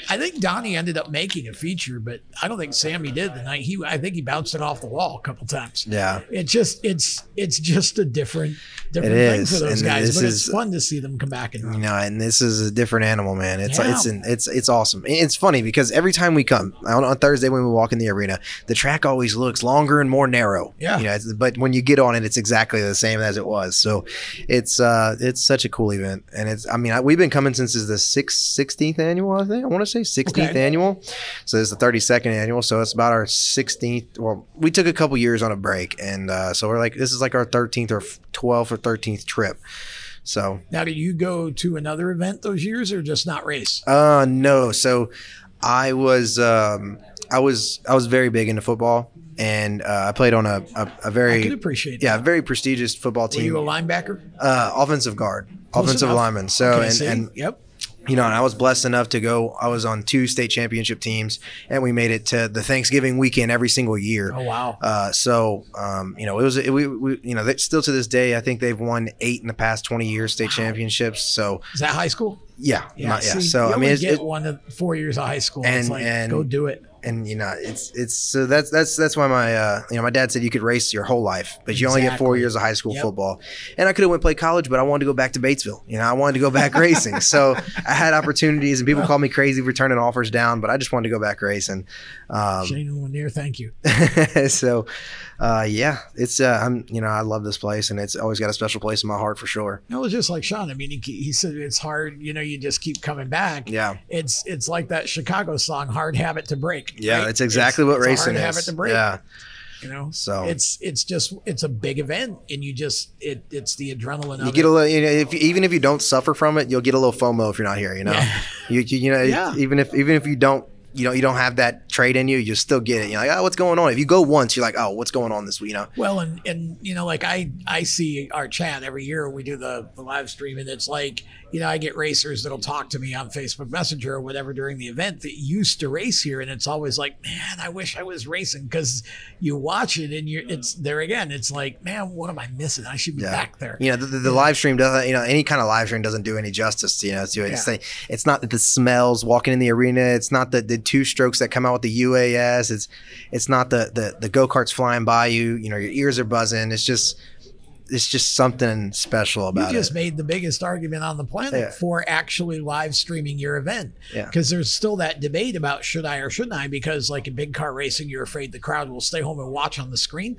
[SPEAKER 6] I think Donnie ended up making a feature, but I don't think Sammy did the night he. I think he bounced it off the wall a couple times.
[SPEAKER 2] Yeah.
[SPEAKER 6] It's just it's it's just a different different
[SPEAKER 2] It
[SPEAKER 6] thing
[SPEAKER 2] is,
[SPEAKER 6] for those
[SPEAKER 2] and
[SPEAKER 6] guys,
[SPEAKER 2] this
[SPEAKER 6] but it's
[SPEAKER 2] is-
[SPEAKER 6] fun to see them come back and
[SPEAKER 2] You know, and this is a different animal, man. It's
[SPEAKER 6] Yeah.
[SPEAKER 2] it's an, it's it's awesome. And It's funny because every time we come on, on Thursday when we walk in the arena, the track always looks longer and more narrow.
[SPEAKER 6] Yeah.
[SPEAKER 2] You know, it's, but when you get on it, it's exactly the same as it was. So, it's uh it's such a cool event, and it's I mean I, we've been coming since is the sixth sixteenth annual I think I want to say sixteenth
[SPEAKER 6] Okay.
[SPEAKER 2] annual. So it's the thirty second annual. So it's about our sixteenth. Well, we took a couple years on a break, and uh, so we're like this is like our thirteenth or twelfth or thirteenth trip. So
[SPEAKER 6] Now, do you go to another event those years or just not race?
[SPEAKER 2] Uh no. So I was um I was I was very big into football and uh, I played on a a, a very
[SPEAKER 6] I could appreciate
[SPEAKER 2] yeah, a very prestigious football
[SPEAKER 6] Were
[SPEAKER 2] team.
[SPEAKER 6] you a Oh, linebacker?
[SPEAKER 2] uh offensive guard,
[SPEAKER 6] Close
[SPEAKER 2] offensive
[SPEAKER 6] enough.
[SPEAKER 2] lineman. So
[SPEAKER 6] Okay,
[SPEAKER 2] and
[SPEAKER 6] see?
[SPEAKER 2] and
[SPEAKER 6] yep.
[SPEAKER 2] you know, and I was blessed enough to go. I was on two state championship teams, and we made it to the Thanksgiving weekend every single year.
[SPEAKER 6] Oh wow!
[SPEAKER 2] Uh, so, um, you know, it was it, we, we, you know, they, still to this day, I think they've won eight in the past twenty years state championships. So,
[SPEAKER 6] Is that high school?
[SPEAKER 2] Yeah,
[SPEAKER 6] Yeah,
[SPEAKER 2] not- yeah.
[SPEAKER 6] see,
[SPEAKER 2] So
[SPEAKER 6] you
[SPEAKER 2] I mean,
[SPEAKER 6] only
[SPEAKER 2] it's,
[SPEAKER 6] get
[SPEAKER 2] it-
[SPEAKER 6] one of four years of high school.
[SPEAKER 2] and
[SPEAKER 6] it's like,
[SPEAKER 2] and
[SPEAKER 6] go do it.
[SPEAKER 2] And you know, it's it's so that's that's that's why my uh, you know my dad said you could race your whole life, but you only get four
[SPEAKER 6] Exactly.
[SPEAKER 2] years of high school
[SPEAKER 6] Yep.
[SPEAKER 2] football. And I could have went play college, but I wanted to go back to Batesville. You know, I wanted to go back racing. So I had opportunities, and people called me crazy for turning offers down, but I just wanted to go back racing. Um,
[SPEAKER 6] Shane Lanier, thank you.
[SPEAKER 2] so uh, yeah, it's uh, I'm you know I love this place, and it's always got a special place in my heart for sure.
[SPEAKER 6] No, it's just like Sean. I mean, he, he said it's hard. You know, you just keep coming back.
[SPEAKER 2] Yeah.
[SPEAKER 6] It's it's like that Chicago song, "Hard Habit to Break."
[SPEAKER 2] Yeah,
[SPEAKER 6] right?
[SPEAKER 2] it's exactly what
[SPEAKER 6] it's a
[SPEAKER 2] racing
[SPEAKER 6] hard
[SPEAKER 2] is.
[SPEAKER 6] habit to break.
[SPEAKER 2] Yeah.
[SPEAKER 6] You know,
[SPEAKER 2] So-
[SPEAKER 6] it's it's just it's a big event, and you just it it's the adrenaline.
[SPEAKER 2] You
[SPEAKER 6] of
[SPEAKER 2] get
[SPEAKER 6] it.
[SPEAKER 2] a little, you know, if, even if you don't suffer from it, you'll get a little FOMO if you're not here. You know, you, you, you know,
[SPEAKER 6] Yeah.
[SPEAKER 2] even if even if you don't, you know, you don't have that trait in you, you still get it. You're like, oh, what's going on? If you go once, you're like, oh, what's going on this week? You know,
[SPEAKER 6] Well, and and you know, like I I see our chat every year. We do the, the live stream, and it's like you know, I get racers that'll talk to me on Facebook Messenger or whatever during the event that used to race here, and it's always like, man, I wish I was racing because you watch it and you are it's there again. It's like, man, what am I missing? I should be
[SPEAKER 2] Yeah.
[SPEAKER 6] back there.
[SPEAKER 2] you know, the, the, the live stream doesn't, you know, any kind of live stream doesn't do any justice. You know, to it. It's,
[SPEAKER 6] Yeah.
[SPEAKER 2] the- it's not the smells walking in the arena. It's not the, the two strokes that come out with the UAS. It's it's not the the, the go karts flying by you. You know, your ears are buzzing. It's just it's just something special about
[SPEAKER 6] you just
[SPEAKER 2] it.
[SPEAKER 6] made the biggest argument on the planet
[SPEAKER 2] Yeah.
[SPEAKER 6] for actually live streaming your event
[SPEAKER 2] Yeah.
[SPEAKER 6] because there's still that debate about should i or shouldn't i because like in big car racing you're afraid the crowd will stay home and watch on the screen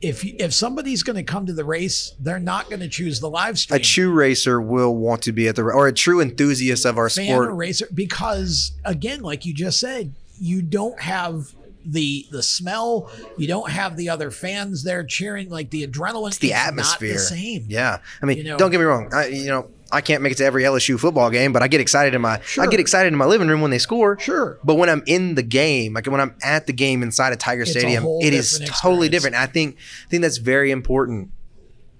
[SPEAKER 6] if you- if somebody's going to come to the race they're not going to choose the live
[SPEAKER 2] a
[SPEAKER 6] stream
[SPEAKER 2] true racer will want to be at the or a true enthusiast of our
[SPEAKER 6] fan
[SPEAKER 2] sport.
[SPEAKER 6] or racer because again like you just said you don't have the the smell you don't have the other fans there cheering like the adrenaline
[SPEAKER 2] it's the
[SPEAKER 6] not
[SPEAKER 2] atmosphere.
[SPEAKER 6] the same
[SPEAKER 2] Yeah, I mean,
[SPEAKER 6] You know-
[SPEAKER 2] don't get me wrong. I, you know, I can't make it to every LSU football game, but I get excited in my I get excited in my living room when they score.
[SPEAKER 6] Sure,
[SPEAKER 2] but when I'm in the game, like when I'm at the game inside of Tiger
[SPEAKER 6] It's a
[SPEAKER 2] Stadium,
[SPEAKER 6] whole
[SPEAKER 2] it is
[SPEAKER 6] different
[SPEAKER 2] totally
[SPEAKER 6] experience.
[SPEAKER 2] different. I think I think that's very important.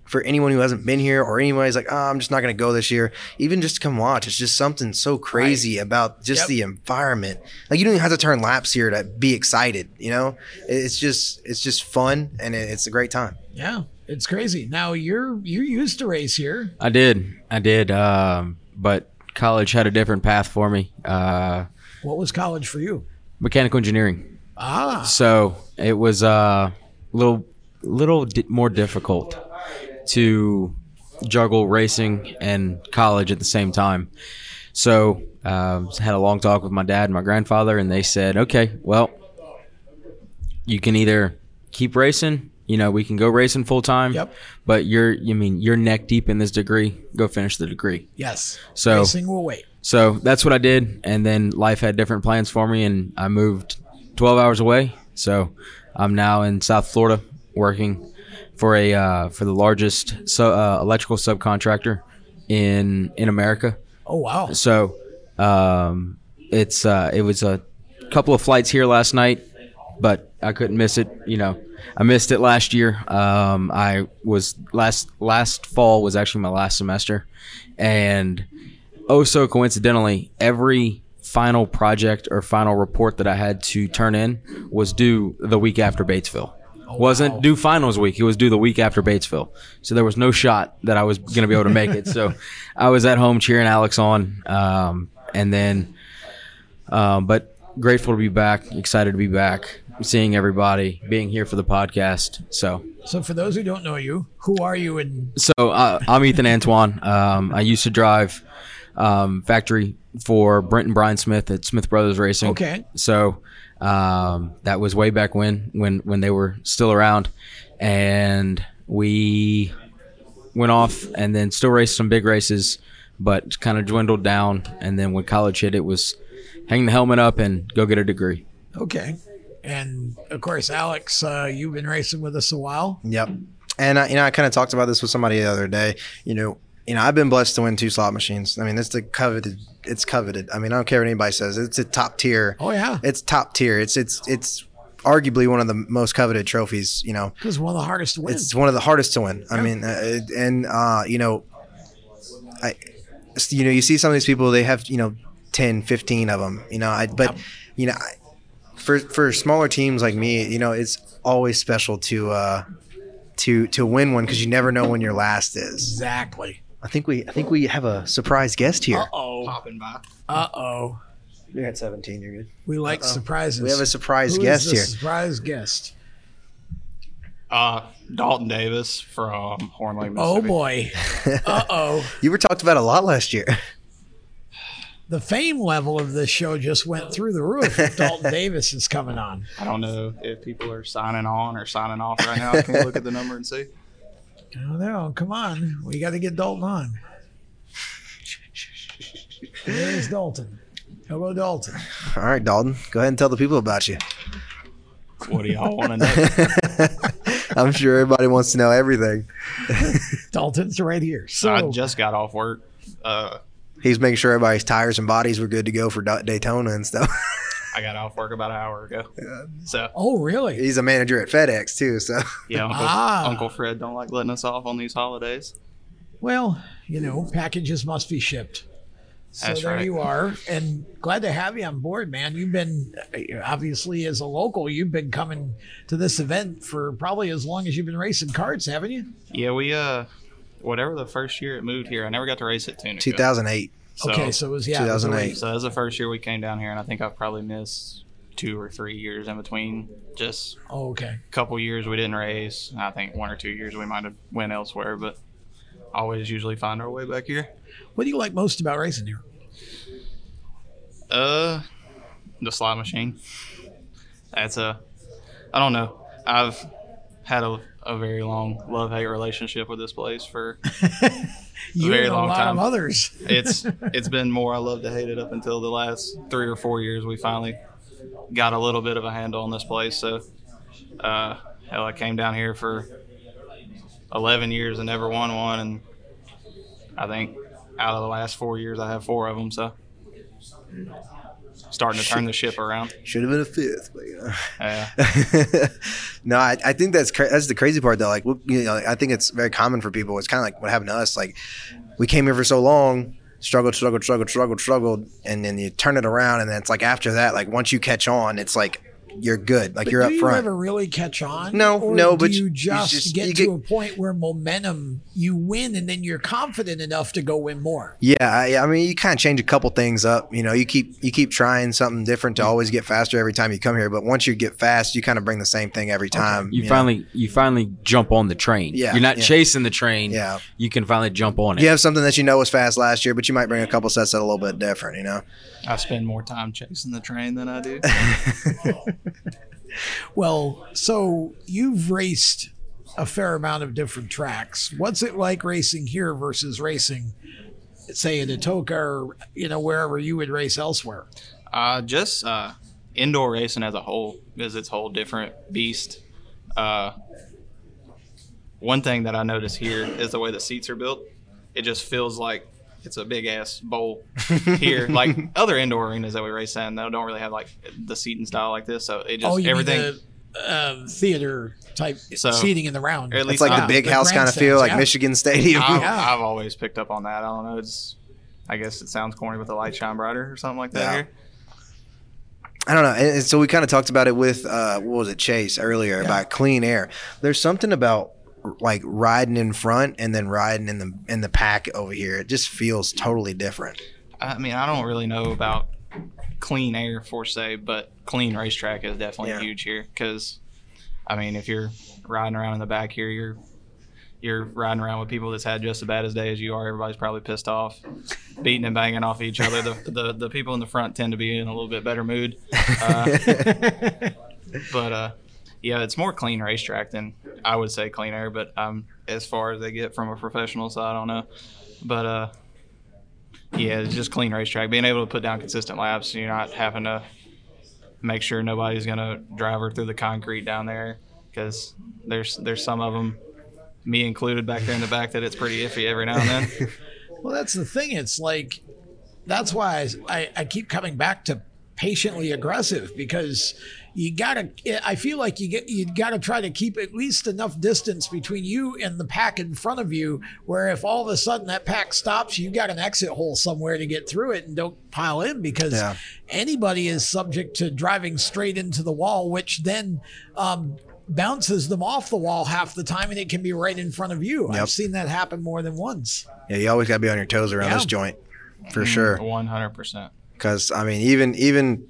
[SPEAKER 2] For anyone who hasn't been here, or anybody's like, oh, I'm just not going to go this year, even just to come watch, it's just something so crazy about just
[SPEAKER 6] Yep.
[SPEAKER 2] the environment. Like you don't even have to turn laps here to be excited. You know, It- it's just it's just fun and it- it's a great time.
[SPEAKER 6] yeah it's crazy now you're you used to race here
[SPEAKER 10] I did. I did. Um, but college had a different path for me. Uh,
[SPEAKER 6] What was college for you?
[SPEAKER 10] mechanical engineering.
[SPEAKER 6] Ah.
[SPEAKER 10] So it was a uh, little, little di- more difficult to juggle racing and college at the same time. So um, had a long talk with my dad and my grandfather, and they said, "Okay, well, you can either keep racing." You know, we can go racing full time,
[SPEAKER 6] Yep.
[SPEAKER 10] but you're, you mean, you're neck deep in this degree. Go finish the degree.
[SPEAKER 6] Yes.
[SPEAKER 10] So-
[SPEAKER 6] racing will wait.
[SPEAKER 10] So that's what I did, and then life had different plans for me, and I moved 12 hours away. So I'm now in South Florida working for a uh, for the largest so, uh, electrical subcontractor in in America.
[SPEAKER 6] Oh wow.
[SPEAKER 10] So um, it's uh, it was a couple of flights here last night, but I couldn't miss it. You know, I missed it last year. Um, I was last last fall was actually my last semester, and oh so coincidentally, every final project or final report that I had to turn in was due the week after Batesville. wasn't due finals week. It was due the week after Batesville. So there was no shot that I was going to be able to make it. So I was at home cheering Alex on. Um, and then, um, but grateful to be back, excited to be back, seeing everybody, being here for the podcast. So
[SPEAKER 6] So for those who don't know you, who are you and
[SPEAKER 10] so uh, I'm Ethan Antoine. Um, I used to drive um, factory for Brent and Brian Smith at Smith Brothers Racing.
[SPEAKER 6] Okay.
[SPEAKER 10] So um, that was way back when, when when they were still around, and we went off and then still raced some big races, but kind of dwindled down. And then when college hit, it was hang the helmet up and go get a degree.
[SPEAKER 6] okay. And of course, Alex, uh, you've been racing with us a while.
[SPEAKER 2] Yep. And I, you know, I kind of talked about this with somebody the other day. You know, you know, I've been blessed to win two slot machines. I mean, it's the coveted. It's coveted. I mean, I don't care what anybody says. It's a top tier.
[SPEAKER 6] Oh yeah.
[SPEAKER 2] It's top tier. It's it's it's arguably one of the most coveted trophies. You know,
[SPEAKER 6] Because one of the hardest to win.
[SPEAKER 2] it's one of the hardest to win. I mean, uh, it- and uh, you know, I, you know, you see some of these people, they have you know, 10, 15 of them. You know, I but you know, I, for for smaller teams like me, you know, it's always special to uh, to to win one because you never know when your last is.
[SPEAKER 6] exactly.
[SPEAKER 2] I think we I think we have a surprise guest here.
[SPEAKER 6] oh.
[SPEAKER 14] Popping by.
[SPEAKER 6] Uh oh.
[SPEAKER 2] You're at 17. You're good.
[SPEAKER 6] We like
[SPEAKER 2] Uh-oh.
[SPEAKER 6] surprises.
[SPEAKER 2] We have a surprise
[SPEAKER 6] Who is
[SPEAKER 2] guest
[SPEAKER 6] the
[SPEAKER 2] here.
[SPEAKER 6] Surprise guest.
[SPEAKER 15] Uh, Dalton Davis from Horn Lake,
[SPEAKER 6] Oh
[SPEAKER 15] Mississippi.
[SPEAKER 6] boy. Uh oh.
[SPEAKER 2] You were talked about a lot last year.
[SPEAKER 6] The fame level of this show just went through the roof. if Dalton Davis is coming on.
[SPEAKER 15] I don't know if people are signing on or signing off right now. Can you look at the number and see?
[SPEAKER 6] I don't know. Come on. We got to get Dalton on. There's Dalton. Hello, Dalton.
[SPEAKER 2] All right, Dalton, go ahead and tell the people about you.
[SPEAKER 15] What do y'all want to know?
[SPEAKER 2] I'm sure everybody wants to know everything.
[SPEAKER 6] Dalton's right here. So
[SPEAKER 15] I just got off work. Uh,
[SPEAKER 2] He's making sure everybody's tires and bodies were good to go for Da- Daytona and stuff.
[SPEAKER 15] I got off work about an hour ago. So,
[SPEAKER 6] Oh, really?
[SPEAKER 2] He's a manager at FedEx too, so
[SPEAKER 15] yeah, Uncle,
[SPEAKER 6] Ah.
[SPEAKER 15] Uncle Fred don't like letting us off on these holidays.
[SPEAKER 6] Well, you know, packages must be shipped. So
[SPEAKER 15] That's
[SPEAKER 6] there
[SPEAKER 15] right.
[SPEAKER 6] you are, and glad to have you on board, man. You've been uh, obviously as a local, you've been coming to this event for probably as long as you've been racing carts, haven't you?
[SPEAKER 15] Yeah, we, uh, whatever the first year it moved here, I never got to race at Tunica.
[SPEAKER 2] 2008.
[SPEAKER 6] Okay, so it was- yeah, it was a
[SPEAKER 2] 2008.
[SPEAKER 15] So that was the first year we came down here, and I think I probably missed two or three years in between. Just
[SPEAKER 6] Oh, okay.
[SPEAKER 15] a couple years we didn't race. I think one or two years we might have went elsewhere, but always usually find our way back here.
[SPEAKER 6] What do you like most about racing here?
[SPEAKER 15] Uh, the slot machine. That's a. I don't know. I've had a, a very long love hate relationship with this place for
[SPEAKER 6] You
[SPEAKER 15] a very
[SPEAKER 6] and a
[SPEAKER 15] long
[SPEAKER 6] lot of
[SPEAKER 15] time.
[SPEAKER 6] others.
[SPEAKER 15] it's it's been more I love to hate it up until the last three or four years. We finally got a little bit of a handle on this place. So, uh, hell, I came down here for eleven years and never won one, and I think out of the last four years I have four of them. So, starting to turn the ship around.
[SPEAKER 2] should have been a fifth. But, you know.
[SPEAKER 15] Yeah.
[SPEAKER 2] no, I, I think that's cra- that's the crazy part though. Like, we- you know, I think it's very common for people. It's kind of like what happened to us. Like, we came here for so long, struggled, struggled, struggled, struggled, struggled, and then you turn it around, and then it's like after that, like once you catch on, it's like you're good. Like
[SPEAKER 6] But
[SPEAKER 2] you're
[SPEAKER 6] do
[SPEAKER 2] up
[SPEAKER 6] you
[SPEAKER 2] front.
[SPEAKER 6] ever really catch on?
[SPEAKER 2] No,
[SPEAKER 6] Or
[SPEAKER 2] no,
[SPEAKER 6] do
[SPEAKER 2] but
[SPEAKER 6] you
[SPEAKER 2] you
[SPEAKER 6] just,
[SPEAKER 2] just-
[SPEAKER 6] get
[SPEAKER 2] you
[SPEAKER 6] to
[SPEAKER 2] get-
[SPEAKER 6] a point where momentum, you win, and then you're confident enough to go win more.
[SPEAKER 2] Yeah, I, I mean, you kind of change a couple things up. You know, you keep you keep trying something different
[SPEAKER 10] Mm-hmm.
[SPEAKER 2] to always get faster every time you come here. But once you get fast, you kind of bring the same thing every time.
[SPEAKER 10] You
[SPEAKER 2] know.
[SPEAKER 10] finally you finally jump on the train.
[SPEAKER 2] Yeah,
[SPEAKER 10] You're not
[SPEAKER 2] yeah.
[SPEAKER 10] chasing the train.
[SPEAKER 2] Yeah.
[SPEAKER 10] You can finally jump on it. Mm-hmm.
[SPEAKER 2] you have something that you know was fast last year, but you might bring a couple sets that are a little bit different. You know,
[SPEAKER 15] I spend more time chasing the train than I do.
[SPEAKER 6] Well, so you've raced a fair amount of different tracks. What's it like racing here versus racing, say, in Atoka or you know wherever you would race elsewhere?
[SPEAKER 15] Uh, just uh, indoor racing as a whole is its whole different beast. Uh, one thing that I notice here is the way the seats are built. It just feels like it's a big ass bowl here, like other indoor arenas that we race in. They don't really have like the seating style like this, so it just
[SPEAKER 6] you mean
[SPEAKER 15] everything.
[SPEAKER 6] the, um, theater type
[SPEAKER 15] So-
[SPEAKER 6] seating in the round.
[SPEAKER 15] Or at
[SPEAKER 2] it's
[SPEAKER 15] least
[SPEAKER 2] like
[SPEAKER 15] I-
[SPEAKER 2] the big
[SPEAKER 15] the
[SPEAKER 2] house kind of feel,
[SPEAKER 6] grandstands,
[SPEAKER 2] like
[SPEAKER 6] yeah.
[SPEAKER 2] Michigan Stadium.
[SPEAKER 15] I, I've always picked up on that. I don't know. It's I guess it sounds corny, but the lights shine brighter or something like that
[SPEAKER 2] Yeah.
[SPEAKER 15] here.
[SPEAKER 2] I don't know. And, and so we kind of talked about it with uh, what was it, Chase earlier about clean air. There's something about like riding in front and then riding in the in the pack over here. It just feels totally different.
[SPEAKER 15] I mean, I don't really know about clean air for se, but clean racetrack is definitely huge here. Because, I mean, if you're riding around in the back here, you're you're riding around with people that's had just as bad as day as you are. Everybody's probably pissed off, beating and banging off each other. The the, the people in the front tend to be in a little bit better mood. Uh, but uh, yeah, it's more clean racetrack than I would say clean air. But um, as far as they get from a professional, so I don't know. But uh, yeah, it's just clean racetrack. Being able to put down consistent laps, you're not having to make sure nobody's gonna drive her through the concrete down there because there's there's some of them, me included, back there in the back that it's pretty iffy every now and then.
[SPEAKER 6] Well, that's the thing. It's like that's why I, I, I keep coming back to patiently aggressive because you gotta. I feel like you get you gotta try to keep at least enough distance between you and the pack in front of you, where if all of a sudden that pack stops, you got an exit hole somewhere to get through it and don't pile in because
[SPEAKER 2] Yeah.
[SPEAKER 6] anybody is subject to driving straight into the wall, which then. Um, bounces them off the wall half the time, and it can be right in front of you.
[SPEAKER 2] Yep.
[SPEAKER 6] I've seen that happen more than once.
[SPEAKER 2] Yeah, you always got to be on your toes around this joint, for sure.
[SPEAKER 15] One hundred percent.
[SPEAKER 2] Because I mean, even even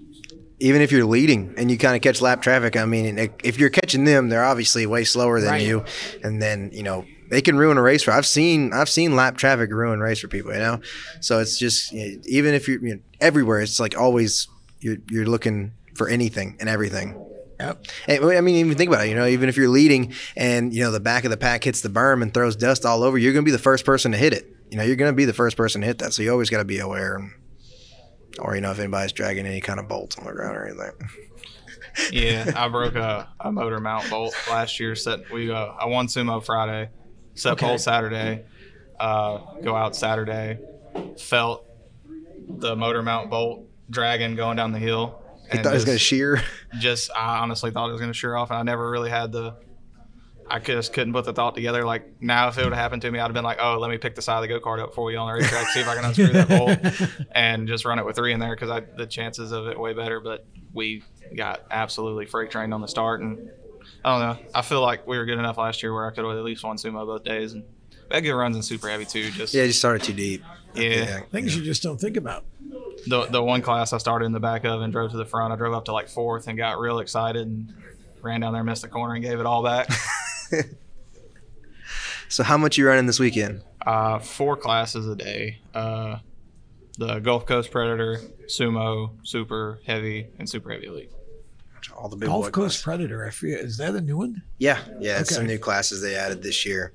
[SPEAKER 2] even if you're leading and you kind of catch lap traffic, I mean, i- if you're catching them, they're obviously way slower than
[SPEAKER 6] Right.
[SPEAKER 2] you, and then you know they can ruin a race for. I've seen I've seen lap traffic ruin race for people, you know. So it's just you know, even if you're you know, everywhere, it's like always you're you're looking for anything and everything.
[SPEAKER 6] Yep.
[SPEAKER 2] And, I mean, even think about it. You know, even if you're leading and you know the back of the pack hits the berm and throws dust all over, you're going to be the first person to hit it. You know, you're going to be the first person to hit that. So you always got to be aware, and, or you know, if anybody's dragging any kind of bolts on the ground or anything.
[SPEAKER 15] yeah, I broke a, a motor mount bolt last year. Set we uh, I won sumo Friday, set
[SPEAKER 16] Okay.
[SPEAKER 15] pole Saturday, uh, go out Saturday, felt the motor mount bolt dragging going down the hill.
[SPEAKER 2] He
[SPEAKER 15] and
[SPEAKER 2] thought it was
[SPEAKER 15] just-
[SPEAKER 2] going to shear.
[SPEAKER 15] Just I honestly thought it was going to shear off, and I never really had the. I just couldn't put the thought together. Like now, if it would have happened to me, I'd have been like, "Oh, let me pick the side of the go kart up for you on the racetrack, see if I can unscrew that bolt, and just run it with three in there because I the chances of it way better." But we got absolutely freight trained on the start, and I don't know. I feel like we were good enough last year where I could have at least won sumo both days, and we had good runs in super heavy too. Just
[SPEAKER 2] Yeah, you started too deep.
[SPEAKER 15] yeah,
[SPEAKER 6] Things you just don't think about.
[SPEAKER 15] the the one class I started in the back of and drove to the front. I drove up to like fourth and got real excited and ran down there, missed the corner, and gave it all back.
[SPEAKER 2] So how much you running this weekend?
[SPEAKER 15] Uh, four classes a day. Uh, the Gulf Coast Predator, Sumo, Super Heavy, and Super Heavy Elite.
[SPEAKER 2] All the
[SPEAKER 6] Gulf Coast Predator. I forget. Is that a new one?
[SPEAKER 2] Yeah, yeah, it's some
[SPEAKER 6] Okay.
[SPEAKER 2] new classes they added this year.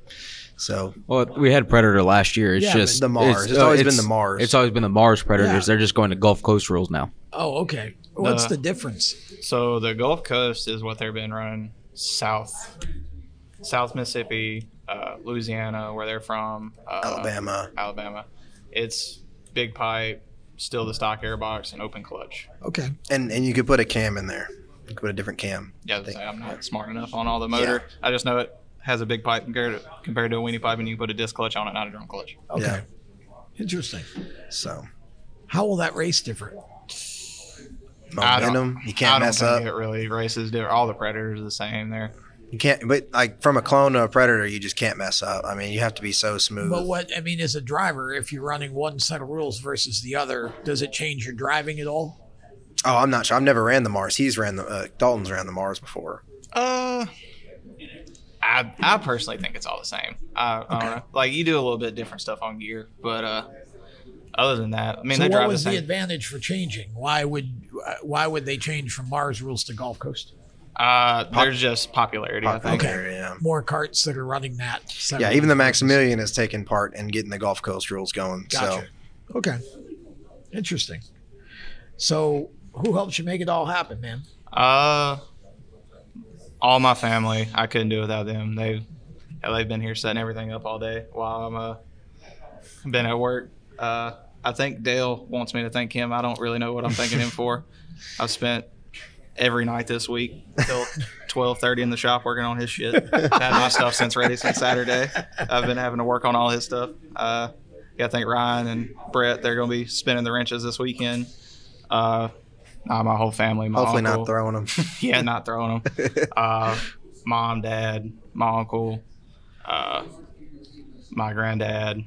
[SPEAKER 2] So
[SPEAKER 10] Well, we had Predator last year. It's
[SPEAKER 2] Yeah, but
[SPEAKER 10] just
[SPEAKER 2] the Mars. It's always been the Mars.
[SPEAKER 10] It's always been the Mars Predators.
[SPEAKER 6] Yeah.
[SPEAKER 10] They're just going to Gulf Coast rules now.
[SPEAKER 6] Oh, okay. What's
[SPEAKER 15] Uh,
[SPEAKER 6] the difference?
[SPEAKER 15] So the Gulf Coast is what they've been running south, South Mississippi, uh, Louisiana, where they're from, uh,
[SPEAKER 2] Alabama.
[SPEAKER 15] Alabama. It's big pipe, still the stock air box, and open clutch.
[SPEAKER 6] Okay.
[SPEAKER 2] And and you could put a cam in there. You could put a different cam.
[SPEAKER 15] Yeah, that's- I'm not smart enough on all the motor. I just know it has a big pipe compared to, compared to a weenie pipe, and you can put a disc clutch on it, not a drum clutch.
[SPEAKER 6] Okay. Interesting.
[SPEAKER 2] So
[SPEAKER 6] How will that race differ?
[SPEAKER 15] I don't-
[SPEAKER 2] Momentum. You can't
[SPEAKER 15] I don't
[SPEAKER 2] mess
[SPEAKER 15] think
[SPEAKER 2] up.
[SPEAKER 15] It really races. different. All the predators are the same. There.
[SPEAKER 2] You can't, but like from a clone to a predator, you just can't mess up. I mean, you have to be so smooth.
[SPEAKER 6] But what I mean, as a driver, if you're running one set of rules versus the other, does it change your driving at all?
[SPEAKER 2] oh, I'm not sure. I've never ran the Mars. He's ran the uh, Dalton's ran the Mars before.
[SPEAKER 15] Uh, I I personally think it's all the same. I, I don't know. Like you do a little bit different stuff on gear, but uh, other than that, I mean,
[SPEAKER 6] so
[SPEAKER 15] they
[SPEAKER 6] what
[SPEAKER 15] drive the
[SPEAKER 6] was the,
[SPEAKER 15] same.
[SPEAKER 6] advantage for changing? Why would uh, why would they change from Mars rules to Gulf Coast?
[SPEAKER 15] uh, there's just popularity. I think.
[SPEAKER 2] Popularity, yeah.
[SPEAKER 6] More carts that are running that. set
[SPEAKER 2] yeah,
[SPEAKER 6] of
[SPEAKER 2] even the
[SPEAKER 6] rules.
[SPEAKER 2] Maximilian has taken part in getting the Gulf Coast rules going.
[SPEAKER 6] Gotcha. Okay, interesting. So who helped you make it all happen, man?
[SPEAKER 15] Uh, all my family. I couldn't do without them. They've hell, they've been here setting everything up all day while I'm uh been at work. Uh, I think Dale wants me to thank him. I don't really know what I'm thanking him for. I've spent every night this week till 12:30 in the shop working on his shit. I've had my stuff since ready since Saturday. I've been having to work on all his stuff. Uh, got to thank Ryan and Brett. They're going to be spinning the wrenches this weekend. Uh, uh, my whole family. My
[SPEAKER 2] Hopefully not
[SPEAKER 15] uncle.
[SPEAKER 2] throwing 'em.
[SPEAKER 15] yeah, not throwing them. Uh, mom, dad, my uncle, uh, my granddad,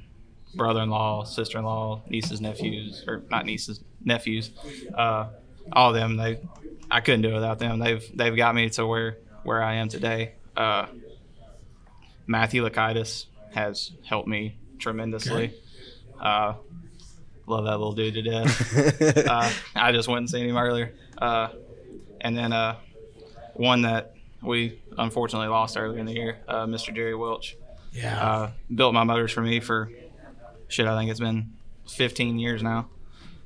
[SPEAKER 15] brother-in-law, sister-in-law, nieces, nephews, or not nieces, nephews. Uh, all of them. They, I couldn't do it without them. They've they've got me to where where I am today. Uh, Matthew Lakaitis has helped me tremendously. Uh, love that little dude to death. uh, I just went and seen him earlier. Uh, and then uh, one that we unfortunately lost earlier in the year, uh, Mr. Jerry Welch.
[SPEAKER 6] Yeah.
[SPEAKER 15] Uh, built my motors for me for shit. I think it's been 15 years now.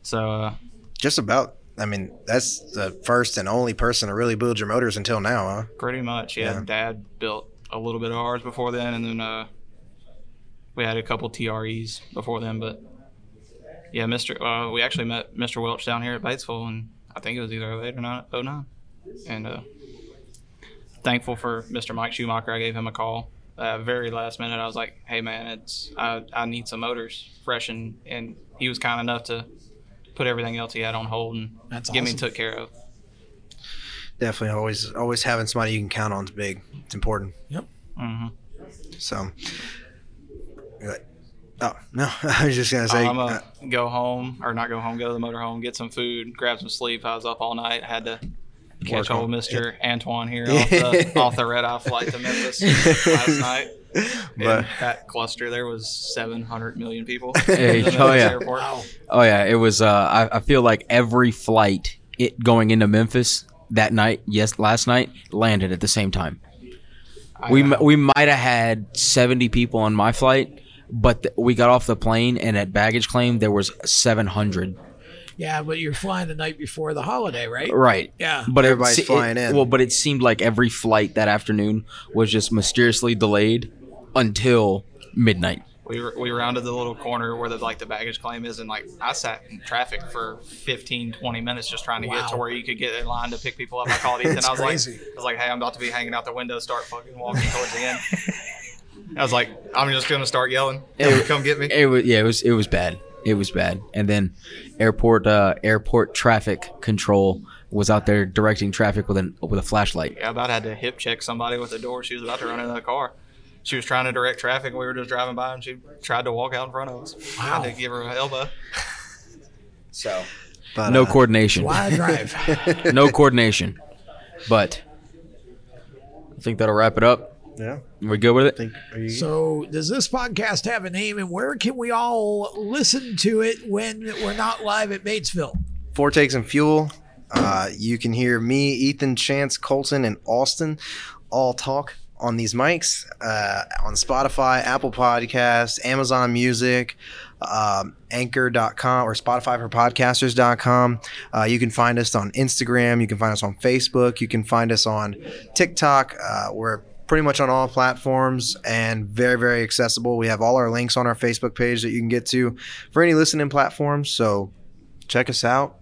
[SPEAKER 15] So uh,
[SPEAKER 2] just about. I mean, that's the first and only person to really build your motors until now, huh?
[SPEAKER 15] Pretty much, yeah.
[SPEAKER 2] Yeah.
[SPEAKER 15] Dad built a little bit of ours before then, and then uh, we had a couple TREs before then. But yeah, Mister, uh, we actually met Mister Welch down here at Batesville, and I think it was either 08 or 9, 09. and uh, thankful for Mister Mike Schumacher. I gave him a call. Uh, very last minute, I was like, "Hey man, it's I, I need some motors fresh," and, and he was kind enough to put everything else he had on hold and
[SPEAKER 6] That's
[SPEAKER 15] get me
[SPEAKER 6] awesome.
[SPEAKER 15] took care of.
[SPEAKER 2] Definitely always always having somebody you can count on is big. It's important. Yep. Mm-hmm. So, you're like, oh no, I was just gonna say.
[SPEAKER 15] I'm
[SPEAKER 2] uh,
[SPEAKER 15] gonna go home or not go home, go to the motorhome, get some food, grab some sleep. I was up all night, had to catch
[SPEAKER 2] Work on-
[SPEAKER 15] old Mister Antoine here off the, off the red eye flight to Memphis last night.
[SPEAKER 10] But-
[SPEAKER 15] and that cluster there was 700 million people.
[SPEAKER 10] Hey,
[SPEAKER 15] in the
[SPEAKER 10] oh
[SPEAKER 15] Memphis
[SPEAKER 10] yeah,
[SPEAKER 15] airport.
[SPEAKER 10] oh yeah. It was. Uh, I, I feel like every flight it going into Memphis that night. Yes, last night landed at the same time. We mi- we might have had seventy people on my flight, but th- we got off the plane and at baggage claim there was seven hundred.
[SPEAKER 6] Yeah, but you're flying the night before the holiday, right?
[SPEAKER 10] Right.
[SPEAKER 6] Yeah.
[SPEAKER 10] But it se- it- Well, but it seemed like every flight that afternoon was just mysteriously delayed until midnight.
[SPEAKER 15] We, r- we rounded the little corner where the like the baggage claim is, and like I sat in traffic for 15, 20 minutes just trying to get to
[SPEAKER 6] Wow.
[SPEAKER 15] where you could get in line to pick people up. I called Ethan.
[SPEAKER 6] It's
[SPEAKER 15] I was
[SPEAKER 6] crazy.
[SPEAKER 15] like, I was like, hey, I'm about to be hanging out the window. Start fucking walking towards the end. I was like, I'm just gonna start yelling. Come get me.
[SPEAKER 10] It was yeah, it was it was bad. It was bad. And then airport uh, airport traffic control was out there directing traffic with an with a flashlight.
[SPEAKER 15] Yeah, I about had to hip check somebody with the door. She was about to run into the car. She was trying to direct traffic. and We were just driving by, and she tried to walk out in front of us. I had to give her an elbow.
[SPEAKER 10] So no
[SPEAKER 2] uh,
[SPEAKER 10] coordination. no coordination. But I think that'll wrap it up.
[SPEAKER 2] Yeah.
[SPEAKER 10] We good with it?
[SPEAKER 6] So, does this podcast have a name, and where can we all listen to it when we're not live at Batesville?
[SPEAKER 2] Four Takes and Fuel. Uh, you can hear me, Ethan, Chance, Colton, and Austin all talk on these mics uh, on Spotify, Apple Podcasts, Amazon Music, um, Anchor.com, or Spotify for Podcasters.com. Uh, you can find us on Instagram. You can find us on Facebook. You can find us on TikTok. Uh, we're pretty much on all platforms and very very accessible we have all our links on our facebook page that you can get to for any listening platforms so check us out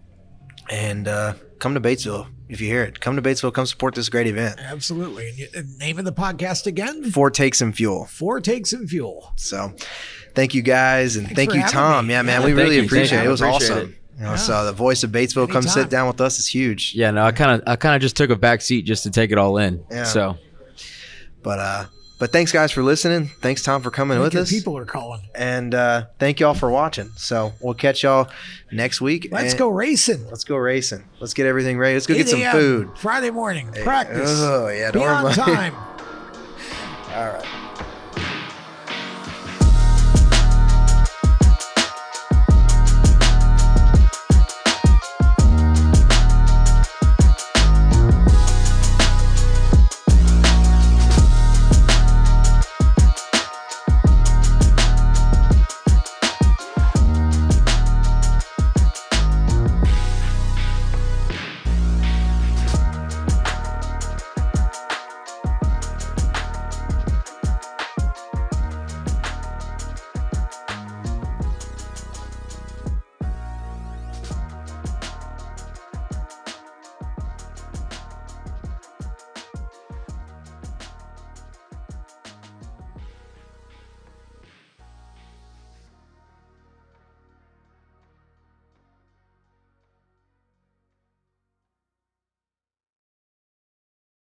[SPEAKER 2] and uh, come to Batesville if you hear it. Come to Batesville, come support this great event.
[SPEAKER 6] Absolutely. And, y- and name of the podcast again?
[SPEAKER 2] Four takes and fuel.
[SPEAKER 6] Four takes and fuel.
[SPEAKER 2] So thank you guys and thank
[SPEAKER 6] for
[SPEAKER 2] you,
[SPEAKER 6] having
[SPEAKER 2] Tom.
[SPEAKER 6] me.
[SPEAKER 2] Yeah, man,
[SPEAKER 6] Yeah,
[SPEAKER 2] we
[SPEAKER 6] thank
[SPEAKER 2] really
[SPEAKER 6] you.
[SPEAKER 2] appreciate it.
[SPEAKER 6] Thank
[SPEAKER 2] It
[SPEAKER 6] you.
[SPEAKER 2] was
[SPEAKER 6] Appreciate
[SPEAKER 2] awesome.
[SPEAKER 6] it.
[SPEAKER 2] You know, So the voice of Batesville, come sit down with us. It's huge.
[SPEAKER 10] Yeah, no, I kinda I kinda just took a back seat just to take it all in.
[SPEAKER 2] Yeah.
[SPEAKER 10] So
[SPEAKER 2] But uh but thanks guys for listening. Thanks Tom for coming
[SPEAKER 6] Thank
[SPEAKER 2] with
[SPEAKER 6] your
[SPEAKER 2] us.
[SPEAKER 6] People are calling.
[SPEAKER 2] And uh thank y'all for watching. So we'll catch y'all next week.
[SPEAKER 6] Let's
[SPEAKER 2] And
[SPEAKER 6] go racing.
[SPEAKER 2] Let's go racing. Let's get everything ready. Let's go get
[SPEAKER 6] 8
[SPEAKER 2] some
[SPEAKER 6] a.m.,
[SPEAKER 2] food.
[SPEAKER 6] Friday morning. Practice.
[SPEAKER 2] Oh yeah,
[SPEAKER 6] Be
[SPEAKER 2] don't
[SPEAKER 6] on
[SPEAKER 2] remind-
[SPEAKER 6] time.
[SPEAKER 2] All right.